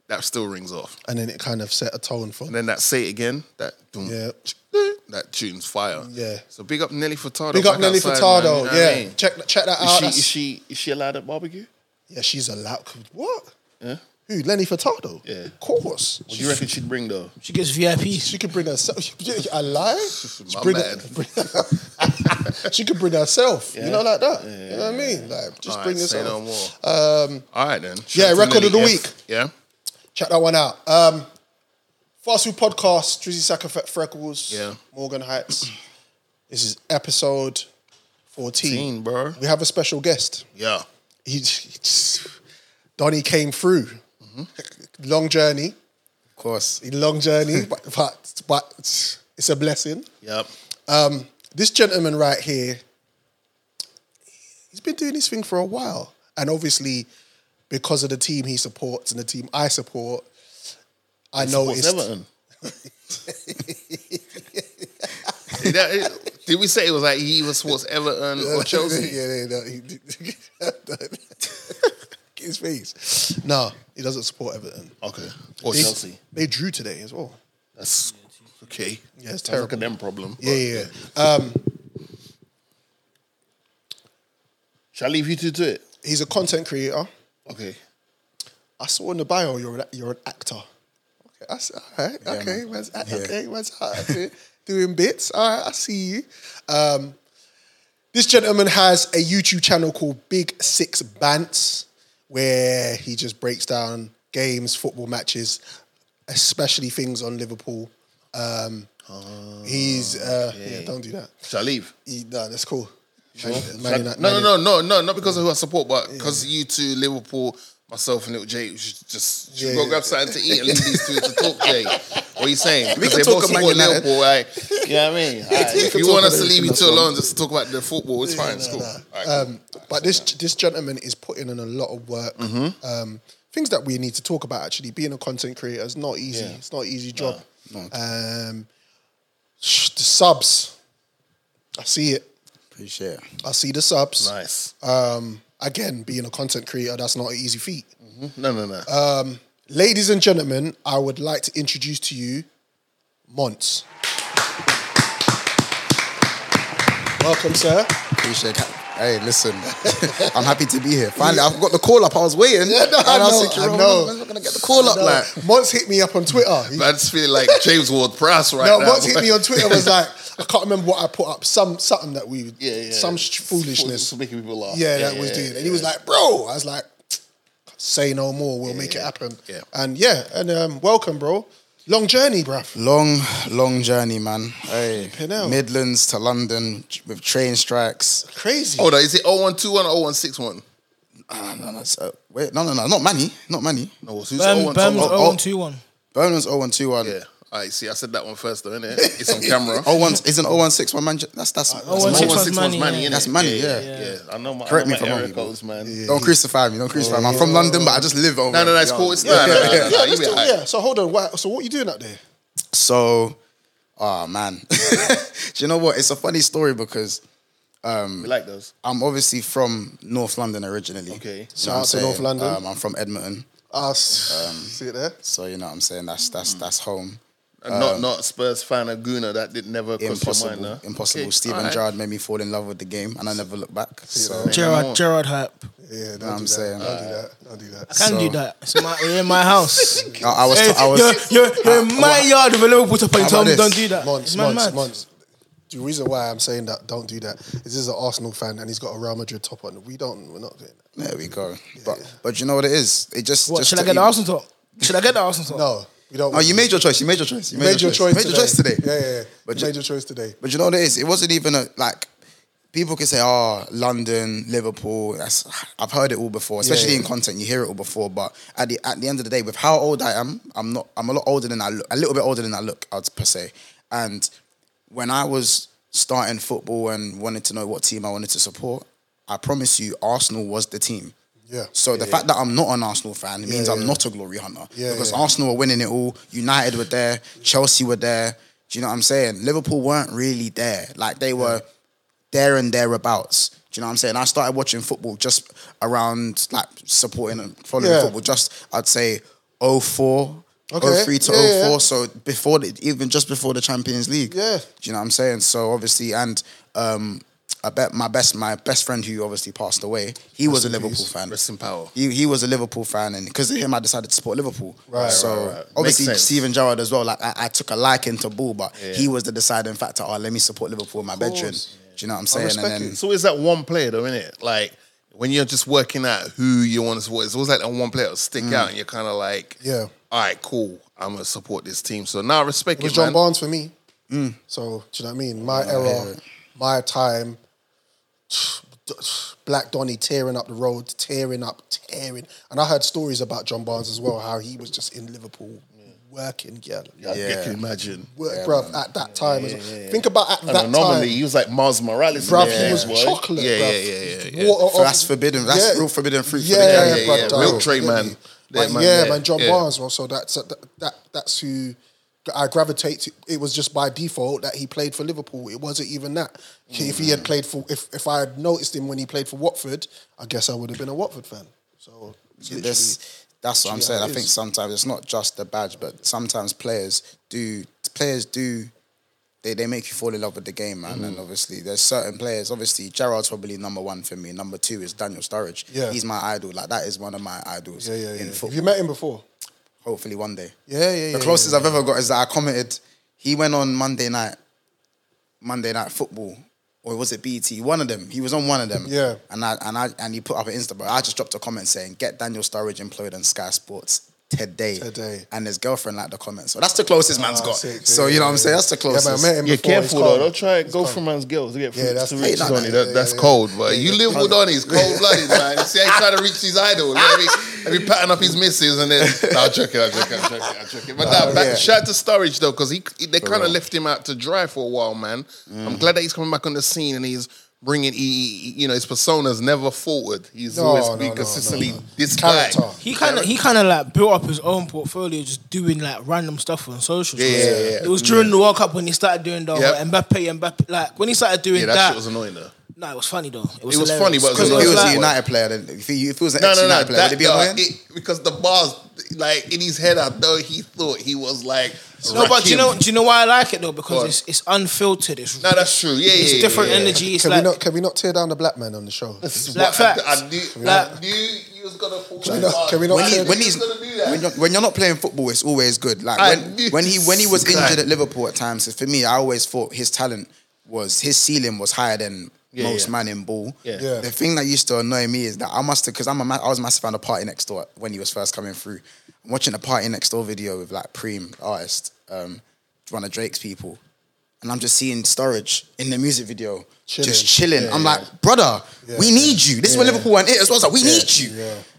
S3: that still rings off.
S1: and then it kind of set a tone for.
S3: And then that say it again. That dum,
S1: Yeah.
S3: that tune's fire.
S1: Yeah.
S3: So big up Nelly Furtado.
S1: Big up
S3: back
S1: Nelly
S3: outside, man, you
S1: Furtado.
S3: know what
S1: Yeah,
S3: I mean?
S1: check check that
S3: Is
S1: out.
S3: she-
S1: That's-
S3: is she is she allowed at barbecue?
S1: yeah, she's a loud. What?
S3: Yeah.
S1: Who? Lenny Furtado.
S3: Yeah.
S1: Of course.
S3: What do you reckon she'd bring though?
S4: She gets VIP.
S1: She could bring herself. I lie. She,
S3: My
S1: bring
S3: man.
S1: she could bring herself.
S3: Yeah.
S1: You know, like that.
S3: Yeah,
S1: you know what I mean? Like, just
S3: Alright,
S1: bring
S3: say
S1: yourself.
S3: no more.
S1: Um,
S3: All right then.
S1: Yeah,
S3: Shout out to
S1: record of
S3: Nelly
S1: the
S3: F.
S1: week.
S3: Yeah.
S1: check that one out. Um, Fast Food Podcast, Drizzy Sacker Freckles,
S3: Yeah.
S1: Morgan Heights. This is episode 14.
S3: 14, bro.
S1: We have a special guest.
S3: Yeah.
S1: He, he just, Donnie came through.
S3: Mm-hmm.
S1: Long journey.
S3: Of course.
S1: Long journey, but, but, but it's a blessing.
S3: Yep.
S1: Um, this gentleman right here, he's been doing this thing for a while. And obviously, because of the team he supports and the team I support, I
S3: He
S1: noticed.
S3: supports Everton. Did that- Did we say it was like he was sports Everton or Chelsea?
S1: yeah, yeah, no, he did- his face. No, he doesn't support Everton.
S3: Okay. Or
S1: They-
S3: Chelsea.
S1: They drew today as well.
S3: That's okay.
S1: Yeah, it's
S3: Sounds like
S1: terrible.
S3: a them problem.
S1: Yeah,
S3: but-
S1: yeah. yeah. Um,
S3: Shall I leave you two to it?
S1: he's a content creator.
S3: Okay.
S1: I saw in the bio you're an, you're an actor. Okay, I said, all right, okay, man's a- okay, man's out here doing bits. All right, I see you. Um, this gentleman has a YouTube channel called Big Six Bants, where he just breaks down games, football matches, especially things on Liverpool. Um, he's uh, yeah, don't do that.
S3: Shall I leave?
S1: He- no, that's cool. Man-
S3: Shall I-
S1: Man Uni-
S3: no,
S1: Man
S3: no, no, no, no, not because of who I support, but because you two, Liverpool, myself and little Jay, we should just should
S1: Yeah,
S3: go
S1: yeah.
S3: grab something to eat and leave these two to talk, Jay. What are you saying?
S1: We
S3: Because
S1: can
S3: they
S1: talk
S3: both
S1: about
S3: support
S1: United.
S3: Liverpool, right? You know what I mean? Alright,
S1: We
S3: if
S1: can
S3: you
S1: talk
S3: want
S1: about
S3: us to leave you
S1: everything
S3: two
S1: that's
S3: alone just to talk about the football, it's fine, it's cool. Alright, cool.
S1: Um, but this this gentleman is putting in a lot of work.
S14: Mm-hmm.
S1: Um, things that we need to talk about actually. Being a content creator is not easy.
S3: Yeah.
S1: It's not an easy job.
S3: no.
S1: Um, sh- the subs, I see it.
S14: Appreciate it.
S1: I see the subs.
S3: Nice.
S1: Um, again, being a content creator, that's not an easy feat.
S3: No, no, no.
S1: Um, ladies and gentlemen, I would like to introduce to you Monts. Welcome, sir.
S14: Appreciate it. Hey, listen, I'm happy to be here. Finally, I've got the call up. I was waiting.
S1: Yeah, no,
S14: and
S1: I
S14: was
S1: know,
S14: thinking,
S1: I
S14: oh,
S1: know.
S14: when's it gonna get the call up?
S1: No,
S14: Like,
S1: Monts hit me up on Twitter. He-
S3: But I just feel like James Ward Prowse right
S1: no,
S3: now.
S1: Monts hit me on Twitter was like, I can't remember what I put up. Some something that we,
S3: yeah, yeah.
S1: some sh- foolishness.
S3: For making people laugh.
S1: Yeah, that was doing. And he was like, bro. I was like, say no more. We'll make it happen.
S14: yeah.
S1: And yeah, and um, welcome, bro. Long journey, bruv.
S14: Long, long journey, man. Hey,
S1: hell.
S14: Midlands to London with train strikes.
S1: Crazy.
S3: Hold on, is it 0121 or 0161?
S14: Ah, no, no, it's, uh, wait, no, no, no, not Manny, not Manny.
S3: No, who's
S4: Bam,
S3: 0121?
S4: Bam's
S14: oh, oh.
S4: 0-1-2-1.
S14: Burnham's 0121.
S3: Yeah. All right, see, I said that one first, though, innit? It's on camera.
S14: 01 isn't 0161 Manchester. That's that's, that's
S4: 0161
S3: 0161 's
S14: Manchester.
S4: Manny, yeah.
S3: innit?
S14: That's Manny, yeah.
S3: Yeah, I know my, I
S14: Correct
S3: know
S14: me if
S3: my
S14: I'm wrong,
S3: area
S14: people.
S3: codes, man.
S14: Don't crucify me. Don't crucify me. I'm from London, but I just live over.
S3: Oh. No, no, no,
S14: here.
S3: it's cool. It's
S14: Yeah.
S3: no, no, no, no,
S1: Yeah,
S3: no,
S1: let's
S3: you
S1: do,
S3: be
S1: yeah.
S3: hype.
S1: So hold on. Why, so what you doing out there?
S14: So, ah man, do you know what? It's a funny story because
S3: We like those.
S14: I'm obviously from North London originally.
S3: Okay.
S14: You know
S1: Shout
S14: what I'm
S1: out to North
S14: saying?
S1: London.
S14: Um, I'm from Edmonton,
S1: Uh, see it there.
S14: so you know what I'm saying. That's that's that's home.
S3: And not not Spurs fan of Guna that did never cross your
S14: uh, Impossible,
S3: mind, no?
S14: impossible.
S3: Okay,
S14: Stephen
S3: all right.
S14: Gerrard made me fall in love with the game, and I never looked back. So you
S4: Gerard, Gerard Hype.
S1: Yeah, don't
S14: know what
S1: do
S14: I'm
S1: that.
S14: saying.
S1: Don't do that. Don't do that.
S4: Can
S14: So-
S4: do that. It's my, you're in my house.
S14: I, I was,
S4: Hey,
S14: I was.
S4: you're, you're, you're in my yard with a Liverpool top and
S14: How
S4: tell
S14: about
S4: me don't
S14: this?
S4: do that.
S1: Months,
S4: It's mad,
S1: months,
S4: mad.
S1: months. The reason why I'm saying that don't do that is this is an Arsenal fan and he's got a Real Madrid top on. We don't. We're not doing that.
S14: There we go. But but you know what it is? It just.
S4: What,
S14: just
S4: should I
S14: took
S4: get the
S14: me-
S4: Arsenal top? Should I get the Arsenal top?
S1: No, we don't.
S14: Oh, you made your choice. You made your choice. You made, your, choice. You made your choice today.
S1: Yeah, yeah. yeah.
S14: But
S1: You
S14: ju-
S1: made your choice today.
S14: But you know what it is? It wasn't even a like. People can say, "Oh, London, Liverpool." That's I've heard it all before, especially
S1: yeah.
S14: in content. You hear it all before, but at the at the end of the day, with how old I am, I'm not. I'm a lot older than I look. A little bit older than I look, I'd per se. And when I was starting football and wanted to know what team I wanted to support, I promise you, Arsenal was the team.
S1: Yeah.
S14: So the fact that I'm not an Arsenal fan means I'm not a glory hunter
S1: Yeah,
S14: because
S1: yeah.
S14: Arsenal were winning it all. United were there, Chelsea were there. Do you know what I'm saying? Liverpool weren't really there. Like they were there and thereabouts. Do you know what I'm saying? I started watching football just around like supporting and following
S1: Yeah.
S14: football. Just I'd say 04,
S1: Okay.
S14: 03 to
S1: Yeah, yeah.
S14: 04. So before the, even just before the Champions League.
S1: Yeah.
S14: Do you know what I'm saying? So obviously and um I bet my best my best friend who obviously passed away, he was a
S3: in
S14: Liverpool
S3: peace.
S14: fan.
S3: Rest in power.
S14: He, he was a Liverpool fan, and because of him, I decided to support Liverpool.
S3: Right,
S14: So
S3: right, right. Makes
S14: obviously
S3: sense.
S14: Steven Gerrard as well. Like I, I took a liking to Ball, but
S3: Yeah.
S14: he was the deciding factor. Oh, let me support Liverpool in my bedroom.
S3: course.
S14: Do you know what I'm
S3: I
S14: saying?
S3: respect
S14: and then
S3: it. So it's that one player though, isn't it? Like when you're just working out who you want to support, it's always like that one player that stick
S1: Mm.
S3: out, and you're kind of like,
S1: Yeah.
S3: all right, cool, I'm gonna support this team. So now I respect
S1: It was
S3: it,
S1: John
S3: man.
S1: Barnes for me. So do you know what I mean? My
S3: I hear
S1: era, my time. Black Donny tearing up the road, tearing up, tearing. And I heard stories about John Barnes as well, how he was just in Liverpool working, yeah.
S3: Yeah, I can imagine.
S1: Work,
S3: yeah,
S1: bruv, at that time. as well. Think about at
S3: An
S1: that
S3: anomaly.
S1: time.
S3: He was like Mars Morales. in
S1: Bruv,
S3: there,
S1: he was
S3: boy.
S1: chocolate,
S3: Yeah,
S1: bruv.
S3: yeah, yeah, yeah.
S1: Water
S14: So
S1: of-
S14: that's forbidden. That's
S1: Yeah.
S14: real forbidden fruit. for the
S1: Yeah,
S14: gang.
S1: yeah, yeah, yeah.
S3: Milk tray man.
S1: Like,
S3: man,
S1: yeah,
S3: yeah,
S1: man, John
S3: yeah.
S1: Barnes. Well, so that's that, that that's who I gravitate to. It was just by default that he played for Liverpool. It wasn't even that. If he had played for, if if I had noticed him when he played for Watford, I guess I would have been a Watford fan. So literally-
S14: That's, that's what I'm
S1: literally
S14: saying.
S1: how
S14: I
S1: it
S14: think
S1: is.
S14: sometimes it's not just the badge, but sometimes players do players do they, they make you fall in love with the game, man.
S1: Mm.
S14: And obviously there's certain players. Obviously, Gerard's probably number one for me. Number two is Daniel Sturridge.
S1: Yeah.
S14: He's my idol. Like that is one of my idols
S1: Yeah, yeah, yeah.
S14: in
S1: Have
S14: football.
S1: you met him before?
S14: Hopefully one day.
S1: Yeah, yeah, yeah.
S14: the closest
S1: yeah,
S14: I've ever got is that I commented. He went on Monday night, Monday night football, or was it BT? One of them. He was on one of them.
S1: Yeah.
S14: And I and I and he put up an Instagram. I just dropped a comment saying, "Get Daniel Sturridge employed on Sky Sports today." Today. And his girlfriend liked the comment, so that's the closest man's
S1: Ah,
S14: got.
S1: sick,
S14: so
S1: yeah,
S14: you know
S1: yeah,
S14: what I'm saying?
S1: yeah.
S14: That's the
S1: Yeah, man,
S14: closest.
S1: I met him
S3: Yeah, careful though. Don't try and go
S14: It's
S3: from man's girls. Get
S1: Yeah,
S3: from
S1: that's-
S3: to
S1: Hey,
S3: riches
S1: nah, nah,
S3: on it.
S1: yeah,
S3: That, that's
S1: yeah,
S3: cold, but you live with on is cold blooded, man. You see how he's trying to reach his idol. You know what I mean? And be patting up his missus and then nah, I'm joking, I'm joking, I'm joking, I'm joking. But nah,
S1: Nah,
S3: back,
S1: yeah.
S3: shout out to Sturridge though, because he, he- they
S1: For
S3: kind
S1: real.
S3: of
S1: Mm.
S3: left him out to dry for a while, man. I'm glad that he's coming back on the scene and he's bringing, he, he- you know, his persona's never forward. He's
S4: No,
S3: always
S4: no,
S3: been
S4: no,
S3: consistently
S4: no, no.
S3: this guy.
S4: He kind of he kind of like built up his own portfolio, just doing like random stuff on socials.
S3: Yeah, yeah, yeah, yeah.
S4: It was during the World Cup when he started doing the
S3: Yep.
S4: Mbappe, Mbappe. Like when he started doing
S3: Yeah, that,
S4: that,
S3: shit was annoying though.
S4: Nah, it was funny though. It was,
S3: It was funny,
S4: hilarious.
S3: but it was
S4: Because
S14: If he was
S4: like-
S14: a United player, then if he, if he was an
S3: No, no,
S14: ex-United
S3: no.
S14: player, would
S3: That,
S14: it be
S3: no,
S14: annoying?
S3: it, because the bars, like in his head, I know he thought he was like.
S4: No, but do you know
S3: Rakim.
S4: do you know why I like it though? Because
S3: What?
S4: it's it's unfiltered. It's
S3: No, that's true. Yeah,
S4: it's
S3: yeah,
S4: different
S3: yeah, yeah.
S4: energy. It's
S1: can
S4: like
S1: we not can we not tear down the black man on the show?
S4: Black
S3: But
S4: facts.
S3: I, I knew, I
S4: Like-
S3: knew you was gonna fall.
S14: Can we
S1: not- can we not
S14: when, he,
S1: say-
S14: when he's
S3: gonna do
S14: when
S3: that.
S14: you're, when you're not playing football, it's always good. Like
S3: I
S14: when,
S3: knew
S14: when he when he was
S3: this guy.
S14: injured at Liverpool at times, for me, I always thought his talent was his ceiling was higher than
S3: Yeah,
S14: most
S3: yeah.
S14: man in ball.
S3: Yeah. Yeah.
S14: The thing that used to annoy me is that I must because I'm a ma- I was a massive fan of Party Next Door when he was first coming through. I'm watching the Party Next Door video with like Preem artist, um, one of Drake's people, and I'm just seeing Storage in the music video. Just chilling.
S3: Yeah,
S14: I'm
S3: yeah.
S14: like, brother, we need you. This is when
S3: Yeah.
S14: Liverpool weren't it as well. I was like, we
S3: Yeah.
S14: need you.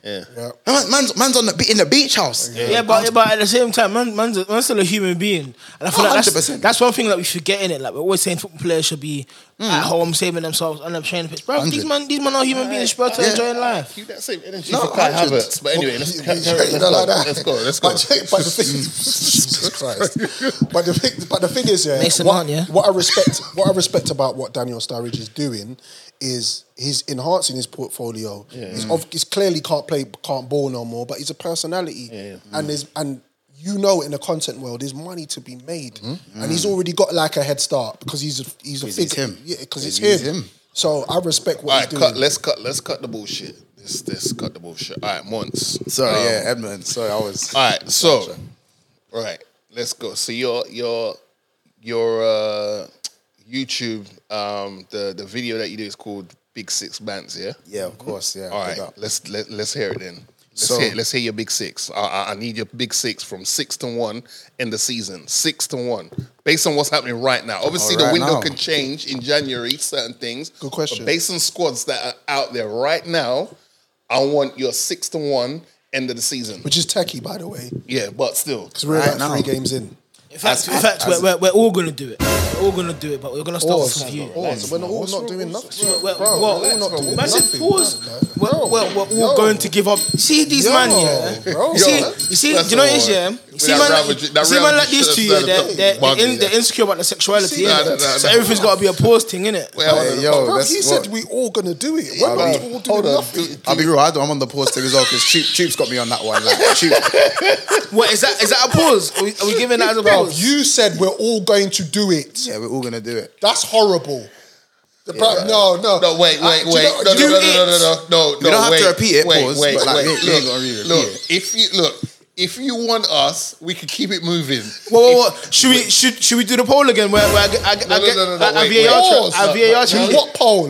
S3: Yeah.
S14: Man- Man's, man's on the be- in the beach house.
S4: yeah, but, but at the same time, man, man's, a- man's still a human being, and I feel like that's,
S14: 100%.
S4: that's one thing that we forget in it. Like we're always saying, football players should be
S3: Mm.
S4: at home saving themselves on the training pitch. Bro, these
S14: 100.
S4: man, these man are human beings. Supposed to enjoy life.
S3: Keep that same energy
S14: No,
S3: for Kai
S14: I should-
S3: Havertz. But anyway, let's, let's,
S1: Yeah,
S3: let's,
S1: you know,
S3: go.
S1: like that.
S3: let's go. Let's go.
S1: But, but the thing, Jesus Christ. But the thing, but the thing is, yeah,
S4: Mason
S1: what,
S4: Mount, yeah?
S1: what I respect, what I respect about what Daniel Sturridge is doing is he's enhancing his portfolio.
S3: Yeah.
S1: He's, of, he's clearly can't play, can't ball no more, but he's a personality, and there's and. You know, in the content world, there's money to be made,
S3: Mm-hmm.
S1: and he's already got like a head start because he's a he's a
S14: Because it's
S1: figure.
S14: him.
S1: Yeah, because it's
S14: Because he's
S1: him.
S14: him.
S1: So I respect what
S3: All right,
S1: he's doing.
S3: cut. Let's cut. Let's cut the bullshit. Let's, let's cut the bullshit. All right, once.
S14: Sorry, yeah, Edmund. Sorry, I was.
S3: Oh. All right, so, all right, let's go. So your your your uh, YouTube, um, the the video that you do is called Big Six Bands, yeah.
S14: Yeah, of course. Yeah.
S3: All
S14: big
S3: right,
S14: up.
S3: let's let, let's hear it then. Let's,
S14: So-
S3: hear, let's hear your big six. I, I, I need your big six from six to one in the season. Six to one, based on what's happening right now. Obviously, the
S14: right
S3: window
S14: now.
S3: can change in January. Certain things. Good
S1: question.
S3: based on squads that are out there right now, I want your six to one end of the season.
S1: Which is techie, by the way,
S3: Yeah, but still,
S1: because we're
S14: Right
S1: about
S14: now.
S1: three games in.
S4: In fact,
S14: As-
S4: in fact,
S14: as-
S4: we're, we're, we're all gonna do it. We're all gonna do it, but we're gonna start
S1: Pause,
S4: with you.
S1: pause. We're not all not doing nothing.
S4: Well,
S1: Bro,
S4: well,
S1: we're all
S4: well,
S1: not doing nothing.
S4: massive pause. Well, well, we're all going to give up. You see these
S1: Yo,
S4: man here.
S1: bro.
S4: You see,
S1: Yo,
S4: you see,
S1: that's
S4: do you know
S1: the
S4: what it is,
S1: one.
S4: yeah.
S1: With
S4: You see,
S1: that
S4: man, like,
S1: ravage- that
S4: you see, man, like
S1: ravage
S4: these two,
S1: shit, that's
S4: yeah, they're,
S1: the
S4: they're,
S1: bug,
S4: in, they're
S1: yeah.
S4: insecure about the sexuality.
S1: See,
S4: yeah.
S1: nah, nah, nah,
S4: so
S1: nah.
S4: everything's got to be a pause thing, innit?
S1: Hey,
S14: yo,
S1: bro, he
S14: that's
S1: said
S14: what-
S1: we all gonna do it. We're not all doing nothing.
S14: I'll be real. I don't, I'm on the pause thing as well because Troop, Troop's got me on that one. Like, Troop,
S4: What is that? Is that a pause? Are we, are we giving that as a
S1: Bro,
S4: pause?
S1: you said we're all going to do it.
S14: yeah, we're all gonna do it.
S1: That's horrible. The bro-
S14: Yeah.
S1: No, no,
S3: No, wait, wait,
S1: I- do you
S3: wait.
S1: know-
S3: No, no,
S1: do
S3: no, no,
S1: it.
S3: no, no, no, no.
S14: We don't have to
S3: wait,
S14: repeat it,
S3: Wait,
S14: pause,
S3: wait,
S14: but, like,
S3: wait.
S14: you ain't- you ain't
S3: Look,
S14: gotta really repeat
S3: look.
S14: it.
S3: If you look, if you want us, we can keep it moving.
S4: Whoa, whoa, whoa. Should we should should we do the poll again? Where, where I, get- I, get-
S3: No,
S4: I
S3: no,
S4: get
S3: no, no, no,
S4: I- I
S3: wait,
S4: VAR
S3: wait.
S4: tra- I
S3: Pause.
S4: VAR
S3: No,
S4: tra-
S1: What poll?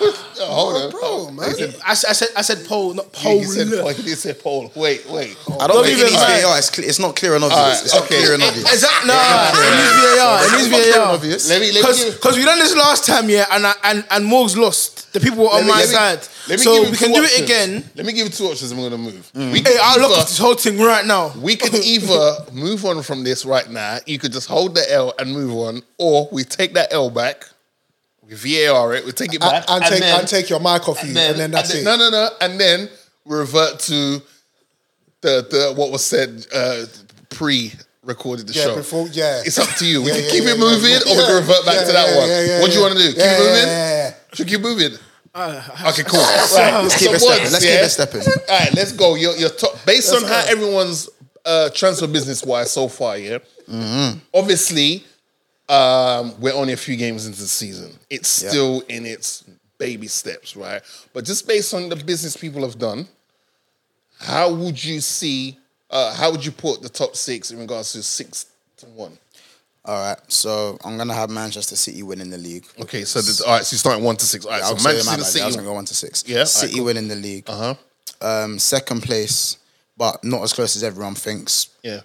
S3: Hold on,
S1: Bro, man.
S4: I, s- I said I said poll, not
S3: He
S4: poll.
S3: he said, oh, Paul. He said, Paul. Wait, wait.
S14: I don't
S4: Don't
S14: think it
S4: even
S14: needs
S4: lie.
S14: VAR. It's, cl- it's not clear and obvious.
S3: Alright,
S14: it's not
S3: okay.
S14: clear and obvious.
S4: Is that nah? It needs VAR. It needs VAR.
S3: Let me, let me. give-
S4: Because we done this last time, yeah, and I, and and Morgs lost. The people were
S3: let
S4: on
S3: me-
S4: my
S3: let me-
S4: side,
S3: let me give
S4: so
S3: you
S4: we can
S3: two
S4: do
S3: options.
S4: it again.
S3: Let me give you two options. I'm going to move.
S1: Mm.
S3: We
S4: Hey, I'll look
S3: either-
S4: at this whole thing right now.
S3: We can either move on from this right now. You could just hold the L and move on, or we take that L back. We VAR it. We take it back.
S1: And, and take
S3: then-
S1: and take your mic off you, and then that's
S3: and
S1: it.
S3: No, no, no. And then we revert to the the what was said uh, pre. Recorded the
S1: Yeah,
S3: show.
S1: before- yeah.
S3: It's up to you. We
S1: Yeah,
S3: can
S1: yeah,
S3: keep
S1: yeah,
S3: it
S1: yeah.
S3: moving, or we
S1: Yeah,
S3: can revert back
S1: yeah,
S3: to that
S1: yeah,
S3: one.
S1: yeah, yeah,
S3: what do you want to do? Keep
S1: yeah,
S3: moving.
S1: yeah, yeah.
S3: Should we keep moving? okay, cool. right,
S14: Let's keep
S3: so
S14: it stepping.
S3: once,
S14: Let's
S3: yeah?
S14: keep it stepping.
S3: All right, let's go. Your, your top based on how everyone's uh, transfer business wise so far. Yeah, obviously, um, we're only a few games into the season. It's
S14: Yeah.
S3: still in its baby steps, right? But just based on the business people have done, how would you see? Uh, how would you put the top six in regards to six to one?
S14: All right, so I'm gonna have Manchester City winning the league.
S3: Okay, so this, all right, so you starting one to six. All right, so
S14: I'll say my
S3: Manchester
S14: bad, I was
S3: City.
S14: gonna go one to six.
S3: Yeah, alright,
S14: City
S3: cool.
S14: winning the league.
S3: Uh huh.
S14: Um, second place, but not as close as everyone thinks.
S3: Yeah.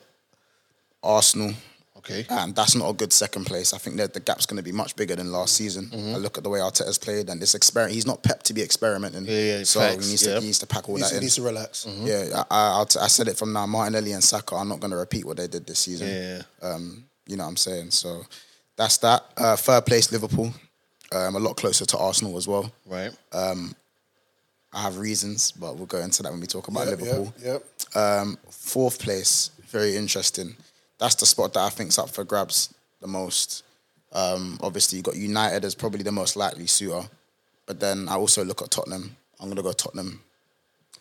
S14: Arsenal,
S3: Okay.
S14: and that's not a good second place. I think that the gap's going to be much bigger than last season. I look at the way Arteta's played and this experiment. He's not pep to be experimenting.
S3: yeah,
S14: so
S3: facts,
S14: he needs to
S3: yeah.
S14: he needs to pack all
S1: He needs,
S14: that
S1: he
S14: in.
S1: needs to relax.
S14: Yeah, I, I, I'll t- I said it from now. Martinelli and Saka are not going to repeat what they did this season.
S3: Yeah.
S14: Um, you know what I'm saying? So that's that. Uh, third place, Liverpool. Um, a lot closer to Arsenal as well. Um,
S3: Right.
S14: I have reasons, but we'll go into that when we talk about
S1: Yep,
S14: Liverpool.
S1: yep, yep.
S14: Um, fourth place, very interesting. That's the spot that I think's up for grabs the most. Um, obviously, you got United as probably the most likely suitor, but then I also look at Tottenham. I'm gonna go Tottenham.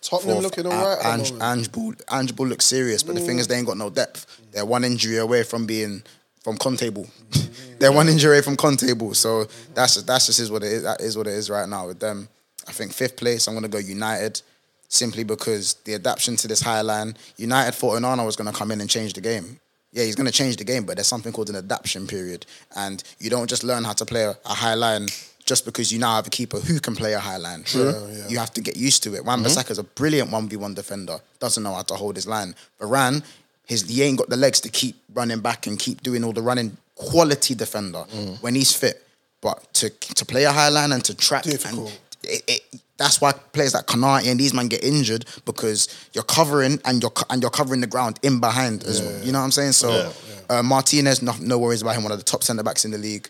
S1: Tottenham looking all right. at the
S14: Ange,
S1: moment.
S14: Ange Ball, Ange Ball looks serious, but the thing is, they ain't got no depth. They're one injury away from being from Contable. They're one injury away from Contable. So that's just, that's just is what it is. That is what it is right now with them. I think fifth place. I'm gonna go United, simply because the adaptation to this high line. United thought Onana was gonna come in and change the game. Yeah, he's gonna change the game, but there's something called an adaptation period, and you don't just learn how to play a, a high line. Just because you now have a keeper who can play a high line, True. you have to get used to it. Wan Bissaka's a brilliant one v one defender, doesn't know how to hold his line. Varane, his he ain't got the legs to keep running back and keep doing all the running. Quality defender when he's fit, but to to play a high line and to track
S1: Difficult.
S14: and it, it, that's why players like Kanati and these men get injured because you're covering and you're co- and you're covering the ground in behind as well. You know what I'm saying? So Uh, Martinez, no, no worries about him. One of the top centre backs in the league.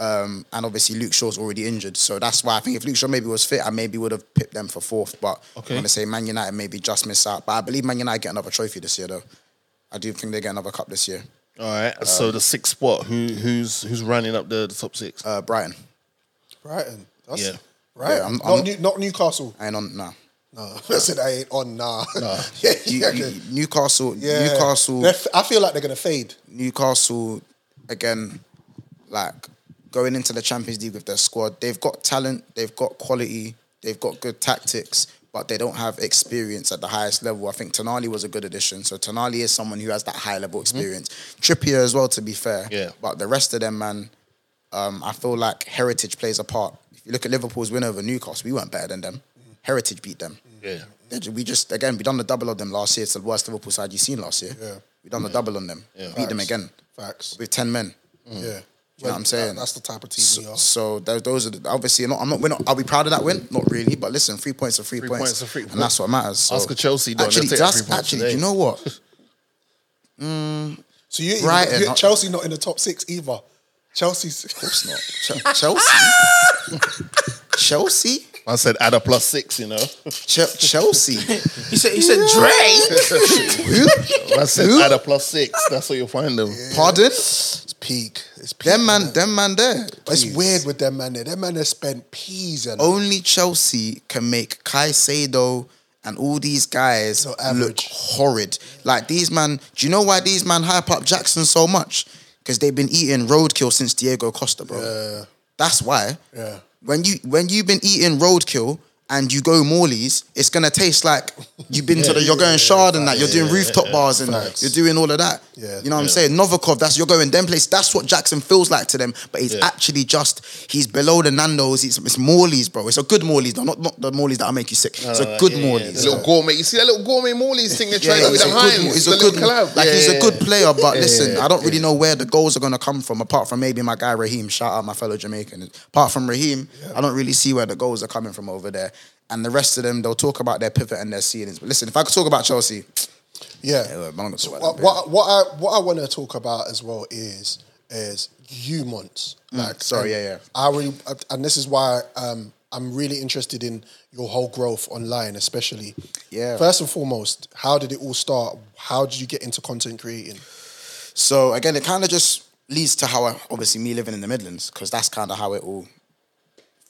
S14: Um, and obviously Luke Shaw's already injured, so that's why I think if Luke Shaw maybe was fit, I maybe would have pipped them for fourth. But
S3: Okay.
S14: I'm gonna say Man United maybe just miss out. But I believe Man United get another trophy this year, though. I do think they get another cup this year.
S3: All right. uh, so the sixth spot. Who who's who's running up the, the top six?
S14: Uh, Brighton,
S1: Brighton. That's
S3: Yeah.
S1: Right.
S14: Yeah, I'm-
S1: not,
S14: I'm-
S1: New, not Newcastle.
S14: I ain't on now.
S1: No. I said I ain't on nah. yeah,
S14: You,
S1: yeah,
S14: you, Newcastle,
S1: yeah.
S14: Newcastle.
S1: They're f- I feel like they're gonna fade.
S14: Newcastle again, like going into the Champions League with their squad, they've got talent, they've got quality, they've got good tactics, but they don't have experience at the highest level. I think Tonali was a good addition. So Tonali is someone who has that high level experience. Trippier as well, to be fair.
S3: Mm-hmm. Yeah.
S14: But the rest of them, man, um, I feel like heritage plays a part. If you look at Liverpool's win over Newcastle, we weren't better than them. Heritage beat them.
S3: Yeah.
S14: They ju- We just again we done the double on them last year. It's the worst Liverpool side you've seen last year.
S1: Yeah.
S14: We done the double on them. Beat them
S1: Facts.
S14: again
S1: Facts.
S14: with ten men.
S3: Mm.
S1: Yeah.
S14: You know what I'm saying?
S1: That's the type of team we are.
S14: So tho- those are the, obviously not. I'm not. We're not. Are we proud of that win? Not really. But listen, three points are three,
S3: Three
S14: points,
S3: points are three
S14: and that's what matters. So.
S3: Ask a Chelsea, don't
S14: Actually,
S3: they? They'll take the
S14: that's
S3: three points
S14: actually.
S3: today.
S14: Do you know what?
S1: So you
S14: Brighton.
S1: you- Chelsea not in the top six either. Chelsea's. Of
S14: course not. Ch- Chelsea. Chelsea.
S3: I said add a plus six, you know.
S14: Ch- Chelsea.
S4: he said. He said Drake.
S3: I said add a plus six. That's where you'll find them.
S14: Pardon?
S1: It's peak. It's peak.
S14: Them man, them man there.
S1: But it's weird with them man there. Them man has spent peas and
S14: Only Chelsea can make Caicedo and all these guys look horrid. Like these man, do you know why these man hype up Jackson so much? Because they've been eating roadkill since Diego Costa, bro.
S1: Yeah.
S14: That's why.
S1: Yeah.
S14: When you when you've been eating roadkill and you go Morley's, it's gonna taste like you've been to the you're going shard and that. You're doing rooftop bars and
S1: Facts.
S14: you're doing all of that.
S1: Yeah.
S14: You know what I'm saying? Novikov, that's you're going them place. That's what Jackson feels like to them. But he's
S3: Yeah.
S14: actually just he's below the Nando's. It's, it's Morley's, bro. It's a good Morley's, though. Not not the Morley's that will make you sick. it's a good Morley's.
S3: little gourmet. You see that little gourmet Morley's thing they're trying to do with
S14: he's
S3: the
S14: a good,
S3: Heinz.
S14: he's
S3: the
S14: a good,
S3: little collab.
S14: like
S3: Yeah,
S14: he's
S3: yeah,
S14: a good
S3: yeah.
S14: player, but
S3: Yeah,
S14: listen,
S3: yeah,
S14: I don't really
S3: yeah.
S14: know where the goals are gonna come from. Apart from maybe my guy Raheem, shout out my fellow Jamaican. Apart from Raheem, I don't really see where the goals are coming from over there. And the rest of them, they'll talk about their pivot and their ceilings. But listen, if I could talk about Chelsea,
S1: Yeah.
S14: I'm not gonna talk about
S1: What,
S14: that.
S1: what, what I what I want to talk about as well is is you months
S14: Mm,
S1: like
S14: sorry,
S1: and
S14: yeah, yeah.
S1: I really and this is why um I'm really interested in your whole growth online especially
S14: Yeah.
S1: first and foremost how did it all start how did you get into content creating
S14: So again, it kind of just leads to how I, obviously me living in the Midlands because that's kind of how it all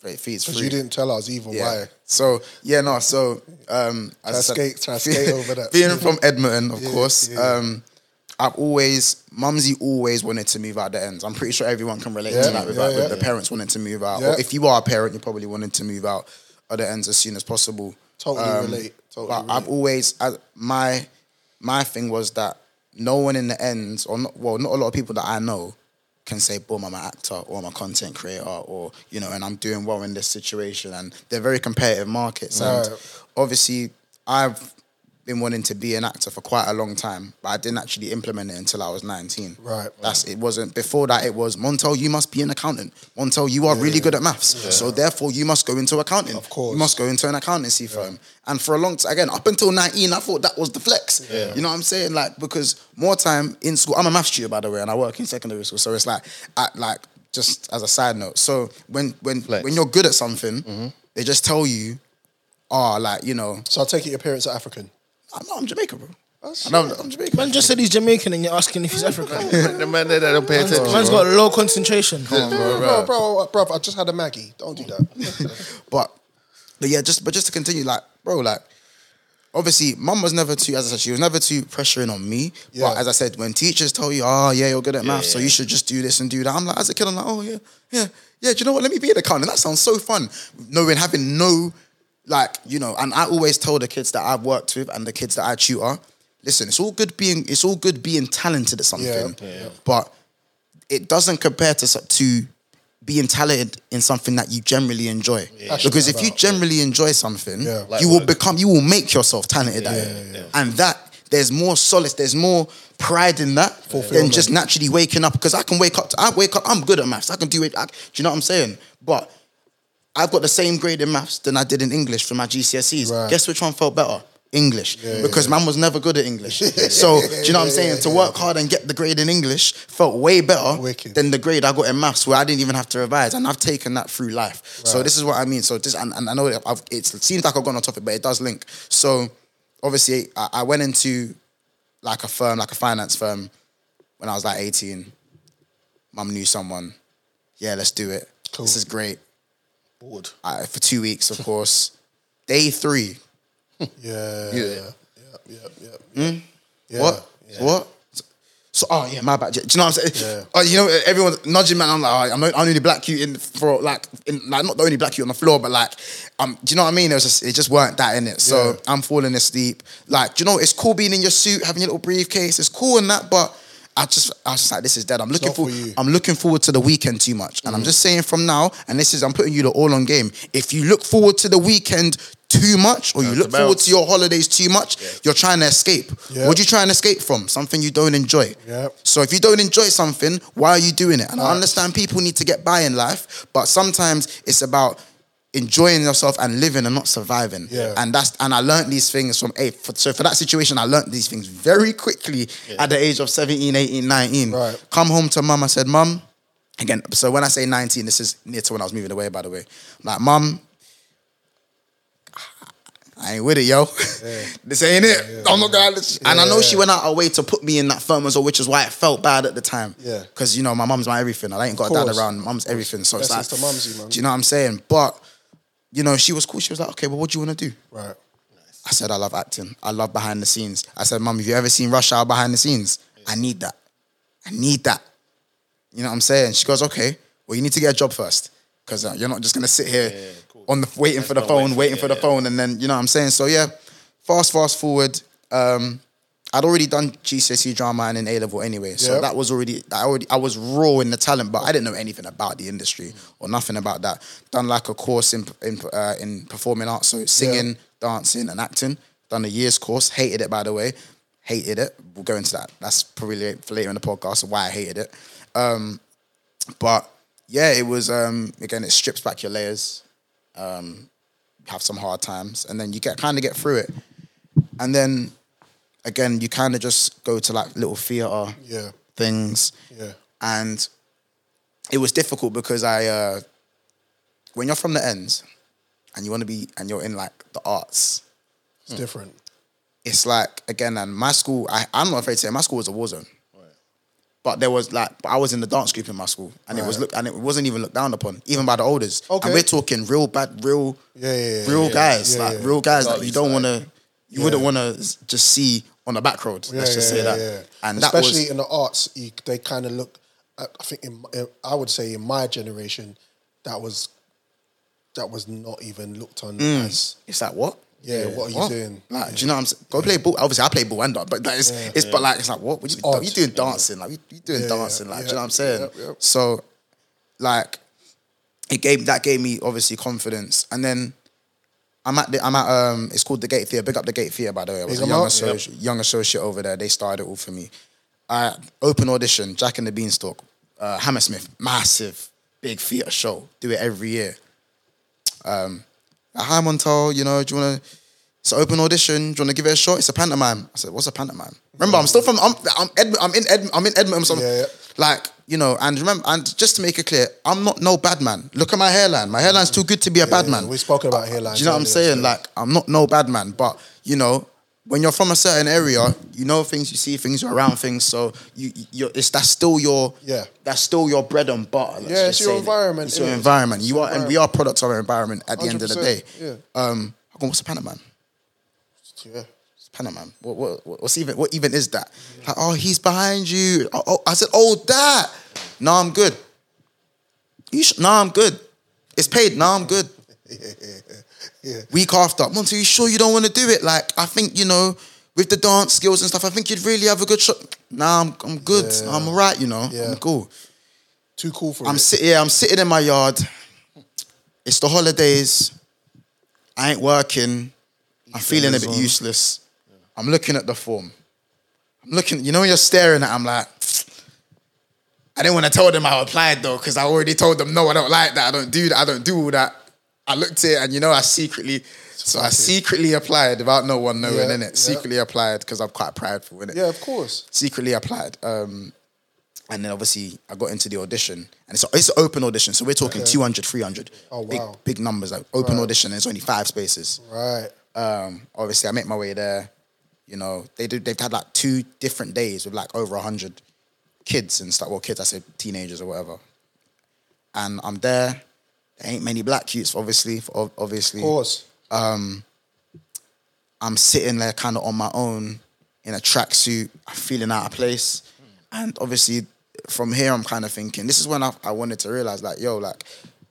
S14: it feeds
S1: because
S14: through.
S1: you didn't tell us either
S14: Yeah.
S1: why
S14: So yeah, no. So um,
S1: Try
S14: as I said-
S1: skate- try skate over that.
S14: Being from Edmonton, of
S1: Yeah,
S14: course.
S1: yeah.
S14: Um, I've always, Mumsy always wanted to move out the ends. I'm pretty sure everyone can relate
S1: Yeah,
S14: to that with,
S1: yeah,
S14: like, with
S1: yeah.
S14: the parents wanting to move out.
S1: Yeah.
S14: Or if you are a parent, you probably wanted to move out other ends as soon as possible. Um,
S1: Totally relate, totally
S14: but I've
S1: relate.
S14: always I, my my thing was that no one in the ends, or not, well, not a lot of people that I know can say, boom, I'm an actor or I'm a content creator or, you know, and I'm doing well in this situation. And they're very competitive markets. And
S1: Right.
S14: obviously, I've been wanting to be an actor for quite a long time, but I didn't actually implement it until I was 19.
S1: Right.
S14: That's it wasn't before that it was Montel, you must be an accountant. Montel, you are really good at maths. So therefore you must go into accounting. Of course. You must go into an accountancy firm. And for a long time again, up until 19, I thought that was the flex.
S3: Yeah.
S14: You know what I'm saying? Like, because more time in school, I'm a maths tutor by the way, and I work in secondary school. So it's like I, like just as a side note. So when when when you're good at something, they just tell you, oh, like, you know,
S1: so I'll take it your parents are African
S14: I'm, I'm Jamaican, bro. And I'm, I'm Jamaican.
S4: Man just said he's Jamaican and you're asking if he's African.
S3: the man there that don't pay attention.
S4: Man's got low concentration.
S1: bro, bro, bro, bro, I just had a Maggie don't do that
S14: But but yeah, just but just to continue, like, bro, like obviously mum was never too, as I said, she was never too pressuring on me. But
S1: Yeah.
S14: as I said, when teachers tell you, oh yeah, you're good at math, so you should just do this and do that. I'm like, as a kid, I'm like, oh yeah, yeah, yeah, do you know what? Let me be an accountant. That sounds so fun. Knowing having no like, you know, and I always tell the kids that I've worked with and the kids that I tutor, listen, it's all good being it's all good being talented at something.
S1: Yeah, yeah.
S14: But it doesn't compare to so- to being talented in something that you generally enjoy.
S1: That's
S14: Because
S1: what
S14: if you
S1: about,
S14: generally enjoy something,
S1: Yeah.
S14: you will become, you will make yourself talented at it. And that there's more solace, there's more pride in that than
S1: Fulfillment.
S14: just naturally waking up. Because I can wake up, to, I wake up, I'm good at maths. I can do it. I, do you know what I'm saying? But I've got the same grade in maths than I did in English for my GCSEs.
S1: Right.
S14: Guess which one felt better? English, because man was never good at English. so do you know what I'm saying? to work hard and get the grade in English felt way better
S1: Wicked.
S14: than the grade I got in maths, where I didn't even have to revise, and I've taken that through life. So
S1: Right.
S14: this is what I mean. So this, and, and I know I've, it seems like I've gone on topic, but it does link. So obviously, I, I went into like a firm, like a finance firm, when I was like 18. Mum knew someone. Yeah, let's do it.
S1: Cool.
S14: This is great.
S1: bored
S14: Uh, for two weeks, of course. Day three.
S1: yeah
S3: Yeah.
S1: yeah yeah yeah, yeah.
S14: Hmm? What? What? So- So, oh yeah, my bad. Do you know what I'm saying? Oh, you know, everyone's nudging man. I'm like, alright, I'm the only black you in for like, in, like not the only black you on the floor, but like, um, do you know what I mean? It was just, it just weren't that in it. So
S1: Yeah.
S14: I'm falling asleep. Like, do you know, it's cool being in your suit, having your little briefcase. It's cool and that, but I just, I was just like, this is dead. I'm looking
S1: not for
S14: for,
S1: you.
S14: I'm looking forward to the weekend too much, and I'm
S1: Mm.
S14: just saying from now. And this is, I'm putting you the all on game. If you look forward to the weekend too much, or you look
S3: about-
S14: forward to your holidays too much, you're trying to escape.
S1: Yeah.
S14: What do you try and escape from? Something you don't enjoy.
S1: Yeah.
S14: So if you don't enjoy something, why are you doing it? And I understand people need to get by in life, but sometimes it's about enjoying yourself and living and not surviving.
S1: Yeah.
S14: And that's and I learned these things from a for, so for that situation I learned these things very quickly at the age of 17, 18, 19.
S1: Right.
S14: Come home to mum, I said, "Mum, again, so when I say 19, this is near to when I was moving away, by the way. Like, mum, I ain't with it, yo. this ain't it.
S3: Oh
S14: I'm not gonna. and I know she went out her way to put me in that firm as well, which is why I felt bad at the time.
S1: Yeah.
S14: Because you know my mum's my everything. I ain't got a dad
S1: Course.
S14: around. Mum's everything. So it's like,
S1: Blessings to mumsy, man.
S14: do you know what I'm saying? But you know, she was cool. She was like, okay, well, what do you want to do?
S1: Right.
S14: I said, I love acting. I love behind the scenes. I said, Mum, have you ever seen Rush Hour behind the scenes? I need that. I need that. You know what I'm saying? She goes, okay, well, you need to get a job first because uh, you're not just going to sit here on the waiting for the phone, waiting for the phone. And then, you know what I'm saying? So, yeah, fast, fast forward. Um, I'd already done GCSE E drama and in A level anyway. So
S1: Yep.
S14: that was already, I already, I was raw in the talent, but I didn't know anything about the industry or nothing about that. Done like a course in, in, uh, in performing arts. So singing, dancing and acting. Done a year's course. Hated it, by the way. Hated it. We'll go into that. That's probably for later in the podcast why I hated it. Um, but yeah, it was um, again. It strips back your layers. Um, have some hard times, and then you get kind of get through it. And then again, you kind of just go to like little theater
S1: Yeah.
S14: things
S1: Yeah.
S14: and it was difficult because I, uh, when you're from the ends, and you want to be, and you're in like the arts,
S1: It's
S14: Hmm.
S1: different.
S14: it's like again, and my school, I, I'm not afraid to say, my school was a war zone. But there was like, but I was in the dance group in my school, and it was
S1: Right.
S14: looked, and it wasn't even looked down upon, even by the olders.
S1: Okay.
S14: And we're talking real bad, real,
S1: Yeah, yeah, yeah,
S14: real
S1: yeah,
S14: guys,
S1: yeah,
S14: like
S1: yeah.
S14: real guys that
S1: Like,
S14: you don't want to, you wouldn't want to just see on the back road.
S1: Yeah,
S14: let's just
S1: yeah,
S14: say
S1: yeah,
S14: that.
S1: yeah.
S14: And that was,
S1: especially in the arts, you, they kind of look. I I think in, in- I would say in my generation, that was that was not even looked on
S14: Mm.
S1: as.
S14: It's like what?
S1: Yeah, what are you doing?
S14: Like, do you know what I'm saying? Go play ball. Obviously, I play ball and dance, but that is,
S1: Yeah.
S14: it's but
S1: Yeah.
S14: like it's like what? What you,
S1: odd.
S14: you doing dancing? Like you, you doing
S1: Yeah,
S14: dancing? Like, do
S1: yeah,
S14: you know what I'm saying?
S1: yeah, yeah.
S14: So, like, it gave that gave me obviously confidence, and then I'm at the, I'm at um it's called the Gate Theatre. Big up the Gate Theatre by the way. I was
S1: Big
S14: a
S1: 'em
S14: young
S1: up.
S14: associate, young associate over there. They started it all for me. I open audition, Jack and the Beanstalk, uh, Hammersmith, massive big theatre show. Do it every year. Um, hi Montel, you know, do you want to? It's an open audition. Do you want to give it a shot? It's a pantomime. I said, what's a pantomime? Remember, I'm still from. I'm I'm, Ed, I'm in Ed, I'm in Edmonton. So I'm- Like you know, and remember, and just to make it clear, I'm not no bad man. Look at my hairline. My hairline's too good to be a bad man.
S1: We spoke about hairlines.
S14: Do you know what I'm
S1: earlier,
S14: saying?
S1: so-
S14: Like, I'm not no bad man, but you know, when you're from a certain area, you know things, you see things, you're around things, so you, you're, it's that's still your
S1: Yeah.
S14: that's still your bread and butter. let's
S1: Yeah, it's
S14: just
S1: your
S14: say that.
S1: environment,
S14: It's your
S1: innit?
S14: environment.
S1: It's
S14: You
S1: your
S14: are, and we are
S1: environment.
S14: products of our environment at the end of the day.
S1: 100%, yeah.
S14: Um, I go, what's a pantomime?
S1: yeah.
S14: It's pantomime. What, what, what- what's even, what even is that? Like, oh, he's behind you. Oh, oh, I said, oh, that. No, I'm good. You sh- no, I'm good. It's paid. No, I'm good week after. Monty, you sure you don't want to do it? Like, I think, you know, with the dance skills and stuff, I think you'd really have a good shot. Nah, I'm, I'm good. I'm all right, you know. I'm cool.
S1: Too cool for
S14: I'm
S1: it.
S14: sitting yeah, I'm sitting in my yard. It's the holidays. I ain't working. I'm feeling a bit useless. I'm looking at the form. I'm looking, you know, when you're staring at, it, I'm like, I didn't want to tell them I applied though, because I already told them, no, I don't like that. I don't do that. I don't do all that. I looked at it and you know, I secretly, so I secretly applied without no one knowing,
S1: Yeah,
S14: innit?
S1: yeah.
S14: Secretly applied because I'm quite prideful, innit?
S1: Yeah, of course.
S14: secretly applied. Um, and then obviously I got into the audition, and it's it's an open audition, so we're talking
S1: Okay.
S14: 200, 300,
S1: Oh,
S14: big
S1: wow.
S14: big numbers. Like open
S1: Right.
S14: audition, and it's only five spaces.
S1: Right.
S14: Um, obviously I make my way there. You know, they do, they've had like two different days with like over hundred kids and stuff. Well, kids, I said teenagers or whatever. And I'm there. There ain't many black youths, obviously. ob- Obviously,
S1: Of course.
S14: um, I'm sitting there kind of on my own in a tracksuit, I'm feeling out of place. And obviously, from here, I'm kind of thinking, this is when I, I wanted to realize, like, yo, like,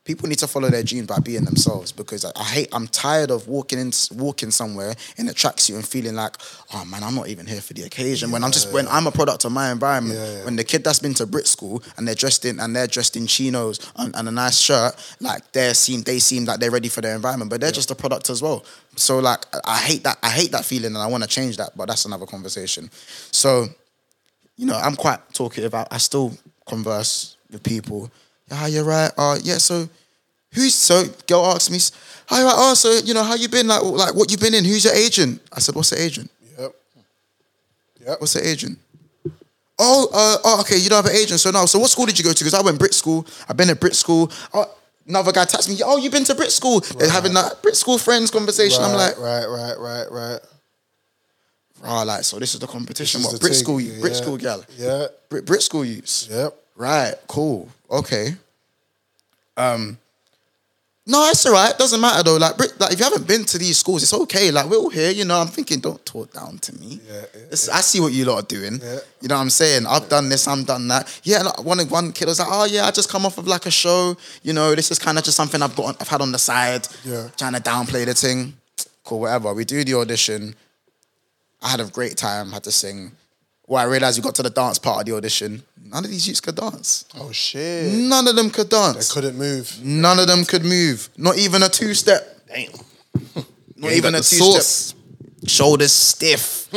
S14: people need to follow their dreams by being themselves because I, I hate, I'm tired of walking in, walking somewhere in a tracksuit and feeling like, oh man, I'm not even here for the occasion. When I'm just, when I'm a product of my environment, when the kid that's been to Brit school and they're dressed in, and they're dressed in chinos and, and a nice shirt, like, they seem, they seem like they're ready for their environment, but they're just a product as well. So like, I- I hate that, I hate that feeling and I want to change that, but that's another conversation. So, you know, I'm quite talkative. I, I still converse with people. Yeah, you're right. Uh, yeah. So, who's so? Girl asked me, "How you right? Oh, so you know how you been? Like, w- like what you been in? Who's your agent?" I said, "What's the agent?
S1: Yep.
S14: What's the agent?" oh, uh, oh, okay, you don't have an agent. So now, so what school did you go to? Because I went Brit school. I've been at Brit school. Oh, another guy texts me, oh, you've been to Brit school. They're having that Brit school friends conversation. I'm like,
S1: right, right, right, right.
S14: oh, like, so this is the competition.
S1: This is
S14: what,
S1: the
S14: Brit
S1: thing.
S14: school, you, Brit
S1: Yeah.
S14: school gal.
S1: Yeah.
S14: Brit, Brit school use.
S1: Yep.
S14: Right. Cool. Okay. Um. No, it's all right. Doesn't matter though. Like, Brit, like if you haven't been to these schools, it's okay. Like we're all here. You know, I'm thinking, don't talk down to me. Yeah, This- I see what you lot are doing. You know what I'm saying? I've done this. I'm done that. Yeah. Like one one kid was like, oh yeah, I just come off of like a show. You know, this is kind of just something I've got. I've had on the side.
S1: Yeah.
S14: Trying to downplay the thing. Cool. Whatever. We do the audition. I had a great time. Had to sing. Well, I realized we got to the dance part of the audition. None of these youths could dance.
S1: Oh shit.
S14: None of them could dance. They
S1: couldn't move.
S14: None of them could move. Not even a two step.
S3: Damn.
S14: Not
S3: ain't
S14: even
S3: got
S14: a
S3: the
S14: two
S3: sauce.
S14: step. Shoulders stiff.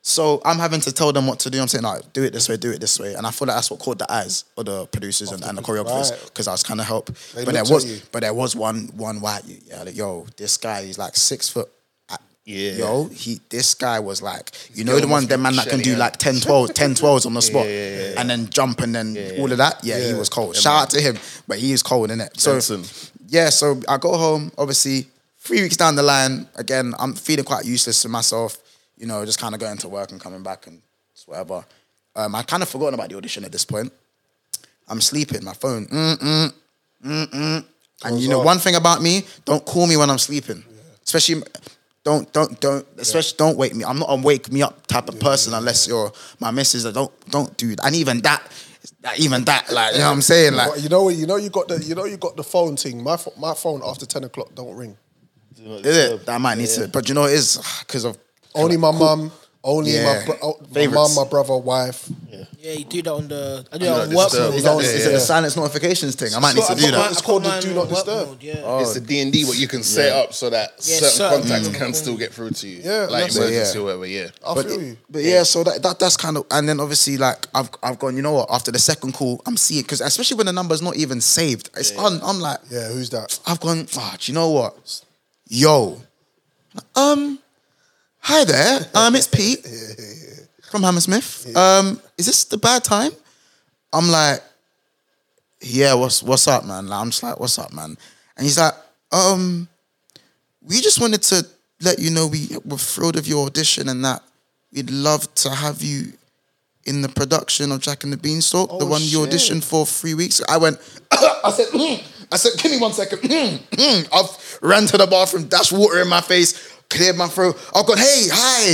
S14: So I'm having to tell them what to do. I'm saying, like, do it this way, do it this way. And I feel like that's what caught the eyes of the producers and, and the choreographers
S1: right.
S14: because I was trying to help.
S1: They
S14: but there
S1: looked at
S14: was,
S1: you.
S14: but there was one one white. youth, Yeah, like, yo, this guy, he's like six foot. uh,
S3: Yeah.
S14: Yo, he this guy was like, you know
S3: girl
S14: the one,
S3: must
S14: the
S3: be
S14: man that can do
S3: shelly,
S14: like 10 12, 10 12s on the spot and then jump and then all of that. Yeah, he was cold. Shout out to him, but he is cold, innit? So
S3: Benson.
S14: yeah, so I go home, obviously, three weeks down the line, again, I'm feeling quite useless to myself, you know, just kind of going to work and coming back and just whatever. Um, I kind of forgotten about the audition at this point. I'm sleeping, my phone, mm, mm-mm, mm-mm. mm. And you know,
S1: up.
S14: one thing about me, don't call me when I'm sleeping. Especially don't don't don't especially don't wake me. I'm not a wake me up type of person unless you're my missus. Like, Don't don't do that. And even that, that- even that, like you know what I'm saying? Like
S1: you know, you know, you got the, you know, you got the phone thing. My pho- my phone after ten o'clock don't ring.
S14: is it? That might need to. But you know it is because of
S1: Only my mum, only
S14: Yeah.
S1: my, bro- oh, my
S14: Favorites.
S1: mum, my brother, wife.
S4: Yeah, you do that on the. I do
S1: know,
S4: that on
S1: this
S4: work
S1: is the-
S4: mode.
S14: Is that,
S1: Yeah,
S14: is it
S1: yeah.
S14: the silence notifications thing? I might need to do that.
S1: It's called the
S4: mine
S1: do
S4: on
S1: not
S4: work
S1: disturb.
S4: mode, yeah.
S3: It's the D and D what you can set
S14: Yeah.
S3: up so that
S4: Yeah,
S3: certain,
S4: certain
S3: contacts
S4: people
S3: can
S4: call.
S3: still get through to you.
S1: Yeah,
S3: like
S1: that's it.
S3: emergency
S14: Yeah.
S3: or whatever. Yeah,
S1: I
S14: but,
S1: feel you.
S14: but yeah, so that, that that's kind of and then obviously like I've I've gone. You know what? After the second call, I'm seeing because especially when the number's not even saved, it's on. I'm like,
S1: Yeah, who's that?
S14: I've gone. Ah, do you know what? Yo, um, hi there. Um, it's Pete from Hammersmith. Um, is this the bad time? I'm like, yeah. What's what's up, man? Like, I'm just like, what's up, man? And he's like, um, we just wanted to let you know we were thrilled of your audition and that we'd love to have you in the production of Jack and the Beanstalk, the
S1: Oh,
S14: one you
S1: shit.
S14: auditioned for three weeks. I went, I said, "Mm." I said, give me one second. Mm, mm. I've ran to the bathroom, dashed water in my face, cleared my throat. I've gone, hey, hi,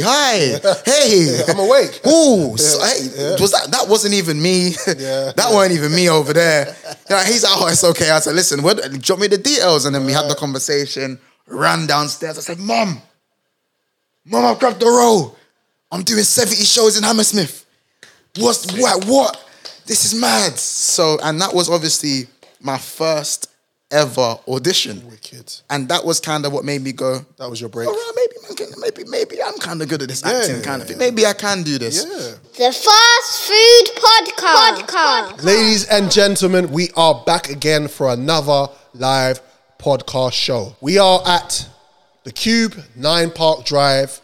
S14: hi, hey.
S1: I'm awake.
S14: Ooh, so, hey, was that that wasn't even me?
S1: Yeah.
S14: that weren't even me over there. You know, he's like, oh, it's okay. I said, listen, what, drop me the details, and then we had the conversation. Ran downstairs. I said, mom, mom, I've grabbed the role. I'm doing seventy shows in Hammersmith. What's what? What? This is mad. So, and that was obviously my first ever audition,
S1: Wicked.
S14: and that was kind of what made me go.
S1: That was your break.
S14: All right, maybe, man can- maybe, maybe I'm kind of good at this acting kind of thing.
S1: yeah.
S14: Maybe I can do this.
S1: Yeah.
S5: The Fast Food Podcast. Podcast.
S1: Ladies and gentlemen, we are back again for another live podcast show. We are at the Cube, Nine Park Drive,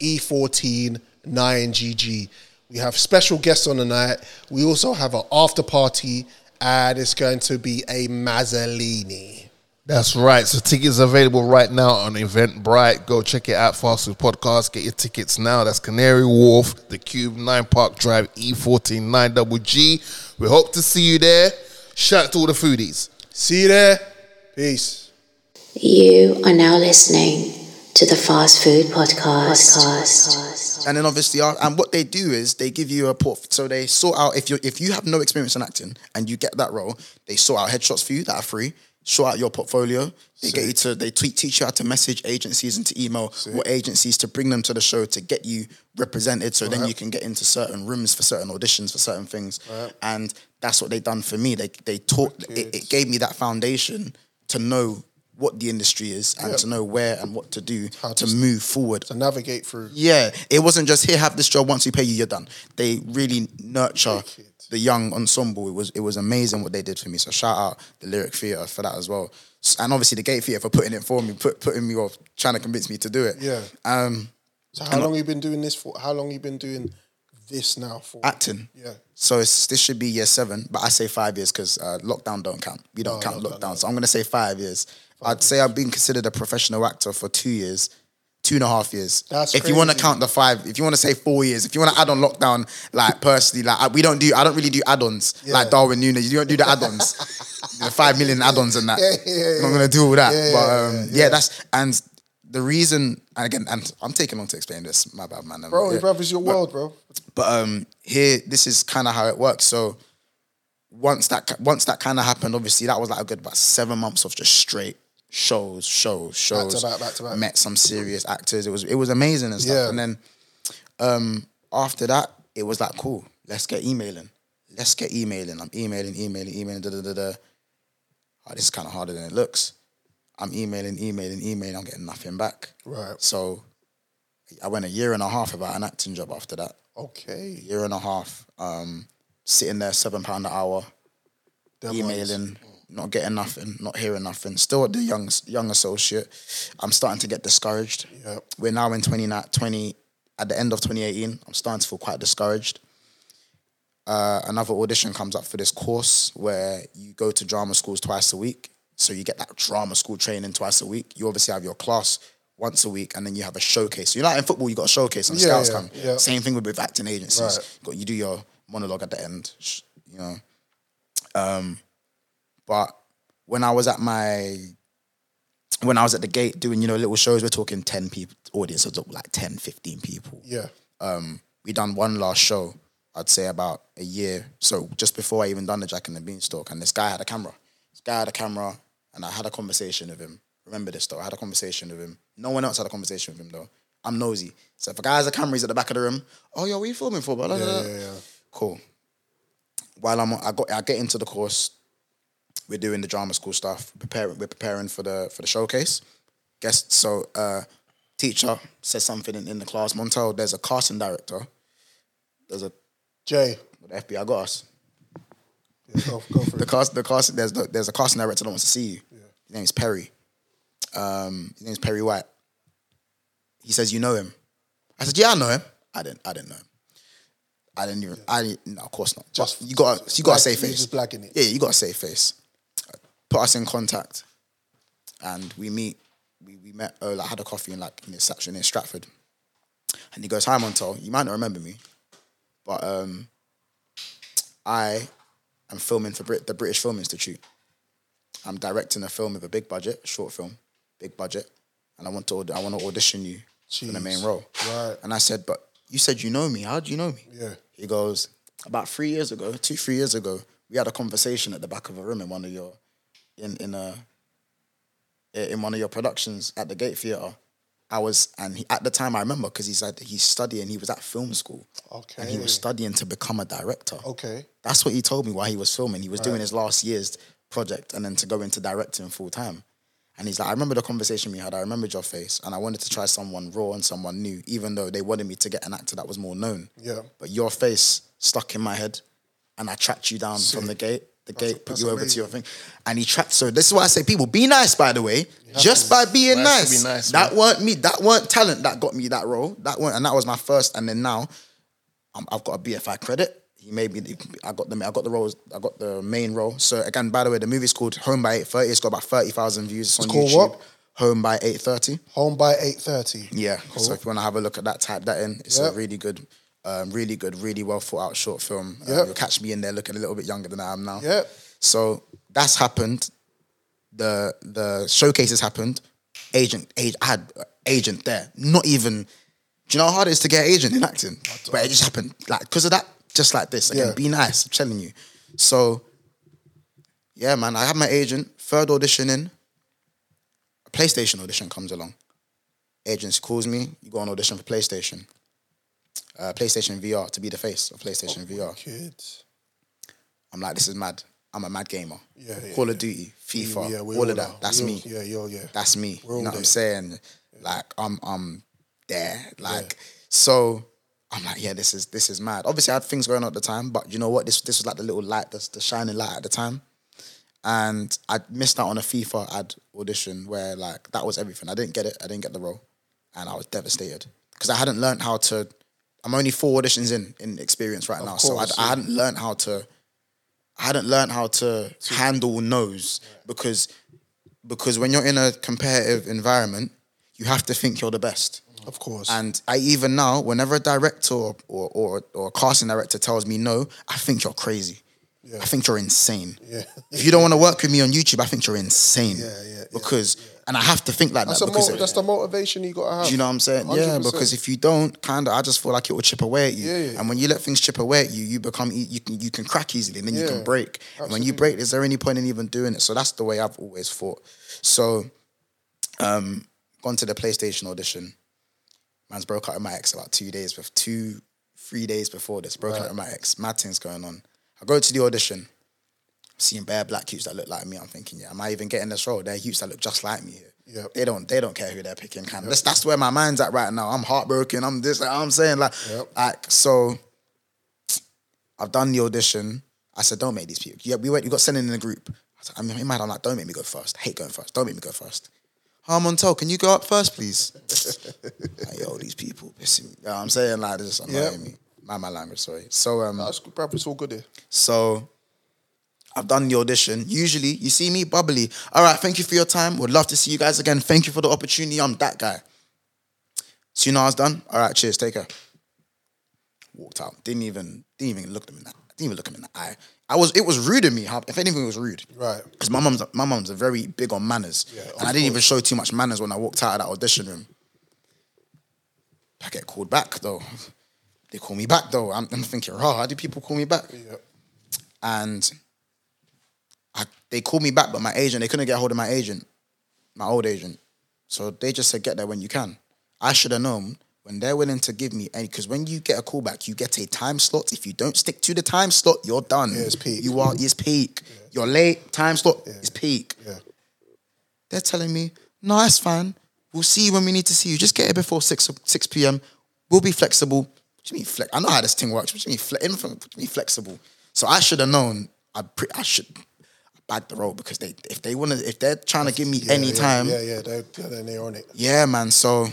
S1: E E14, 9GG. We have special guests on the night. We also have an after party, and it's going to be a Mazzolini.
S3: That's right. So tickets available right now on Eventbrite. Go check it out. Fast Food Podcast. Get your tickets now. That's Canary Wharf, The Cube, Nine Park Drive, E fourteen nine double G. We hope to see you there. Shout out to all the foodies.
S1: See you there. Peace.
S2: You are now listening to the Fast Food Podcast. Podcast.
S14: And then obviously, uh, and what they do is they give you a port. So they sort out if you if you have no experience in acting and you get that role, they sort out headshots for you that are free. Sort out your portfolio. They get you to they tweet teach you how to message agencies and to email what agencies to bring them to the show to get you represented. So then you can get into certain rooms for certain auditions for certain things. And that's what they done for me. They they taught it, it gave me that foundation to know what the industry is and to know where and what to do to move forward
S1: To navigate through.
S14: yeah, it wasn't just here have this job. Once we pay you, you're done. They really nurture the young ensemble. It was it was amazing what they did for me. So shout out the Lyric Theatre for that as well, S- and obviously the Gate Theatre for putting it for me, put, putting me off, trying to convince me to do it.
S1: Yeah.
S14: Um,
S1: So how long you been doing this for? How long you been doing this now for
S14: acting.
S1: Yeah.
S14: So it's, this should be year seven, but I say five years because uh, lockdown don't count. We
S1: Oh,
S14: don't count lockdown, so I'm gonna say five years. i I'd say I've been considered a professional actor for two years, two and a half years.
S1: That's
S14: if you want to
S1: crazy.
S14: count the five, if you want to say four years, if you want to add on lockdown, like personally, like I, we don't do, I don't really do add-ons like Darwin Nunes. You don't do the add-ons, the five million add-ons and that.
S1: Yeah, yeah, yeah.
S14: I'm not gonna do all that.
S1: Yeah, yeah,
S14: but um, yeah, that's and the reason. And again, and I'm taking long to explain this. My bad, man.
S1: Bro,
S14: Yeah.
S1: bruv, it's your world, bro.
S14: But um, here, this is kind of how it works. So once that once that kind of happened, obviously that was like a good about seven months of just straight shows, shows,
S1: Back
S14: shows.
S1: to back, back to back.
S14: Met some serious actors. It was it was amazing and stuff.
S1: Yeah.
S14: And then um, after that, it was like cool. Let's get emailing. Let's get emailing. I'm emailing, emailing, emailing. Da da da da. Oh, this is kind of harder than it looks. I'm emailing, emailing, emailing. I'm getting nothing back.
S1: Right.
S14: So I went a year and a half without an acting job after that.
S1: Okay.
S14: Year and a half, um, sitting there seven pound an hour,
S1: Them
S14: emailing, not getting nothing, not hearing nothing. Still at the young young associate, I'm starting to get discouraged.
S1: Yep.
S14: We're now in 20, na- 20 at the end of 2018. I'm starting to feel quite discouraged. Uh, another audition comes up for this course where you go to drama schools twice a week. So you get that drama school training twice a week. You obviously have your class once a week, and then you have a showcase. You know, like in football, you got a showcase and the
S1: Yeah,
S14: scouts
S1: yeah,
S14: come.
S1: yeah.
S14: Same thing with, with acting agencies.
S1: Right.
S14: You, got, you do your monologue at the end. sh- You know, um, but when I was at my when I was at the gate doing, you know, little shows, we're talking 10 people, audience of like 10, 15 people.
S1: Yeah.
S14: Um, we done one last show, I'd say about a year. So just before I even done the Jack and the Beanstalk, and this guy had a camera. This guy had a camera, and I had a conversation with him. Remember this though, I had a conversation with him. No one else had a conversation with him though. I'm nosy. So if a guy has a camera, he's at the back of the room. Oh, yo, what you filming for? Blah, blah, blah. Cool. While I'm, I got, I get into the course. We're doing the drama school stuff. Preparing, we're preparing for the for the showcase. Guess so. Uh, teacher says something in, in the class. Montel, there's a casting director. There's a
S1: Jay.
S14: The FBI got us.
S1: go, go for
S14: the cast, the cast, there's the, there's a casting director that wants to see you. His name's Perry. Um, his name's Perry White. He says you know him. I said yeah, I know him. I didn't, I didn't know him. I didn't even. I didn't, no, of course not. Just you got, you got to
S1: Like,
S14: say
S1: you
S14: face.
S1: just blagging it.
S14: Yeah, you got to say face. Put us in contact, and we meet. We, we met. Oh, like had a coffee in like in his section in Stratford, and he goes, "Hi, Montel. You might not remember me, but um, I am filming for Brit- the British Film Institute. I'm directing a film with a big budget, short film, big budget, and I want to aud- I want to audition you for the main role.
S1: Right.
S14: And I said, but you said you know me. How do you know me?
S1: Yeah.
S14: He goes, about three years ago, two three years ago, we had a conversation at the back of a room in one of your, in in a, in one of your productions at the Gate Theatre. I was, and he, at the time I remember because he said he's studying. He was at film school,
S1: Okay.
S14: and he was studying to become a director.
S1: Okay.
S14: That's what he told me while he was filming. He was doing
S1: Right.
S14: his last year's project and then to go into directing full time. And he's like, I remember the conversation we had. I remembered your face, and I wanted to try someone raw and someone new, even though they wanted me to get an actor that was more known.
S1: Yeah.
S14: But your face stuck in my head, and I tracked you down from the gate. The gate put
S1: that's
S14: you over to
S1: amazing.
S14: your thing, and he tracked. So this is why I say, people, be nice. By the way, just by being
S3: Nice to
S14: nice,
S3: be nice,
S14: that
S3: man.
S14: weren't me. That weren't talent that got me that role. That weren't, and that was my first. And then now, um, I've got a BFI credit. He made me. I got the. I got the roles. I got the main role. So again, by the way, the movie's called Home by Eight Thirty. It's got about thirty thousand views. It's on
S1: called
S14: YouTube.
S1: what?
S14: Home by Eight Thirty.
S1: Home by eight thirty.
S14: Yeah. So if you want to have a look at that, type that in. It's
S1: Yep.
S14: a really good, um, really good, really well thought out short film. Um,
S1: Yep.
S14: You'll catch me in there looking a little bit younger than I am now.
S1: Yep.
S14: So that's happened. The the showcases happened. Agent, age, I had a agent there. Not even. Do you know how hard it is to get an agent in acting? But it just happened, like because of that, just like this. Again,
S1: Yeah.
S14: be nice. I'm telling you. So, yeah, man, I had my agent. Third audition in. A PlayStation audition comes along. Agents calls me. You go on audition for PlayStation. Uh, PlayStation VR to be the face of PlayStation VR.
S1: Kids.
S14: I'm like, this is mad. I'm a mad gamer.
S1: Yeah, yeah,
S14: Call of Duty, FIFA,
S1: Yeah, we
S14: all of that.
S1: are.
S14: That's
S1: We
S14: me.
S1: all- Yeah, yo, yeah.
S14: That's me.
S1: We're all
S14: you know what
S1: there.
S14: I'm saying? Like I'm I'm there. Like so I'm like, yeah, this is this is mad. Obviously I had things going on at the time, but you know what? This this was like the little light, that's the shining light at the time. And I missed out on a FIFA ad audition where like that was everything. I didn't get it, I didn't get the role. And I was devastated. Because I hadn't learned how to I'm only four auditions in in experience right now, so I,
S1: course,
S14: I hadn't learned how to. I hadn't learned how to handle no's because because when you're in a competitive environment, you have to think you're the best.
S1: Of course.
S14: And I even now, whenever a director or or, or, or a casting director tells me no, I think you're crazy. I think you're insane.
S1: Yeah.
S14: If you don't want to work with me on YouTube, I think you're insane. Yeah, yeah. because and I have to think like
S1: That's,
S14: that
S1: a
S14: because
S1: mo- that's the motivation you got to have.
S14: do you know what I'm saying? Yeah,
S1: 100%.
S14: because if you don't, kind of, I just feel like it will chip away at you.
S1: Yeah, yeah.
S14: And when you let things chip away at you, you become e- you can you can crack easily, and then you
S1: Yeah,
S14: can break. And when you break, is there any point in even doing it? So that's the way I've always thought. So, um, gone to the PlayStation audition. Man's broke out of my ex about two days, with two, three days before this. Broke out of my ex. Mad things going on. I go to the audition. Seeing bare black youths that look like me, I'm thinking, yeah, am I even getting this role? They're youths that look just like me.
S1: Yep.
S14: They don't they don't care who they're picking. Kind of that's, that's where my mind's at right now. I'm heartbroken. I'm this. Like, I'm saying like, like so. I've done the audition. I said, don't make these people. Yeah, we went. You got sent in in a group. I said, I'm in my head. I'm like, don't make me go first. I hate going first. Don't make me go first. Harmontel, can you go up first, please? like, yo, these people pissing me. You know what I'm saying like this. I'm
S1: Yep.
S14: not me. My my language. Sorry. So um.
S1: That's good, bruv. It's all good here.
S14: So I've done the audition. Usually, you see me bubbly. All right, thank you for your time. Would love to see you guys again. Thank you for the opportunity. I'm that guy. Soon as I was done. All right, cheers. Take care. Walked out. Didn't even didn't even look them in the didn't even look him in the eye. I was it was rude of me. How, if anything, it was rude.
S1: Right.
S14: Because my mum's my mum's are very big on manners,
S1: Yeah,
S14: and
S1: of
S14: I didn't even show too much manners when I walked out of that audition room. I get called back though. They call me back though. I'm, I'm thinking, oh, how do people call me back? And I, they called me back, but my agent they couldn't get hold of my agent, my old agent. So they just said, get there when you can. I should have known when they're willing to give me any because when you get a callback, you get a time slot. If you don't stick to the time slot, you're done.
S1: Yeah, it's peak.
S14: You are it's peak. You're late, time slot is peak.
S1: Yeah.
S14: They're telling me, no, that's fine. We'll see you when we need to see you. Just get here before 6 6 p.m. We'll be flexible. What do you mean flex? I know how this thing works. What do you mean, fle- anything- what do you mean flexible? So I should have known I pre- I should bag the role because they if they wanna if they're trying to give me
S1: Yeah,
S14: any
S1: yeah,
S14: time.
S1: Yeah, yeah. They're, yeah, they're near on it.
S14: Yeah, man. So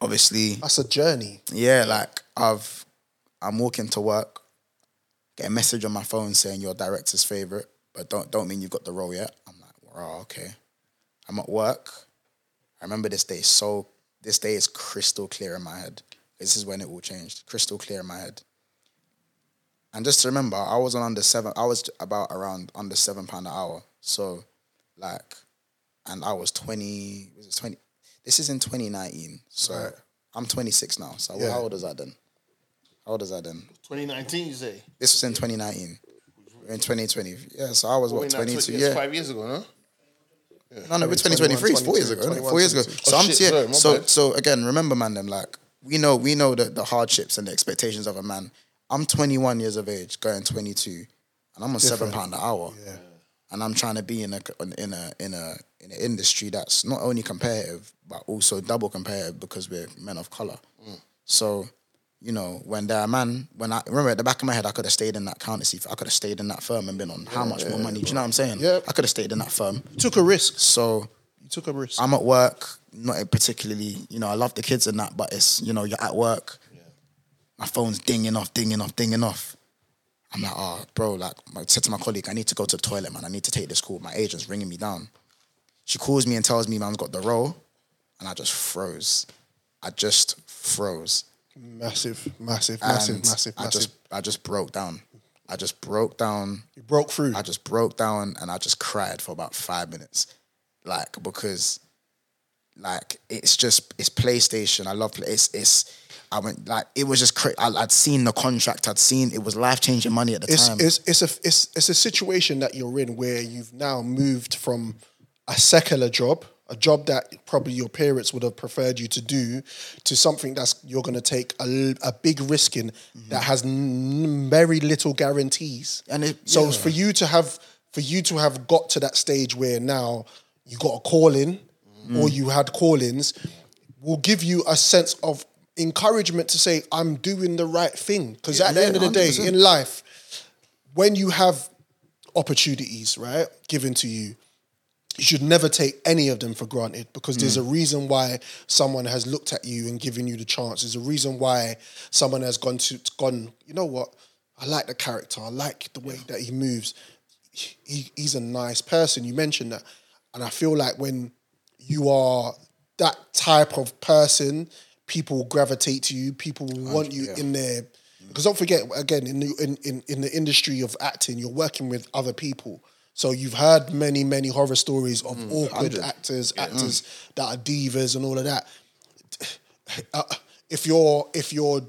S14: obviously,
S1: That's a journey.
S14: yeah, like I've I'm walking to work, get a message on my phone saying your director's favorite, but don't don't mean you've got the role yet. I'm like, oh, okay. I'm at work. I remember this day so this day is crystal clear in my head. This is when it all changed. Crystal clear in my head. And just to remember, I was on under seven. I was about around under seven pound an hour. So, like, and I was twenty. Was it twenty? This is in twenty nineteen. So I'm twenty six now. So
S3: Yeah.
S14: how old was I then? How old was I then?
S3: 2019, you say?
S14: This was in twenty nineteen. In twenty twenty. Yeah. So I was what twenty two? Yeah.
S3: Five years ago, no?
S14: No, no, we're 2023. It's four years ago. isn't it? Four years ago. So
S3: Oh,
S14: I'm
S3: shit,
S14: t-
S3: sorry, my
S14: so
S3: bad.
S14: so again, remember, man, them like we know we know the, the hardships and the expectations of a man. I'm 21 years of age, going 22, and I'm on seven
S1: Different.
S14: pound an hour,
S1: Yeah.
S14: and I'm trying to be in a in a in a in an industry that's not only competitive but also double competitive because we're men of color. So, you know, when they're a man, when I remember at the back of my head, I could have stayed in that county, I could have stayed in that firm and been on how much more money? Do you know what I'm saying? Yeah. I could have stayed in that firm.
S1: Took a risk.
S14: So
S1: You took a risk.
S14: I'm at work, not particularly, you know, I love the kids and that, but it's, you know, you're at work. My phone's dinging off, dinging off, dinging off. I'm like, oh, bro, like, I said to my colleague, I need to go to the toilet, man. I need to take this call. My agent's ringing me down. She calls me and tells me, man's got the role. And I just froze. I just froze.
S1: Massive, massive, massive,
S14: And
S1: massive,
S14: I
S1: massive.
S14: just, I just broke down. I just broke down.
S1: You broke through.
S14: I just broke down and I just cried for about five minutes. Like, because like it's just it's PlayStation. I love play. It's it's I went like it was just cra- I, I'd seen the contract. I'd seen it was life changing money at the
S1: it's,
S14: time.
S1: it's it's a it's it's a situation that you're in where you've now moved from a secular job, a job that probably your parents would have preferred you to do, to something that's you're going to take a, l- a big risk in that has n- very little guarantees.
S14: Mm-hmm. And it-
S1: so
S14: yeah.
S1: for you to have for you to have got to that stage where now you got a call in
S14: Mm.
S1: or you had call ins will give you a sense of encouragement to say I'm doing the right thing because at the
S14: yeah,
S1: end of the day
S14: 100%.
S1: in life when you have opportunities, right, given to you, you should never take any of them for granted because there's a reason why someone has looked at you and given you the chance. There's a reason why someone has gone to gone. You know what? I like the character. I like the way that he moves. He, he's a nice person. You mentioned that, and I feel like when you are that type of person, people gravitate to you. People will want you
S11: yeah. Mm.
S1: in their. Because don't forget, again, in the in, in, in the industry of acting, you're working with other people. So you've heard many, many horror stories of
S11: Mm,
S1: awkward
S11: hundred.
S1: actors,
S11: Yeah.
S1: actors that are divas and all of that. Uh, if you're if you're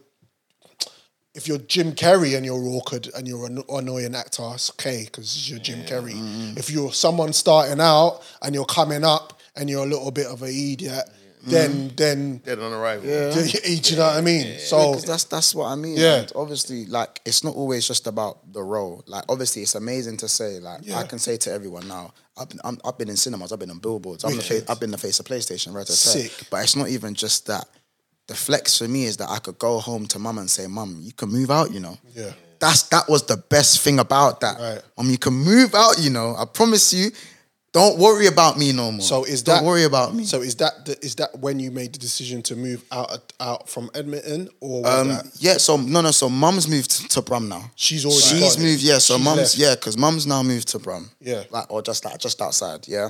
S1: if you're Jim Carrey and you're awkward and you're an annoying actor, it's okay because you're Jim Carrey.
S14: Mm-hmm.
S1: If you're someone starting out and you're coming up and you're a little bit of an idiot,
S14: Mm-hmm.
S1: then then
S3: dead on arrival.
S1: Yeah. Do you, do you know what I mean? So
S14: 'cause that's that's what I mean.
S1: Yeah.
S14: And obviously, like it's not always just about the role. Like obviously, it's amazing to say. Like
S1: Yeah.
S14: I can say to everyone now, I've been, I'm, I've been in cinemas, I've been on billboards, I'm the
S1: Wicked.
S14: face, I've been the face of PlayStation, right?
S1: Sick.
S14: But it's not even just that. The flex for me is that I could go home to mum and say, "Mum, you can move out," you know.
S1: yeah.
S14: That's that was the best thing about that. Right. Um, you can move out, you know. I promise you. Don't worry about me no more.
S1: So is
S14: don't
S1: that
S14: worry about me.
S1: So is that the, is that when you made the decision to move out out from Edmonton or was
S14: Um,
S1: that-
S14: yeah, so no, no, so mum's moved to- to Brum now.
S1: She's already
S14: she's
S1: gone.
S14: moved. Yeah, so
S1: She's
S14: mum's
S1: left.
S14: yeah, because mum's now moved to Brum.
S1: Yeah.
S14: like or just like just outside. Yeah,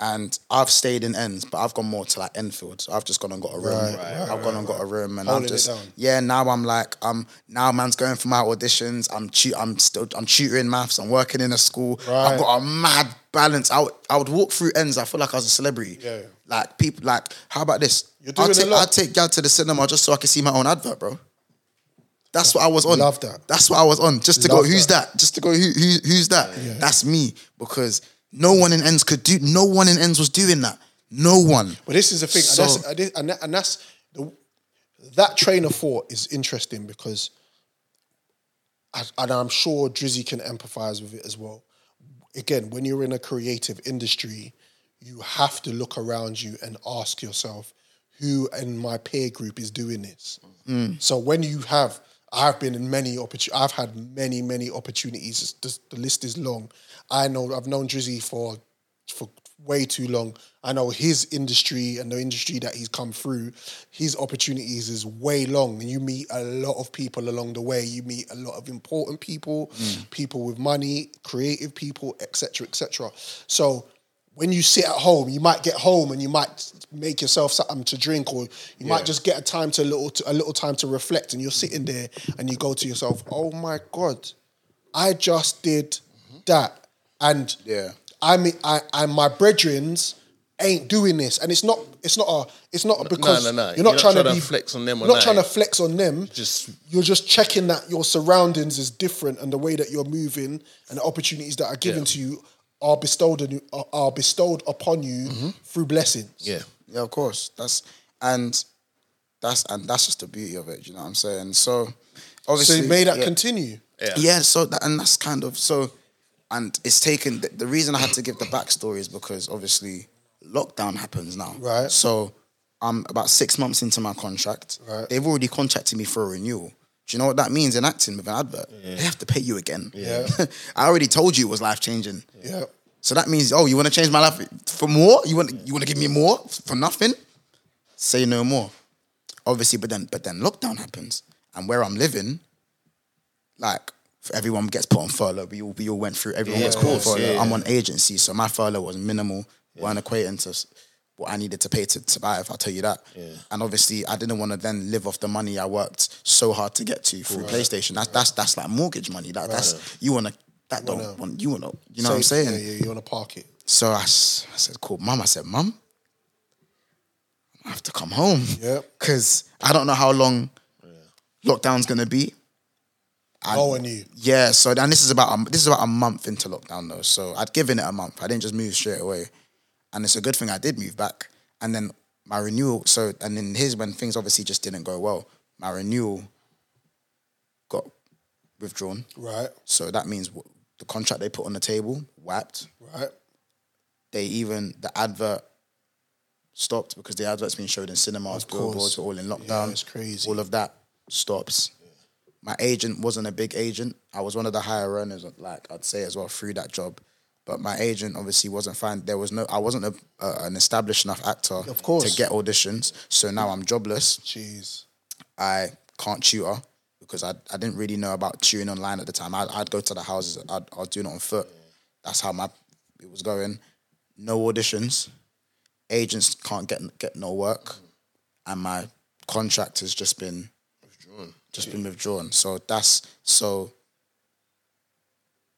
S14: and I've stayed in Ends, but I've gone more to like Enfield. So I've just gone and got a room.
S1: Right, right,
S14: I've
S1: right,
S14: gone and got a room, and
S1: Holding
S14: I'm
S1: it
S14: just
S1: down.
S14: yeah. Now I'm like um now man's going for my auditions. I'm tu- I'm still I'm tutoring maths. I'm working in a school.
S1: Right.
S14: I've got a mad balance. I would, I would walk through Ends. I feel like I was a celebrity.
S1: Yeah.
S14: Like people like how about this?
S1: You're
S14: I'll
S1: doing a
S14: take,
S1: lot.
S14: I'll take Gad to the cinema just so I can see my own advert, bro. That's what I was on.
S1: Love that.
S14: That's what I was on. Just to
S1: Love
S14: go, who's that? Just to go, who, who who's that? That's me. Because no one in ends could do no one in ends was doing that. No one.
S1: But this is the thing,
S14: So-
S1: and that's, and this- and that, and that's the, that train of thought is interesting because, I- and I'm sure Drizzy can empathize with it as well. Again, when you're in a creative industry, you have to look around you and ask yourself, who in my peer group is doing this? So when you have, I've been in many opportunities. I've had many, many opportunities. It's just- the list is long. I know I've known Drizzy for for way too long. I know his industry and the industry that he's come through, his opportunities is way long. And you meet a lot of people along the way. You meet a lot of important people, people with money, creative people, etc., etc. So when you sit at home, you might get home and you might make yourself something to drink, or you might just get a time to a little a little time to reflect. And you're sitting there and you go to yourself, "Oh my god, I just did that," and
S14: Yeah.
S1: I mean, I and my brethrens ain't doing this, and it's not it's not a it's not a because
S3: no, no.
S1: you're not
S3: You're not
S1: trying,
S3: trying to
S1: be
S3: flex on them or
S1: You're not
S3: nothing.
S1: trying to flex on them.
S3: Just
S1: you're just checking that your surroundings is different and the way that you're moving and the opportunities that are given
S3: Yeah.
S1: to you are bestowed on you, are, are bestowed upon you through blessings.
S3: yeah.
S14: Mm-hmm. Yeah, of course. That's and that's and that's just the beauty of it. You know what I'm saying? So obviously,
S1: so may that
S14: yeah.
S1: continue.
S14: Yeah. so that, and that's kind of so, and it's taken. The, the reason I had to give the backstory is because obviously lockdown happens now.
S1: Right.
S14: So I'm about six months into my contract.
S1: Right.
S14: They've already contracted me for a renewal. Do you know what that means in acting with an advert? They have to pay you again.
S1: Yeah.
S14: I already told you it was life changing.
S1: Yeah.
S14: So that means, oh, you want to change my life for more? You want you want to give me more for nothing? Say no more. Obviously, but then but then lockdown happens, and where I'm living, like everyone gets put on furlough. We all we all went through. Everyone
S3: Yeah,
S14: was
S3: of
S14: put on
S3: course,
S14: furlough.
S3: yeah.
S14: I'm on agency, so my furlough was minimal. Weren't equating to what I needed to pay to survive. I'll tell you that. And obviously, I didn't want to then live off the money I worked so hard to get to through PlayStation. That's that's that's like mortgage money. That that's you want to. That don't want you want to. You know what I'm
S1: So-
S14: saying?
S1: Yeah, yeah, you want to park it.
S14: So I, s- I said, cool, mum. I said, mum, I have to come home.
S1: Yep.
S14: Because I don't know how long lockdown's going to be. And-
S1: oh, and you.
S14: Yeah, so and this is about a, this is about a month into lockdown though. So I'd given it a month. I didn't just move straight away, and it's a good thing I did move back. And then my renewal. So and then here's when things obviously just didn't go well. My renewal got withdrawn.
S1: Right.
S14: So that means w- the contract they put on the table wiped
S1: Right.
S14: they even the advert stopped because the advert's been showed in cinemas,
S1: course.
S14: billboards, all in
S1: Yeah,
S14: lockdown.
S1: it's crazy.
S14: All of that stops. My agent wasn't a big agent. I was one of the higher earners, like I'd say as well, through that job. But my agent obviously wasn't fine. There was no, I wasn't a, uh, an established enough actor
S1: Of course.
S14: to get auditions. So now I'm jobless.
S1: Jeez.
S14: I can't tutor because I, I didn't really know about tutoring online at the time. I, I'd go to the houses, I'd, I was doing it on foot. That's how my it was going. No auditions. Agents can't get get no work, and my contract has just been withdrawn. Just been withdrawn. So that's so.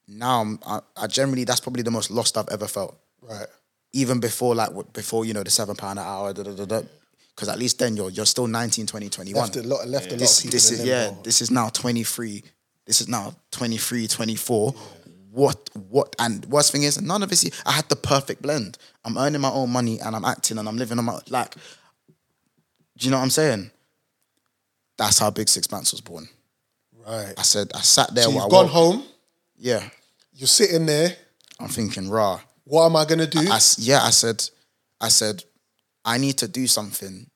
S14: Now I'm- I, I generally that's probably the most lost I've ever felt
S1: Right.
S14: even before like w- before you know the seven pound an hour because at least then you're you're still 19 20 21
S1: Left a lot- left a lot
S14: this,
S1: of people
S14: this
S1: in
S14: is yeah
S1: limbo.
S14: this is now 23 this is now 23 24 what what and worst thing is none of this i had the perfect blend i'm earning my own money and i'm acting and i'm living on my like do you know what i'm saying that's how big sixpence was born
S1: Right.
S14: i said i sat there
S1: So
S14: while
S1: you've
S14: I
S1: gone home.
S14: walked- yeah
S1: You're sitting there.
S14: i'm thinking rah
S1: What am I gonna do?
S14: I s- yeah, I said, I said, I need to do something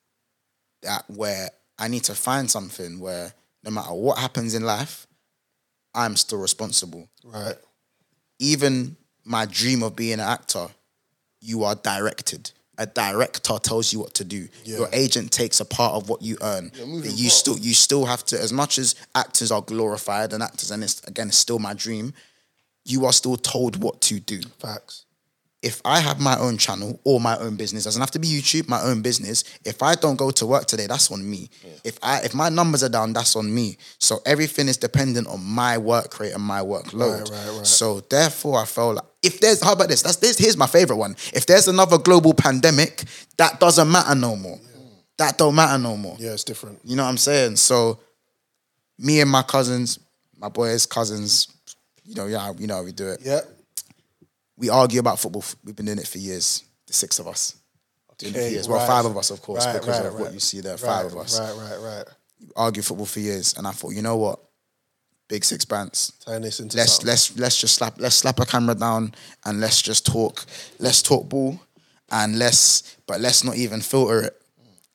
S14: that where I need to find something where no matter what happens in life, I'm still responsible.
S1: right.
S14: Even my dream of being an actor, you are directed. A director tells you what to do.
S1: Yeah.
S14: Your agent takes a part of what you earn. But you still you still have to, as much as actors are glorified and actors, and it's again it's still my dream, you are still told what to do
S1: Facts.
S14: if I have my own channel or my own business, doesn't have to be YouTube, my own business. If I don't go to work today, that's on me. If I if my numbers are down, that's on me. So everything is dependent on my work rate and my workload.
S1: Right, right, right.
S14: So therefore, I felt like if there's how about this? That's this. Here's my favorite one. If there's another global pandemic, that doesn't matter no more. That don't matter no more.
S1: Yeah, it's different.
S14: You know what I'm saying? So me and my cousins, my boys' cousins, you know, yeah, you know how we do it
S1: Yeah.
S14: we argue about football. We've been doing it for years. The six of us. Doing it for
S1: Okay,
S14: years. Well,
S1: right.
S14: five of us, of course,
S1: Right,
S14: because
S1: right,
S14: of what
S1: right.
S14: you see there.
S1: Right,
S14: Five of us.
S1: Right, right, right.
S14: Argue football for years. And I thought, you know what? Big six bands.
S1: Turn this into
S14: Let's
S1: something.
S14: let's let's just slap let's slap a camera down and let's just talk. Let's talk ball. And let's but let's not even filter it.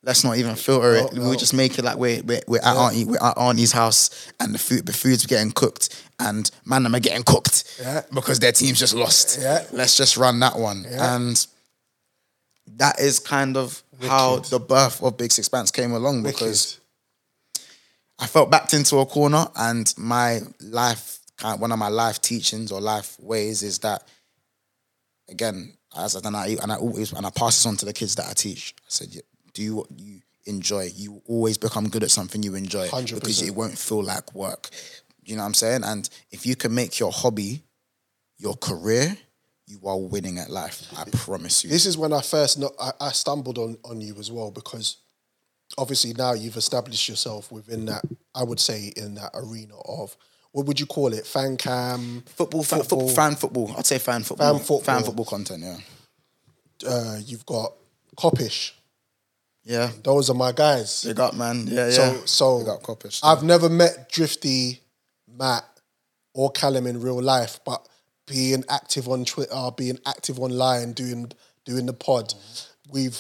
S14: Let's not even filter it.
S1: No,
S14: We'll
S1: no.
S14: just make it like we're, we're, we're at
S1: Yeah.
S14: auntie we're at auntie's house and the food the food's getting cooked and man am I getting cooked
S1: Yeah.
S14: because their team's just lost.
S1: Yeah.
S14: Let's just run that one.
S1: Yeah.
S14: And that is kind of how the birth of Big Sixpence came along because I felt backed into a corner and my life, kind of one of my life teachings or life ways is that, again, as I, and I, and I always, and I pass this on to the kids that I teach. I said, "Yeah, do what you enjoy. You always become good at something you enjoy
S1: 100%.
S14: because it won't feel like work. You know what I'm saying? And if you can make your hobby your career, you are winning at life. I promise you.
S1: This is when I first not, I, I stumbled on, on you as well because obviously now you've established yourself within that I would say in that arena of what would you call it fan cam
S14: football, fan,
S1: football.
S14: football. fan football. I'd say fan football.
S1: Fan football.
S14: Fan football content. Yeah.
S1: uh, you've got Coppish
S14: Yeah.
S1: those are my guys
S14: Big up, man. Yeah, yeah.
S1: so so
S14: Big up, Coppish.
S1: I've never met Drifty Matt or Callum in real life but being active on Twitter being active online doing doing the pod
S14: Mm-hmm.
S1: we've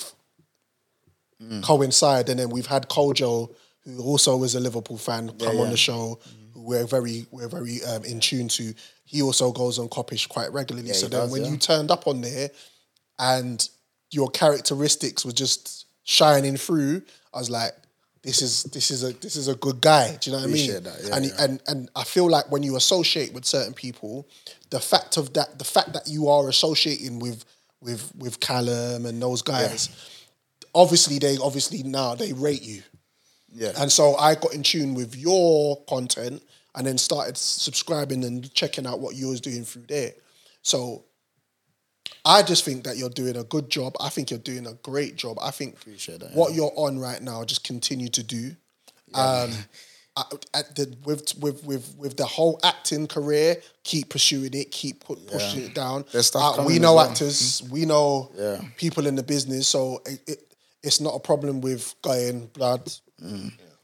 S14: Mm.
S1: coincide. And then we've had Kojo, who also is a Liverpool fan, come on the show. Who we're very we're very um, in tune to. He also goes on Coppish quite regularly. so
S14: he
S1: then
S14: does,
S1: when
S14: yeah.
S1: you turned up on there, and your characteristics were just shining through, I was like. This is this is a this is a good guy. Do you know what I mean?
S14: Appreciate that, yeah,
S1: and
S14: yeah.
S1: and and I feel like when you associate with certain people, the fact of that the fact that you are associating with with with Callum and those guys, obviously they obviously now they rate you.
S14: yeah.
S1: And so I got in tune with your content and then started subscribing and checking out what you was doing through there. So I just think that you're doing a good job. I think you're doing a great job. I think what you're on right now, just continue to do. Um, I, at the, with with with with the whole acting career, keep pursuing it, keep pu- pushing it down.
S14: There's stuff
S1: Uh,
S14: coming
S1: we
S14: as
S1: know
S14: well.
S1: actors, we know
S14: Yeah.
S1: people in the business, so it, it it's not a problem with going blood.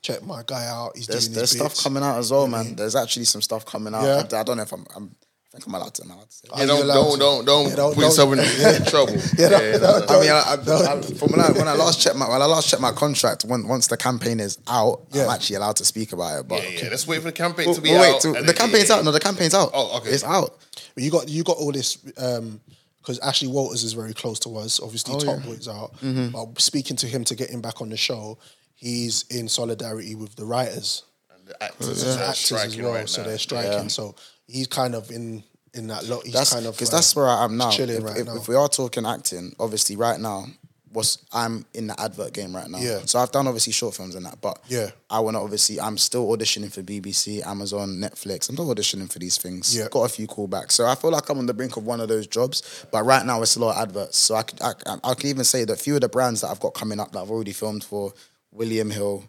S1: Check my guy out. He's
S14: Mm. there's
S1: doing
S14: there's
S1: his
S14: stuff
S1: bits.
S14: coming out as well, man. There's actually some stuff coming out.
S1: Yeah.
S14: I, I don't know if I'm. I'm I think I'm allowed to. I'm allowed to say.
S1: Are
S3: Yeah, don't,
S1: you allowed
S3: don't,
S1: to-
S3: don't, don't,
S1: Yeah, don't-
S3: put
S1: don't-
S3: yourself in, in trouble.
S1: Yeah, don't- don't-
S3: no.
S14: I mean, I, I, I, from when I, when I last checked my when I last checked my contract, when, once the campaign is out,
S1: Yeah.
S14: I'm actually allowed to speak about it. But
S3: Yeah, yeah, let's wait for the campaign
S14: Well,
S3: to be
S14: well,
S3: out.
S14: till-
S3: and
S14: the
S3: then-
S14: campaign's
S3: yeah,
S14: out. No, the campaign's out.
S3: Oh, okay.
S14: It's out.
S1: But you got you got all this because Ashley Walters is very close to us. Obviously,
S14: Oh,
S1: Top
S14: yeah.
S1: Boy's out.
S14: Mhm.
S1: But speaking to him to get him back on the show, he's in solidarity with the writers and the
S14: actors are
S1: as
S14: striking
S1: well.
S14: right
S1: so
S14: now.
S1: they're striking.
S14: Yeah.
S1: So he's kind of in in that lot. He's
S14: that's
S1: kind of
S14: because
S1: uh,
S14: that's where I am now.
S1: Chilling
S14: if,
S1: right
S14: if,
S1: now.
S14: if we are talking acting, obviously right now, what's I'm in the advert game right now.
S1: Yeah.
S14: So I've done obviously short films and that, but
S1: Yeah.
S14: I want to obviously I'm still auditioning for BBC, Amazon, Netflix. I'm still auditioning for these things.
S1: Yeah.
S14: Got a few callbacks, so I feel like I'm on the brink of one of those jobs. But right now it's a lot of adverts, so I could I, I can even say that few of the brands that I've got coming up that I've already filmed for William Hill,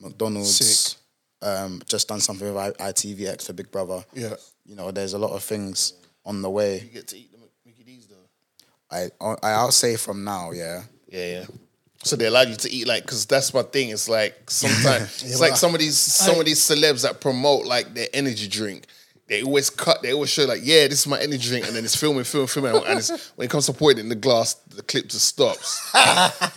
S14: McDonald's.
S1: Sick.
S14: Um, just done something with I- ITVX for Big Brother
S1: Yeah.
S14: you know, there's a lot of things on the way. You get to eat the Mickey D's though. I, I I'll say from now, yeah.
S3: Yeah, yeah. So they allowed you to eat like, because that's my thing. It's like sometimes
S14: Yeah,
S3: it's
S14: but
S3: like
S14: I-
S3: some of these some of these celebs that promote like their energy drink. They always cut. They always show like, yeah, this is my energy drink, and then it's filming, filming, filming, and it's, when it comes to pouring it in the glass, the clip just stops.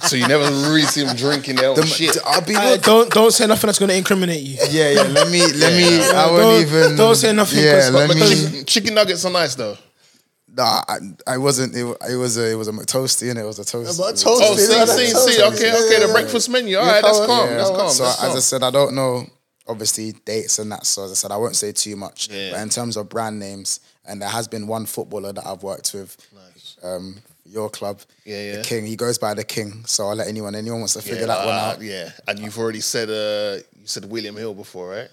S3: so you never really see them drinking their own shit.
S14: I'll be
S4: Uh, don't don't say nothing that's gonna incriminate you.
S14: Yeah, yeah. Let me
S3: let me- I won't
S4: don't,
S14: even-
S4: Don't say nothing.
S14: Yeah,
S4: 'cause-
S14: let
S4: but-
S14: me-
S4: because-
S3: Chicken, chicken nuggets are nice though.
S14: Nah, I, I wasn't. It, wa- it was a it was a toasty and it was a toast.
S3: but toasty, Oh, see, that's see, toasty. see, okay, okay, the breakfast menu, all right, that's calm, that's calm,
S14: So
S3: that's
S14: as I
S3: calm.
S14: said, I don't know obviously dates and that. So as I said, I won't say too much.
S3: Yeah.
S14: But in terms of brand names, and there has been one footballer that I've worked with. Um, your club,
S3: Yeah, yeah.
S14: the King. He goes by the King. So I'll let anyone anyone wants to figure
S3: Yeah,
S14: that one
S3: uh,
S14: out.
S3: Yeah, and you've already said uh, you said William Hill before, right?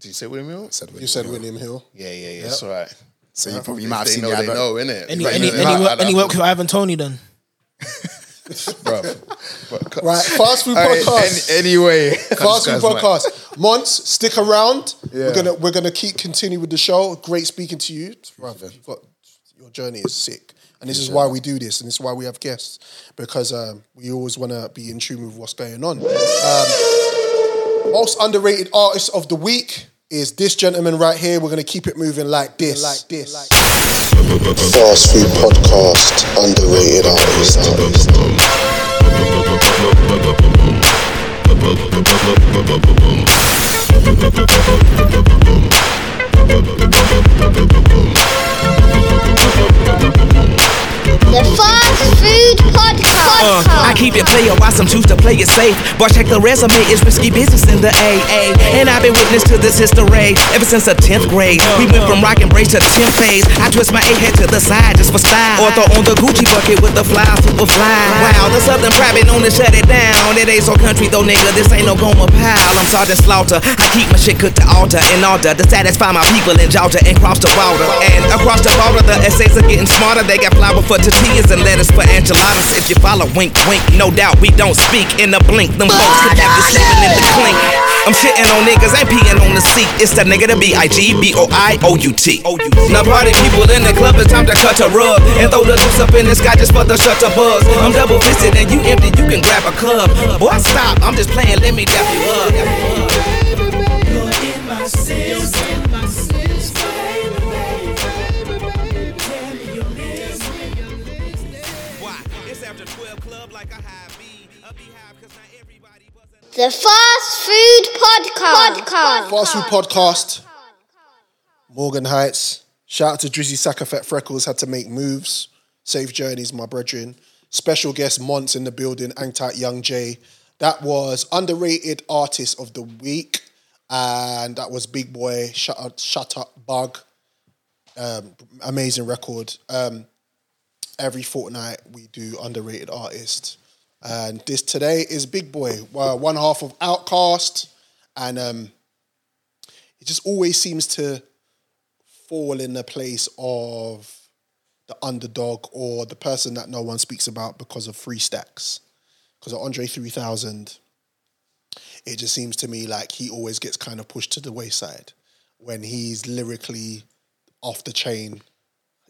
S3: Did you say William Hill?
S14: said
S1: you said William Hill.
S3: Yeah, yeah, yeah.
S1: Yep.
S3: It's all right.
S14: So you
S3: Yep.
S14: probably
S3: If
S14: might have
S3: they
S14: seen
S3: know,
S14: the
S3: they
S14: advert.
S3: know, innit?
S4: Any
S3: Like,
S4: any
S3: you know,
S4: any,
S3: like,
S4: work, any
S3: like,
S4: work with Ivan Tony then?
S3: Bruv.
S1: Right, fast food
S14: All right,
S1: podcast.
S14: any- anyway,
S1: fast food
S14: Guys, man.
S1: podcast. Months, stick around. We're
S14: Yeah.
S1: gonna we're gonna keep continue with the show. Great speaking to you. Brother, you've got, your journey is sick, and this is why we do this, and this is why we have guests because um, we always want to be in tune with what's going on. Um, most underrated artist of the week is this gentleman right here. We're gonna keep it moving like this. Like this.
S15: Fast Food Podcast, underrated artist.
S5: The fast food podcast.
S16: Uh, I keep it player while some choose to play it safe. But check the resume, it's risky business in the AA. And I've been witness to this history ever since the 10th grade. We went from rock and brace to 10th phase. I twist my A head to the side just for style. Or throw on the Gucci bucket with the fly super fly. Wow, the Southern pride been on to shut it down. It ain't so country though, nigga. This ain't no Goma pile. I'm Sergeant Slaughter. I keep my shit cooked to altar in order to satisfy my people in Georgia and cross the water. And across the border, the essays are getting smarter. They got flour for tortillas and lettuce for enchiladas. If you follow, wink, wink. No doubt we don't speak in the blink. Them folks could have you sleeping in the clink. I'm shitting on niggas, ain't peeing on the seat. It's the nigga to B I G B O I O U T. Now party people in the club, it's time to cut a rug and throw the juice up in the sky just for the shutter buzz. I'm double fisted and you empty, you can grab a cup. Boy, stop, I'm just playing. Let me dap you up.
S5: The fast food podcast. Podcast.
S1: Fast Food Podcast. Morgan Heights. Shout out to Drizzy Sackafet Freckles. Had to make moves. Safe journeys, my brethren. Special guest Monts in the building. Angtat Young J. That was underrated artist of the week, and that was Big Boy. Shut up, shut up, bug. Um, amazing record. Um, every fortnight we do underrated artists, and this today is Big Boy, uh, one half of Outcast, and um, it just always seems to fall in the place of the underdog or the person that no one speaks about because of free stacks. Because of Andre 3000, it just seems to me like he always gets kind of pushed to the wayside when he's lyrically off the chain.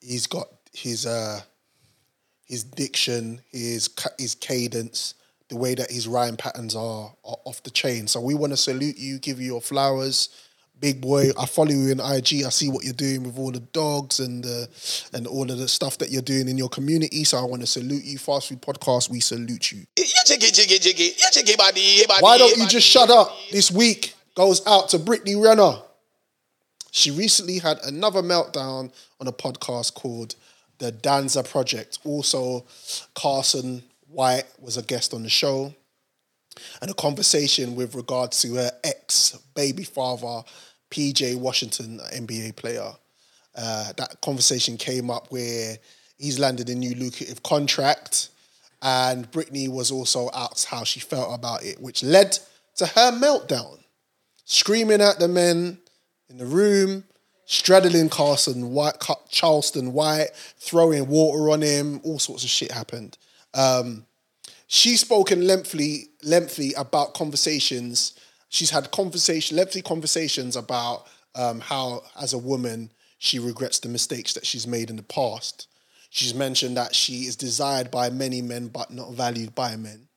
S1: He's got his uh his diction, his ca- his cadence, the way that his rhyme patterns are, are off the chain. So we want to salute you, give you your flowers, big boy. I follow you in IG. I see what you're doing with all the dogs and the and all of the stuff that you're doing in your community. So I want to salute you, Fast Food Podcast. We salute you. Why don't you just shut up? This week goes out to Brittany Renner. She recently had another meltdown on a podcast called The Danza Project. Also, Carson White was a guest on the show and a conversation with regards to her ex baby father, PJ Washington, an NBA player. Uh, that conversation came up where he's landed a new lucrative contract, and Brittany was also asked how she felt about it, which led to her meltdown, screaming at the men in the room, straddling Carson White, Ca- Charleston White, throwing water on him. All sorts of shit happened. Um, she spoke in lengthily, lengthy about conversations. She's had conversation, lengthy conversations about um, how, as a woman, she regrets the mistakes that she's made in the past. She's mentioned that she is desired by many men, but not valued by men.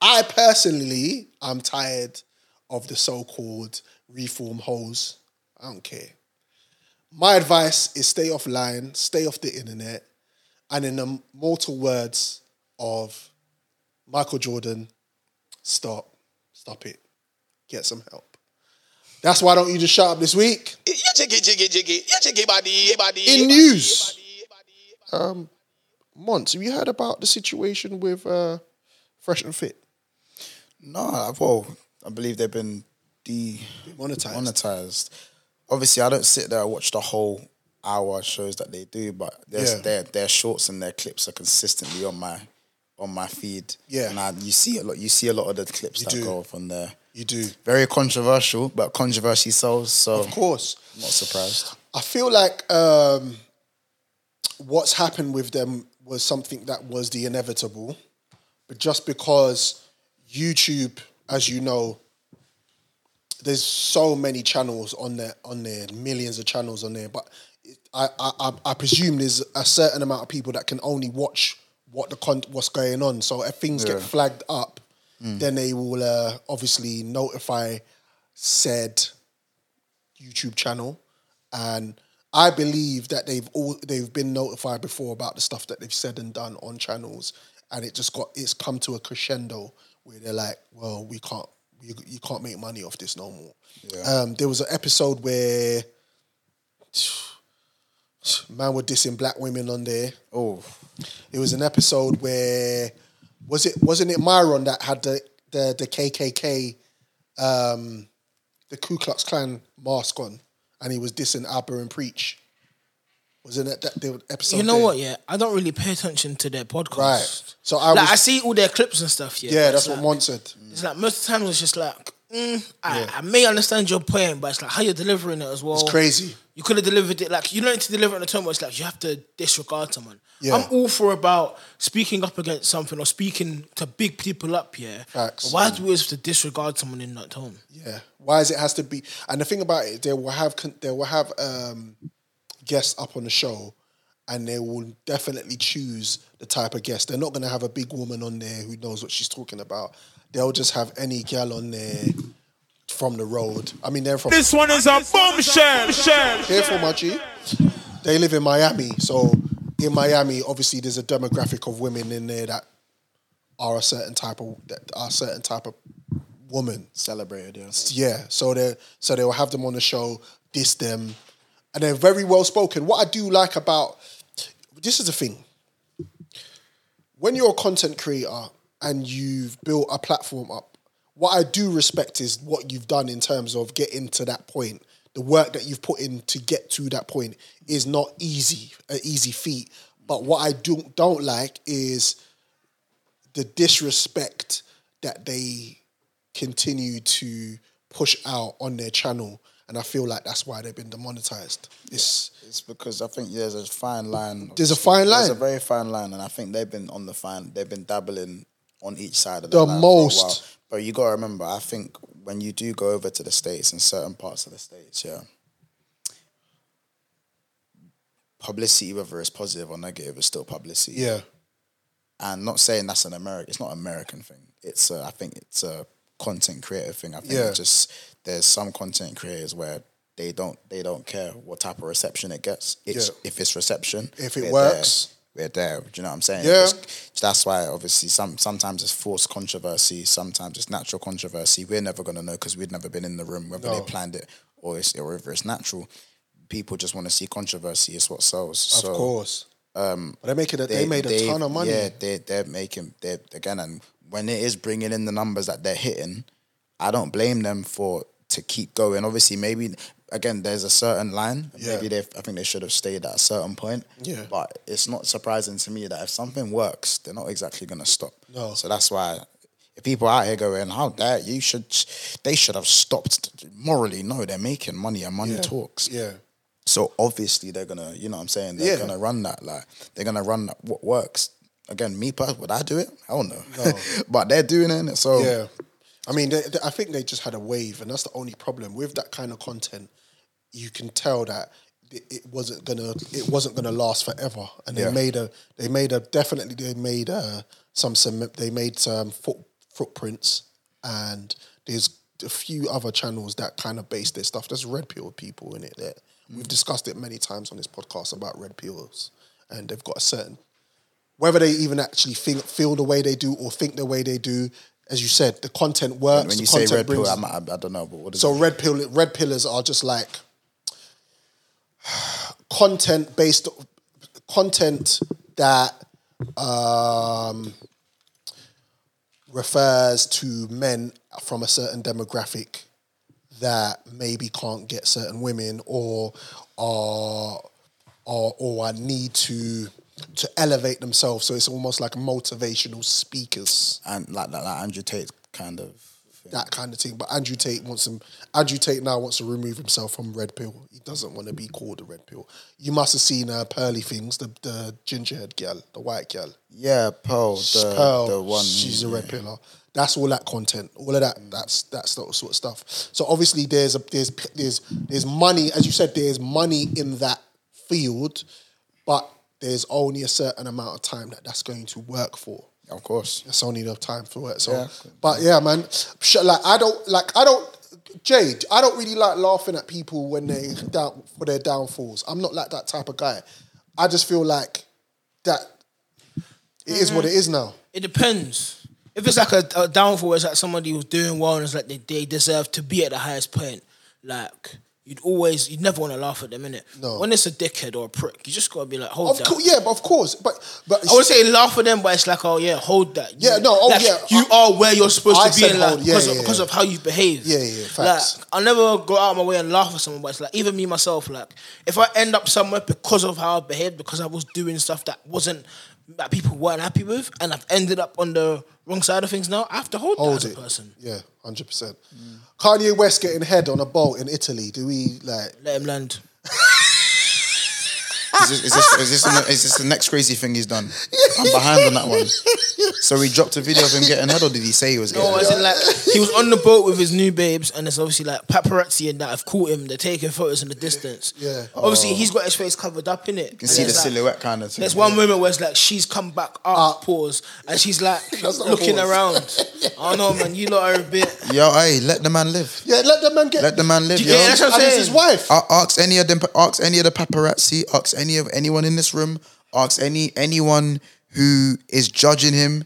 S1: I personally, I'm tired of the so-called reform hoes. I don't care. My advice is stay offline, stay off the internet, and in the mortal words of Michael Jordan, stop, stop it, get some help. That's why don't you just shut up this week? In news, um, Monts, have you heard about the situation with uh, Fresh and Fit?
S14: No, I- well, I believe they've been de- monetized. Obviously, I don't sit there and watch the whole hour shows that they do, but there's,
S1: Yeah.
S14: their their shorts and their clips are consistently on my on my feed.
S1: Yeah.
S14: and I, you see a lot. You see a lot of the clips
S1: You
S14: that
S1: do.
S14: go off on there.
S1: You do.
S14: Very controversial, but controversy sells. So
S1: Of course.
S14: I'm not surprised.
S1: I feel like um, what's happened with them was something that was the inevitable, but just because YouTube, as you know, there's so many channels on there, on there, millions of channels on there, but it- I, I, I- I presume there's a certain amount of people that can only watch what the con- what's going on. So if things get
S14: Yeah.
S1: flagged up,
S14: Mm.
S1: then they will uh, obviously notify said YouTube channel, and I believe that they've all they've been notified before about the stuff that they've said and done on channels, and it just got it's come to a crescendo where they're like, well, we can't you, you can't make money off this no more. Um, there was an episode where man were dissing black women on there.
S14: Oh,
S1: it was an episode where was it wasn't it Myron that had the the the KKK, um, the Ku Klux Klan mask on, and he was dissing Abba and Preach. Wasn't it that the episode?
S4: you know
S1: there?
S4: what? Yeah, I don't really pay attention to their podcast.
S1: Right. So I
S4: like,
S1: was-
S4: I see all their clips and stuff. Yeah,
S1: Yeah,
S4: but
S1: that's
S4: it's
S1: what
S4: like-
S1: Mon said.
S4: It's like most of the times it's just like, mm, I, I may understand your point, but it's like how you're delivering it as well.
S1: It's crazy.
S4: You could have delivered it like you don't need to deliver it in a tone where it's like you have to disregard someone.
S1: Yeah.
S4: I'm all for about speaking up against something or speaking to big people up here.
S1: Facts.
S4: But why do we have to disregard someone in that tone?
S1: Yeah. Why is it has to be? And the thing about it, they will have con- they will have um, guests up on the show, and they will definitely choose the type of guest. They're not going to have a big woman on there who knows what she's talking about. They'll just have any gal on there from the road. I mean, they're from
S10: This one is a bombshell.
S1: Careful, my G. They live in Miami, so in Miami, obviously, there's a demographic of women in there that are a certain type of that are a certain type of woman
S14: celebrated. Yeah,
S1: yeah. So they so they will have them on the show, diss them, and they're very well spoken. What I do like about this is the thing. When you're a content creator and you've built a platform up, what I do respect is what you've done in terms of getting to that point. The work that you've put in to get to that point is not easy, an easy feat. But what I do, don't like is the disrespect that they continue to push out on their channel. And I feel like that's why they've been demonetized. It's
S14: It's because I think there's a fine line.
S1: There's a fine
S14: There's
S1: line.
S14: a very fine line, and I think they've been on the fine. They've been dabbling on each side of
S1: The
S14: that line for a
S1: most.
S14: while. But you gotta remember, I think when you do go over to the states and certain parts of the states, yeah, publicity, whether it's positive or negative, is still publicity.
S1: Yeah.
S14: and not saying that's an American. It's not an American thing. It's a, I think it's a content creator thing. I think
S1: Yeah.
S14: it's just there's some content creators where they don't they don't care what type of reception it gets. It's
S1: Yeah.
S14: if it's reception,
S1: If it
S14: we're
S1: works.
S14: there, we're there. Do you know what I'm saying?
S1: Yeah.
S14: It's- that's why obviously some sometimes it's forced controversy, sometimes it's natural controversy. We're never gonna know because we've never been in the room whether
S1: No.
S14: they planned it
S3: or it's or whether it's natural. People just want to see controversy. It's what sells.
S1: Of
S3: so,
S1: course.
S3: Um,
S1: But they're making a- they made a ton of money.
S3: Yeah, they they're making they again, and when it is bringing in the numbers that they're hitting, I don't blame them for to keep going. Obviously, maybe again, there's a certain line.
S1: Yeah.
S3: Maybe they I think they should have stayed at a certain point.
S1: Yeah.
S3: But it's not surprising to me that if something works, they're not exactly gonna stop.
S1: No.
S3: So that's why if people out here going, how dare you should they should have stopped morally. No, they're making money and money
S1: Yeah.
S3: talks.
S1: Yeah.
S3: So obviously they're gonna, you know what I'm saying? They're
S1: Yeah.
S3: gonna run that. Like they're gonna run that, what works. Again, me personally, would I do it? Hell no.
S1: No.
S3: but they're doing it. So
S1: yeah, I mean, they, they- I think they just had a wave, and that's the only problem with that kind of content. You can tell that it, it wasn't gonna it wasn't gonna last forever, and they
S3: Yeah.
S1: made a they made a definitely they made uh some some they made some foot, footprints, and there's a few other channels that kind of base their stuff. There's red pill people in it. That
S3: Mm.
S1: we've discussed it many times on this podcast about red pills, and they've got a certain whether they even actually think, feel the way they do or think the way they do, as you said, the content works.
S3: when, when you
S1: the
S3: say
S1: content
S3: red pill,
S1: brings,
S3: I'm, I, I don't know, but what is
S1: so
S3: it?
S1: red pill, red pillars are just like content based content that um, refers to men from a certain demographic that maybe can't get certain women or are or or I need to to elevate themselves. So it's almost like motivational speakers
S3: and like that like Andrew Tate kind of
S1: that kind of thing. But Andrew Tate wants him. Andrew Tate now wants to remove himself from red pill. He doesn't want to be called a red pill. You must have seen uh, Pearly things, the the ginger head girl, the white girl.
S3: Yeah, Pearl, the,
S1: Pearl,
S3: the one
S1: oh, She's a red pillar. That's all that content. All of that. That's that's that sort of stuff. So obviously there's a there's there's there's money, as you said, there's money in that field, but there's only a certain amount of time that that's going to work for.
S3: Of course,
S1: that's only enough time for it. So,
S3: Yeah.
S1: but yeah, man, sh- like I don't like I don't. Jay, I don't really like laughing at people when they down for their downfalls. I'm not like that type of guy. I just feel like that it is what it is now.
S4: It depends. If it's like a, a downfall, it's like somebody who's doing well and it's like they, they deserve to be at the highest point. Like you'd always, you'd never want to laugh at them innit?
S1: No.
S4: When it's a dickhead or a prick, you just gotta be like, hold
S1: Of
S4: that.
S1: course, yeah, but of course, but but
S4: I would say laugh at them, but it's like, oh yeah, hold that.
S1: Yeah, no, oh,
S4: Like,
S1: yeah.
S4: You are where you're supposed
S1: I
S4: to be
S1: said
S4: in life
S1: hold, yeah,
S4: because,
S1: yeah,
S4: of, because
S1: yeah.
S4: of how you behave.
S1: Yeah, yeah, facts.
S4: Like, I never go out of my way and laugh at someone, but it's like even me myself, like if I end up somewhere because of how I behaved, because I was doing stuff that wasn't that people weren't happy with, and I've ended up on the wrong side of things now, I have to hold,
S1: hold
S4: that as
S1: it.
S4: a person.
S1: Yeah, hundred percent. Kanye West getting head on a boat in Italy. Do we like?
S4: Let him land.
S3: Is this, is, this, is, this the, is this the next crazy thing he's done? I'm behind on that one. So he dropped a video of him getting head, or did he say he was getting
S1: Oh,
S4: No,
S3: head?
S4: as in like he was on the boat with his new babes, and it's obviously like paparazzi and that have caught him. They're taking photos in the distance.
S3: Yeah.
S4: Obviously,
S3: Oh.
S4: he's got his face covered up in it.
S3: You can see the silhouette kind of.
S4: There's one moment where it's like she's come back up, pause, and she's like
S1: not a
S4: looking
S1: pause.
S4: around. I don't know, man. You lot are a bit.
S3: Yo, hey, let the man live.
S1: Yeah, let the man get.
S3: Let the man Oh, live.
S4: Yeah,
S3: yo.
S4: that's what I'm
S1: And it's
S4: saying.
S1: his wife.
S3: A- ask any of them. Ask any of the paparazzi. Ask any of anyone in this room. Ask any anyone who is judging him.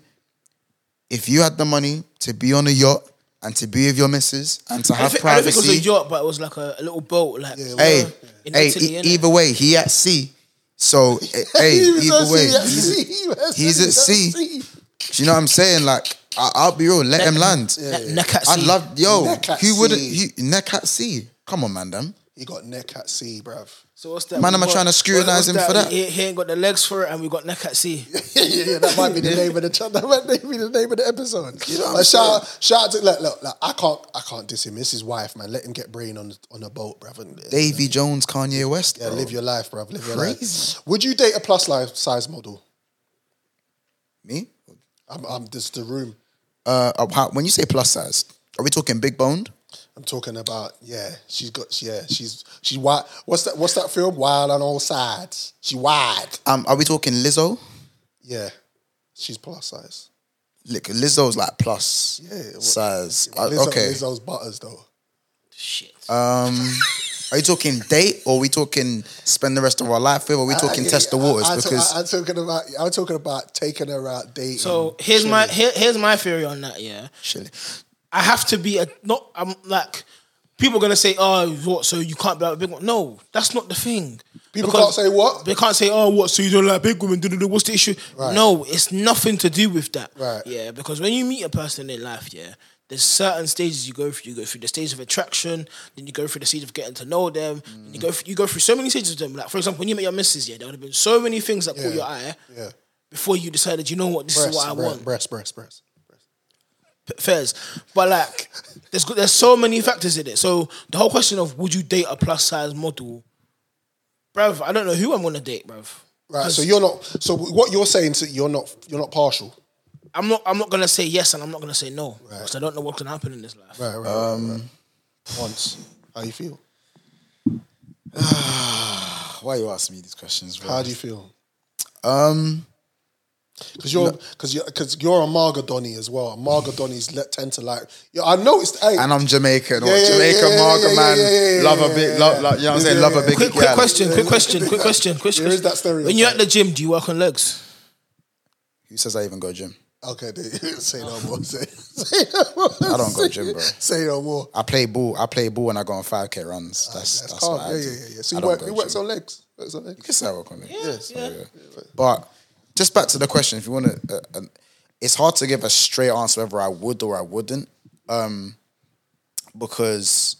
S3: If you had the money to be on a yacht and to be with your missus and to
S4: I don't
S3: have
S4: think, I don't think it was a
S3: privacy,
S4: yacht, but it was like a, a little boat, like
S3: hey,
S4: in
S3: hey,
S4: Italy,
S3: e-
S4: innit?
S3: either way, he at sea. So eh, hey,
S1: He was
S3: either
S1: at
S3: way,
S1: sea, at
S3: he's,
S1: sea, he was
S3: he's at sea. Do you know what I'm saying? Like, I, I'll be real. Let him land.
S1: yeah, yeah.
S4: Neck at
S3: I'd
S4: sea.
S3: love, yo,
S1: Neck at
S3: who wouldn't?
S1: sea.
S3: He, neck at sea. Come on, man, damn.
S1: He got neck at sea, bruv.
S4: So what's that?
S3: Man,
S4: We
S3: am I
S4: got-
S3: trying to scrutinize
S4: what's
S3: him for that?
S4: He, he ain't got the legs for it, and we got neck at sea.
S1: yeah, yeah, yeah. That might be the name of the ch- that might be the name of the episode. But shout, out, shout out to look, look, look, I can't, I can't diss him. It's his wife, man. Let him get brain on on a boat, bruv. and-
S3: Davy Jones, Kanye West.
S1: yeah,
S3: bro.
S1: live your life, bruv. Live your
S3: Crazy.
S1: life. Would you date a plus life size model?
S3: Me?
S1: I'm, I'm just the room.
S3: Uh, uh, how- when you say plus size, are we talking big boned?
S1: I'm talking about yeah. She's got yeah. She's she wide. What's that? What's that film? Wild on all sides. She wide.
S3: Um, are we talking Lizzo?
S1: Yeah, she's plus size.
S3: Look, Lizzo's like plus
S1: Yeah, well,
S3: size. Uh,
S1: Lizzo,
S3: okay.
S1: Lizzo's butters though.
S3: Um, are you talking date or are we talking spend the rest of our life with? Or are we talking test the waters?
S1: I, I,
S3: because
S1: I, am talking about I'm talking about taking her out dating.
S4: So here's my here, here's my theory on that. Yeah,
S3: Surely.
S4: I have to be a not. I'm like people are gonna say, "Oh, what? So you can't be like a big one?" No, that's not the thing.
S1: People can't say what?
S4: They can't say, "Oh, what? So you don't like big women?" duh-duh-duh, What's the issue?
S1: Right.
S4: No, it's nothing to do with that.
S1: Right.
S4: Yeah, because when you meet a person in life, yeah, there's certain stages you go through. You go through the stage of attraction, then you go through the stage of getting to know them. Then you go through, you go through so many stages of them. Like for example, when you met your missus, yeah, there would have been so many things that caught your eye
S1: Yeah.
S4: before you decided, you know what, this is
S1: Breast,
S4: what I
S1: breast,
S4: want.
S1: Breast, breast, breast.
S4: P- Fairs, but like, there's go- there's so many factors in it. So the whole question of would you date a plus size model, bruv? I don't know who I'm gonna date, bruv.
S1: Right. So you're not. So what you're saying is that you're not. You're not partial.
S4: I'm not. I'm not gonna say yes, and I'm not gonna say no because I don't know what's gonna happen in this life.
S1: Right. Right. Um, Once. How you feel?
S3: Why you asking me these questions? bro?
S1: How do you feel?
S3: Um,
S1: Because you're
S3: No.
S1: because you're because you're a Marga Donny as well. Marga Donnies let tend to like. Yeah, I noticed. Hey,
S3: and I'm Jamaican.
S1: Yeah,
S3: or
S1: yeah,
S3: Jamaican,
S1: yeah, yeah,
S3: Marga
S1: yeah,
S3: man.
S1: yeah, yeah, yeah,
S3: love
S1: yeah,
S3: a big,
S1: yeah,
S3: love,
S1: yeah.
S3: like, you know what
S1: Yeah,
S3: I'm saying?
S1: yeah,
S3: love
S1: yeah.
S3: a big
S1: Quick-
S4: Quick
S3: gal.
S4: question. Quick question. Quick question. Quick
S1: There
S4: question.
S1: is that stereotype.
S4: When you're at the gym, do you work on legs?
S3: Who says I even go gym?
S1: Okay, they, say no more. Say, say no more.
S3: I don't go gym, bro.
S1: Say no more.
S3: I play ball. I play ball and I go on five k runs. That's that's,
S1: Ah, calm.
S3: what I
S1: Yeah,
S3: do.
S1: yeah, yeah, yeah. So
S3: I
S1: you
S3: don't
S1: work-
S3: go
S1: you works on legs. Works on legs. You
S3: can say I work on legs.
S1: Yes.
S3: But just back to the question, if you want to, uh, um, it's hard to give a straight answer whether I would or I wouldn't, um, because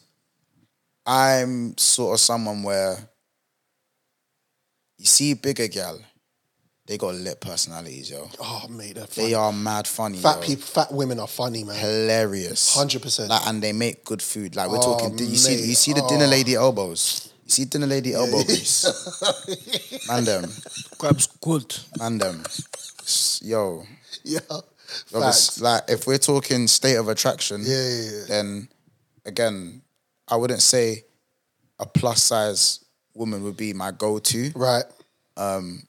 S3: I'm sort of someone where you see bigger gal, they got lit personalities, yo.
S1: Oh, mate, they're
S3: They
S1: funny.
S3: are mad funny.
S1: Fat
S3: yo.
S1: people, fat women are funny, man.
S3: hilarious,
S1: Hundred percent.
S3: Like, and they make good food. Like we're
S1: Oh,
S3: talking, you see,
S1: mate,
S3: you see the dinner
S1: oh.
S3: lady elbows. You see dinner lady elbow grease. Man them.
S4: Grabs good.
S3: Man them. S- um, Yo.
S1: Yeah.
S3: Yo, this- Like if we're talking state of attraction,
S1: Yeah, yeah, yeah.
S3: then again, I wouldn't say a plus size woman would be my go to.
S1: Right.
S3: Um,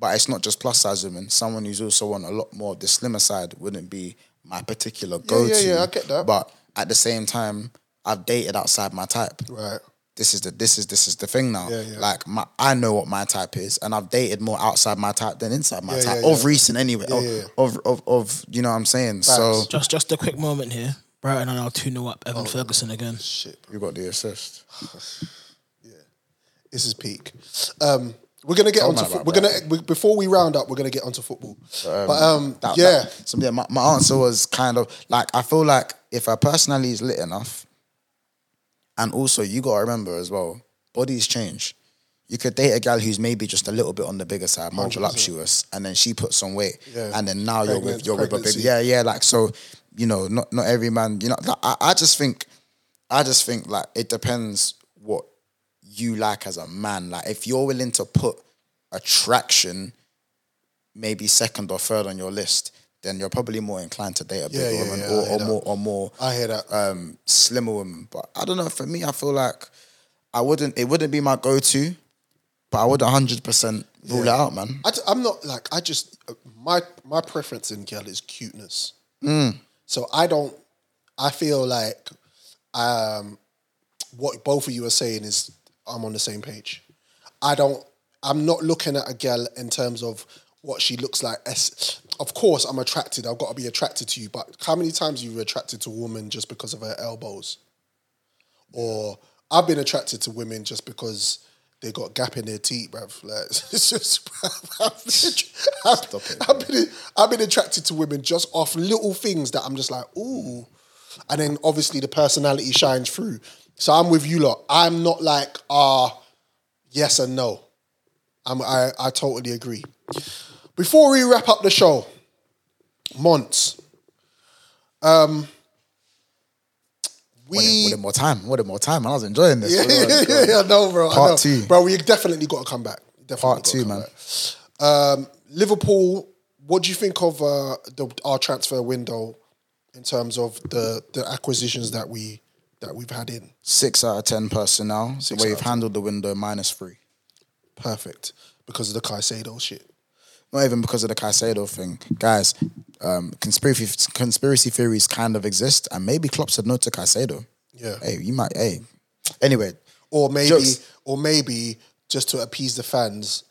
S3: but it's not just plus size women. Someone who's also on a lot more of the slimmer side wouldn't be my particular
S1: Yeah,
S3: go
S1: yeah,
S3: to.
S1: yeah, I get that.
S3: But at the same time, I've dated outside my type
S1: Right.
S3: this is the this is this is the thing now.
S1: Yeah, yeah.
S3: Like my, I know what my type is, and I've dated more outside my type than inside my
S4: Yeah,
S3: type
S4: yeah,
S3: of
S4: yeah.
S3: recent anyway.
S4: Yeah,
S3: of,
S4: yeah, yeah.
S3: of of of you know what I'm saying. So
S4: just just a quick moment here. Brighton and I'll 2 0 up
S1: Oh.
S4: Evan Ferguson again.
S1: Shit.
S3: you got the assist.
S1: This is peak. Um, we're gonna get
S3: Don't
S1: onto
S3: mind
S1: fo-
S3: about
S1: we're gonna we, before we round up. We're gonna get onto football. but um,
S3: that-
S1: yeah,
S3: that- so yeah, my, my answer was kind of like I feel like if her personality is lit enough, and also you gotta remember as well, bodies change. You could date a gal who's maybe just a little bit on the bigger side, more
S1: 100%.
S3: voluptuous, and then she puts on weight,
S1: Yeah.
S3: and then now you're
S1: Pregnant-
S3: with you're with a big
S1: pregnancy.
S3: yeah yeah like so you know not not every man you know like, I I just think I just think like it depends what you like as a man like if you're willing to put attraction maybe second or third on your list, then you're probably more inclined to date a
S1: Yeah,
S3: bigger
S1: yeah,
S3: woman
S1: yeah, I
S3: or,
S1: hear
S3: or
S1: that.
S3: more or more
S1: I hear that.
S3: um, slimmer woman. But I don't know. For me, I feel like I wouldn't. It wouldn't be my go-to, but I would 100 percent rule it out, man.
S1: I, am not like I just my my preference in girl is cuteness.
S3: Mm.
S1: So I don't. I feel like um, what both of you are saying is I'm on the same page. I don't. I'm not looking at a girl in terms of what she looks like. As, of course, I'm attracted. I've got to be attracted to you. But how many times you were attracted to a woman just because of her elbows? Or I've been attracted to women just because they got gap in their teeth, bruv. Like it's just, bruv, I've, been, I've, been I've been attracted to women just off little things that I'm just like, ooh. And then obviously the personality shines through. So I'm with you lot. I'm not like, ah, yes and no. I'm, I, I totally agree. Before we wrap up the show, Monts. Um,
S3: We wanted more time. Wanted more time. I was enjoying this.
S1: yeah,
S3: Wanted more
S1: yeah,
S3: time.
S1: yeah, yeah, I know, bro. I
S3: Part
S1: know.
S3: two.
S1: bro. We definitely got to come back. Definitely
S3: Part
S1: gotta
S3: two,
S1: come
S3: man.
S1: back. Um, Liverpool. What do you think of uh, the, our transfer window in terms of the the acquisitions that we that we've had in?
S3: Six out of ten personnel. The
S1: Six
S3: way
S1: out
S3: you've
S1: of
S3: handled the window, minus three.
S1: Perfect because of the Caicedo shit.
S3: Not even because of the Caicedo thing, guys. Um, conspiracy conspiracy theories kind of exist, and maybe Klopp said no to Caicedo.
S1: Yeah.
S3: Hey, you might. Hey, anyway,
S1: Or maybe,
S3: Jokes.
S1: or maybe just to appease the fans.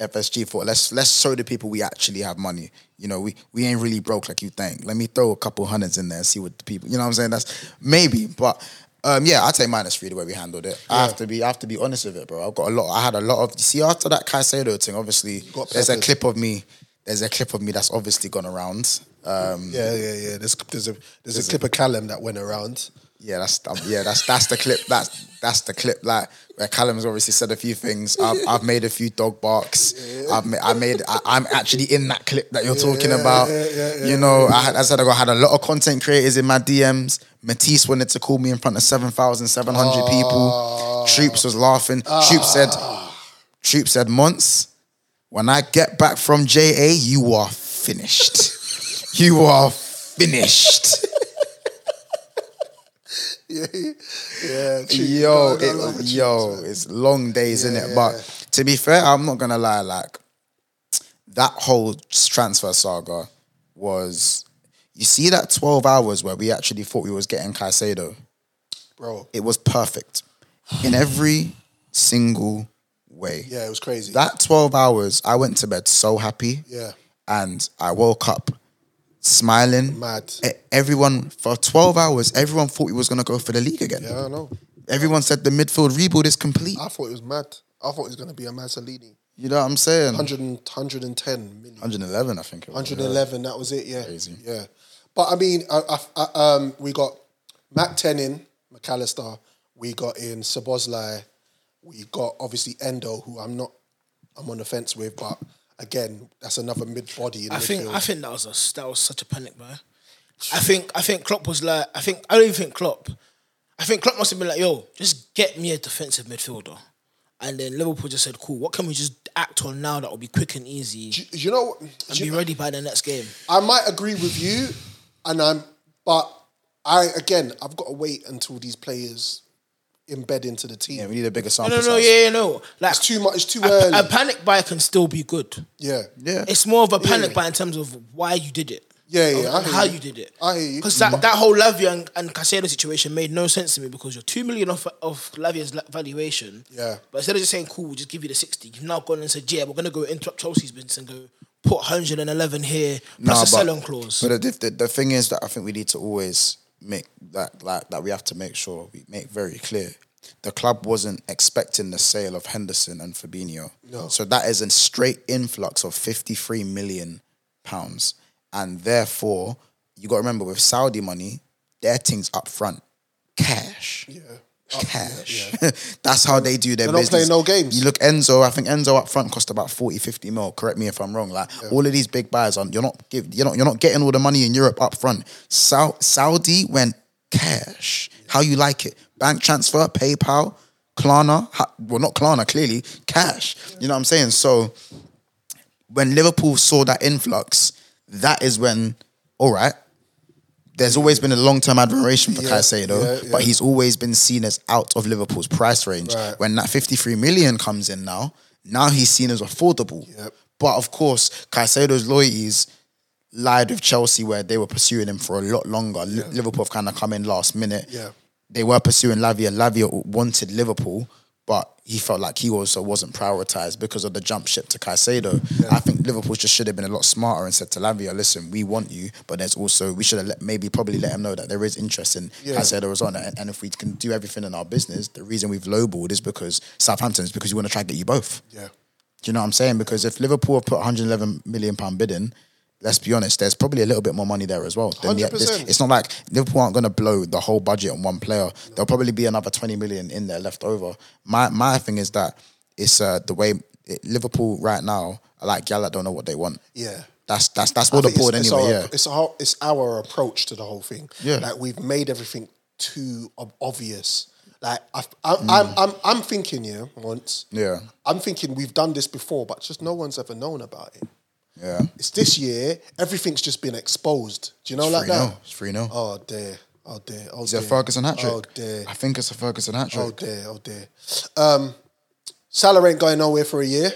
S3: FSG thought let's let's show the people we actually have money. You know, we we ain't really broke like you think. Let me throw a couple hundreds in there and see what the people. You know what I'm saying? That's maybe, but Um, yeah, I'd say minus three the way we handled it. I have to be, I have to be honest with it, bro. I've got a lot. I had a lot of. You see, after that Caicedo thing, obviously,
S1: got
S3: there's a
S1: peppered.
S3: clip of me. There's a clip of me that's obviously gone around. Um,
S1: yeah, yeah, yeah. There's there's a there's, a clip of Callum that went around.
S3: Yeah, that's um, yeah, that's that's the clip. That's that's the clip. Like where Callum's obviously said a few things. I've, I've made a few dog barks. I've ma- I made. I, I'm actually in that clip that you're talking
S1: yeah,
S3: about.
S1: yeah, yeah, yeah.
S3: you know, I, had, I said I had a lot of content creators in my DMs. Matisse wanted to call me in front of seven thousand seven hundred
S1: Ah.
S3: people. Troops was laughing. Troops said, Troops said, months. When I get back from JA, you are finished. you are finished.
S1: yeah, yeah.
S3: yo, it, yo, it's long days, innit?
S1: yeah,
S3: But to be fair, I'm not gonna lie, like that whole transfer saga was you see that 12 hours where we actually thought we was getting Caicedo,
S1: bro.
S3: it was perfect in every single way.
S1: Yeah, it was crazy.
S3: That 12 hours, I went to bed so happy
S1: yeah,
S3: and I woke up smiling.
S1: Mad.
S3: E- Everyone for 12 hours, everyone thought we was gonna go for the league again.
S1: yeah. I know.
S3: Everyone said the midfield rebuild is complete.
S1: I thought it was mad. I thought it was gonna be a Mazzolini.
S3: You know what I'm saying?
S1: 100 and, 110 million.
S3: 111, I think. It was.
S1: 111. That was it. Yeah, yeah. But I mean, I, I, I, um, we got Matt Tenin, McAllister. We got in Sabozlai. We got obviously Endo, who I'm not, I'm on the fence with, but again, that's another mid body in
S4: I
S1: midfield.
S4: think I think that was us. That was such a panic, bro. I think I think Klopp was like I think I don't even think Klopp. I think Klopp must have been like, yo, just get me a defensive midfielder. And then Liverpool just said, cool, what can we just act on now that will be quick and easy
S1: Do you know,
S4: and be ready by the next game?
S1: I might agree with you, and I'm, but I again, I've got to wait until these players embed into the team.
S3: Yeah, we need a bigger
S4: No,
S3: sample
S4: no, no,
S3: size.
S4: yeah, yeah, no. Like it's
S1: too much, it's too
S4: a,
S1: early.
S4: a panic buy can still be good.
S1: Yeah,
S3: yeah.
S4: It's more of a panic
S1: Yeah.
S4: buy in terms of why you did it.
S1: Yeah, yeah,
S4: Of-
S1: I
S4: of
S1: hear
S4: how
S1: you.
S4: you did it.
S1: I hear you.
S4: Because that, that whole Lavia and, and Casado situation made no sense to me because you're two million off of Lavia's la- valuation.
S1: Yeah.
S4: But instead of just saying, cool, we'll just give you the 60, you've now gone and said, yeah, we're going to go interrupt Chelsea's business and go put 111 here plus
S3: Nah,
S4: a sell on clause.
S3: But the, the, the thing is that I think we need to always make that like that we have to make sure we make very clear. The club wasn't expecting the sale of Henderson and Fabinho.
S1: No.
S3: So that is a straight influx of 53 million pounds. And therefore, you gotta remember with Saudi money, their things up front. Cash.
S1: yeah.
S3: Cash. That's how they do their
S1: They're not
S3: business.
S1: playing no games.
S3: You look Enzo, I think Enzo up front cost about 40, 50 mil. Correct me if I'm wrong. Like all of these big buyers on you're not give, you're not you're not getting all the money in Europe up front. Sau- Saudi went cash. How you like it? Bank transfer, PayPal, Klarna, ha- well not Klarna, clearly, cash. You know what I'm saying? So when Liverpool saw that influx, that is when, all right, there's always been a long term admiration for
S1: Yeah,
S3: Caicedo,
S1: yeah,
S3: but
S1: yeah.
S3: he's always been seen as out of Liverpool's price range.
S1: Right.
S3: When that 53 million comes in now, now he's seen as affordable.
S1: Yep.
S3: But of course, Caicedo's loyalties lied with Chelsea where they were pursuing him for a lot longer. Li- Liverpool have kind of come in last minute.
S1: Yeah.
S3: They were pursuing Lavia. Lavia wanted Liverpool, but he felt like he also wasn't prioritized because of the jump ship to Caicedo. I think Liverpool just should have been a lot smarter and said to Lavia, listen, we want you, but there's also, we should have let, maybe probably let him know that there is interest in
S1: Yeah.
S3: Caicedo as well. And, and if we can do everything in our business, the reason we've lowballed is because Southampton is because we want to try and get you both.
S1: Yeah.
S3: Do you know what I'm saying? Because if Liverpool have put 111 million pound bid in, let's be honest, there's probably a little bit more money there as well. than the-
S1: 100%.
S3: it's not like Liverpool aren't going to blow the whole budget on one player. There'll probably be another 20 million in there left over. My my thing is that it's uh, the way it, Liverpool right now, are like y'all that don't know what they want.
S1: Yeah.
S3: That's that's that's
S1: I
S3: what the
S1: think
S3: board
S1: it's,
S3: anyway.
S1: It's our,
S3: yeah,
S1: it's our it's our approach to the whole thing.
S3: Yeah.
S1: like we've made everything too ob- obvious. Like I, I, I'm, I'm, I'm thinking yeah once.
S3: Mm. yeah,
S1: I'm thinking we've done this before, but just no one's ever known about it.
S3: yeah.
S1: It's this year. Everything's just been exposed. Do you know
S3: It's
S1: like
S3: three
S1: that?
S3: nil. It's three nil.
S1: Oh dear. Oh dear. Oh
S3: Is
S1: dear.
S3: it a Ferguson hat trick?
S1: Oh dear.
S3: I think it's a Ferguson hat trick.
S1: Oh dear. Oh dear. Um, Salah ain't going nowhere for a year.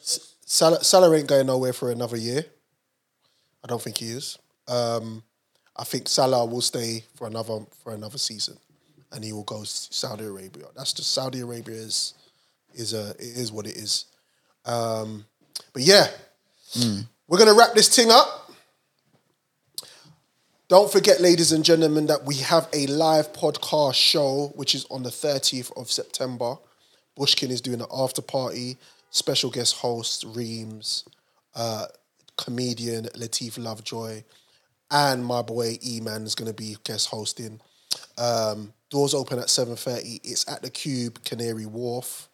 S1: S- Salah, Salah ain't going nowhere for another year. I don't think he is. Um, I think Salah will stay for another for another season, and he will go S- Saudi Arabia. That's just Saudi Arabia is is a it is what it is. Um, but yeah, we're gonna wrap this thing up. Don't forget, ladies and gentlemen, that we have a live podcast show, which is on the 30th of September. Bushkin is doing an after party, special guest host, Reams, uh, comedian Latif Lovejoy, and my boy E-Man is going to be guest hosting. Um, doors open at 7.30. It's at the Cube, Canary Wharf.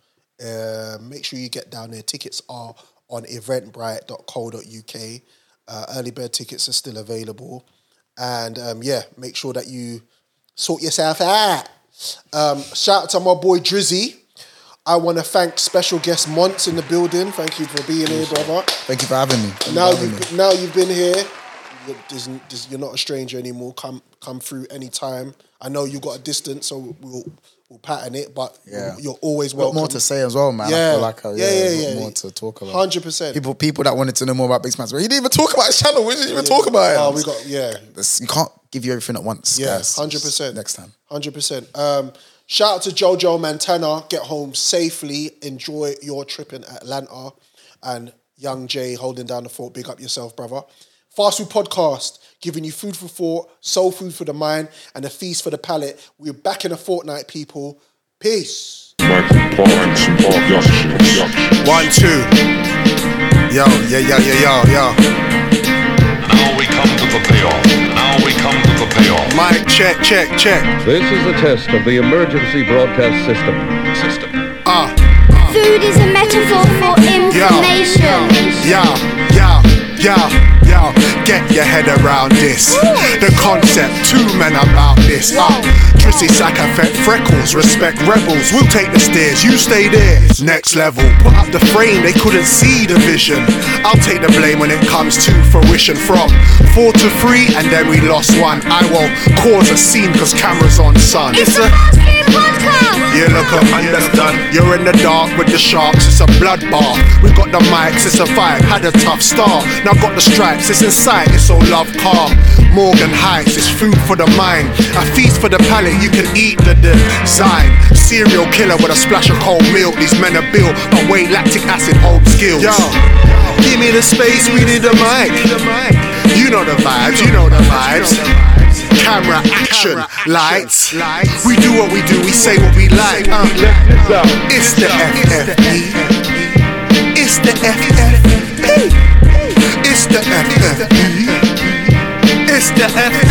S1: Uh, make sure you get down there. Tickets are on eventbrite.co.uk. Uh, early bird tickets are still available. And um, yeah, make sure that you sort yourself out. Um, shout out to my boy Drizzy. I want to thank special guest Monts in the building. Thank you for being here, brother.
S3: Thank you for having me. Thank you
S1: Now
S3: for having me.
S1: you've now you've been here. You're, there's, there's, you're not a stranger anymore. Come come through anytime. I know you got a distance, so we'll we'll pattern it. But
S3: Yeah.
S1: you're, you're always
S3: Got
S1: welcome.
S3: more to say as well, man. I feel like, uh, yeah, there's a lot more to talk about.
S1: Hundred percent.
S3: People, people that wanted to know more about Big Smash, well, you didn't even talk about his channel. We didn't even talk about it.
S1: Oh, we got yeah.
S3: This- you can't give you everything at once.
S1: Yeah,
S3: guys.
S1: hundred percent.
S3: Next time.
S1: Hundred percent. Um, shout out to Jojo Montana. Get home safely. Enjoy your trip in Atlanta. And Young Jay holding down the fort. Big up yourself, brother. Fast Food Podcast, giving you food for thought, soul food for the mind, and a feast for the palate. We're back in a fortnight, people. Peace.
S14: One, two. Yo, yo, yo, yo, yo, yo.
S17: Now we come to the payoff. Now we come to the payoff.
S14: Mic check, check, check.
S18: This is a test of the emergency broadcast system. System.
S14: Ah.
S12: Food is a metaphor for information.
S14: Yo, yo, yo, yo, get your head around this. The concept, two men about this. Uh, Trissy sack affect freckles, respect rebels. We'll take the stairs, you stay there. Next level, put up the frame, they couldn't see the vision. I'll take the blame when it comes to fruition from four to three, and then we lost one. I will cause a scene, cause cameras on, son.
S12: It's a fast food podcast.
S14: You look up, understand. You're in the dark with the sharks, it's a bloodbath. We got the mics, it's a vibe, had a tough start. Now got the stripes, it's in sight, it's all love calm. Morgan Heights, it's food for the mind. A feast for the palate, you can eat the design. Serial killer with a splash of cold milk, these men are built. But wait, lactic acid, old skills. Yo, give me the space, we need the mic. You know the vibes, you know the vibes. Camera action, lights. We do what we do, we say what we like. Uh, it's the FFE. It's the E. FFE. It's the FFE. It's the FFE.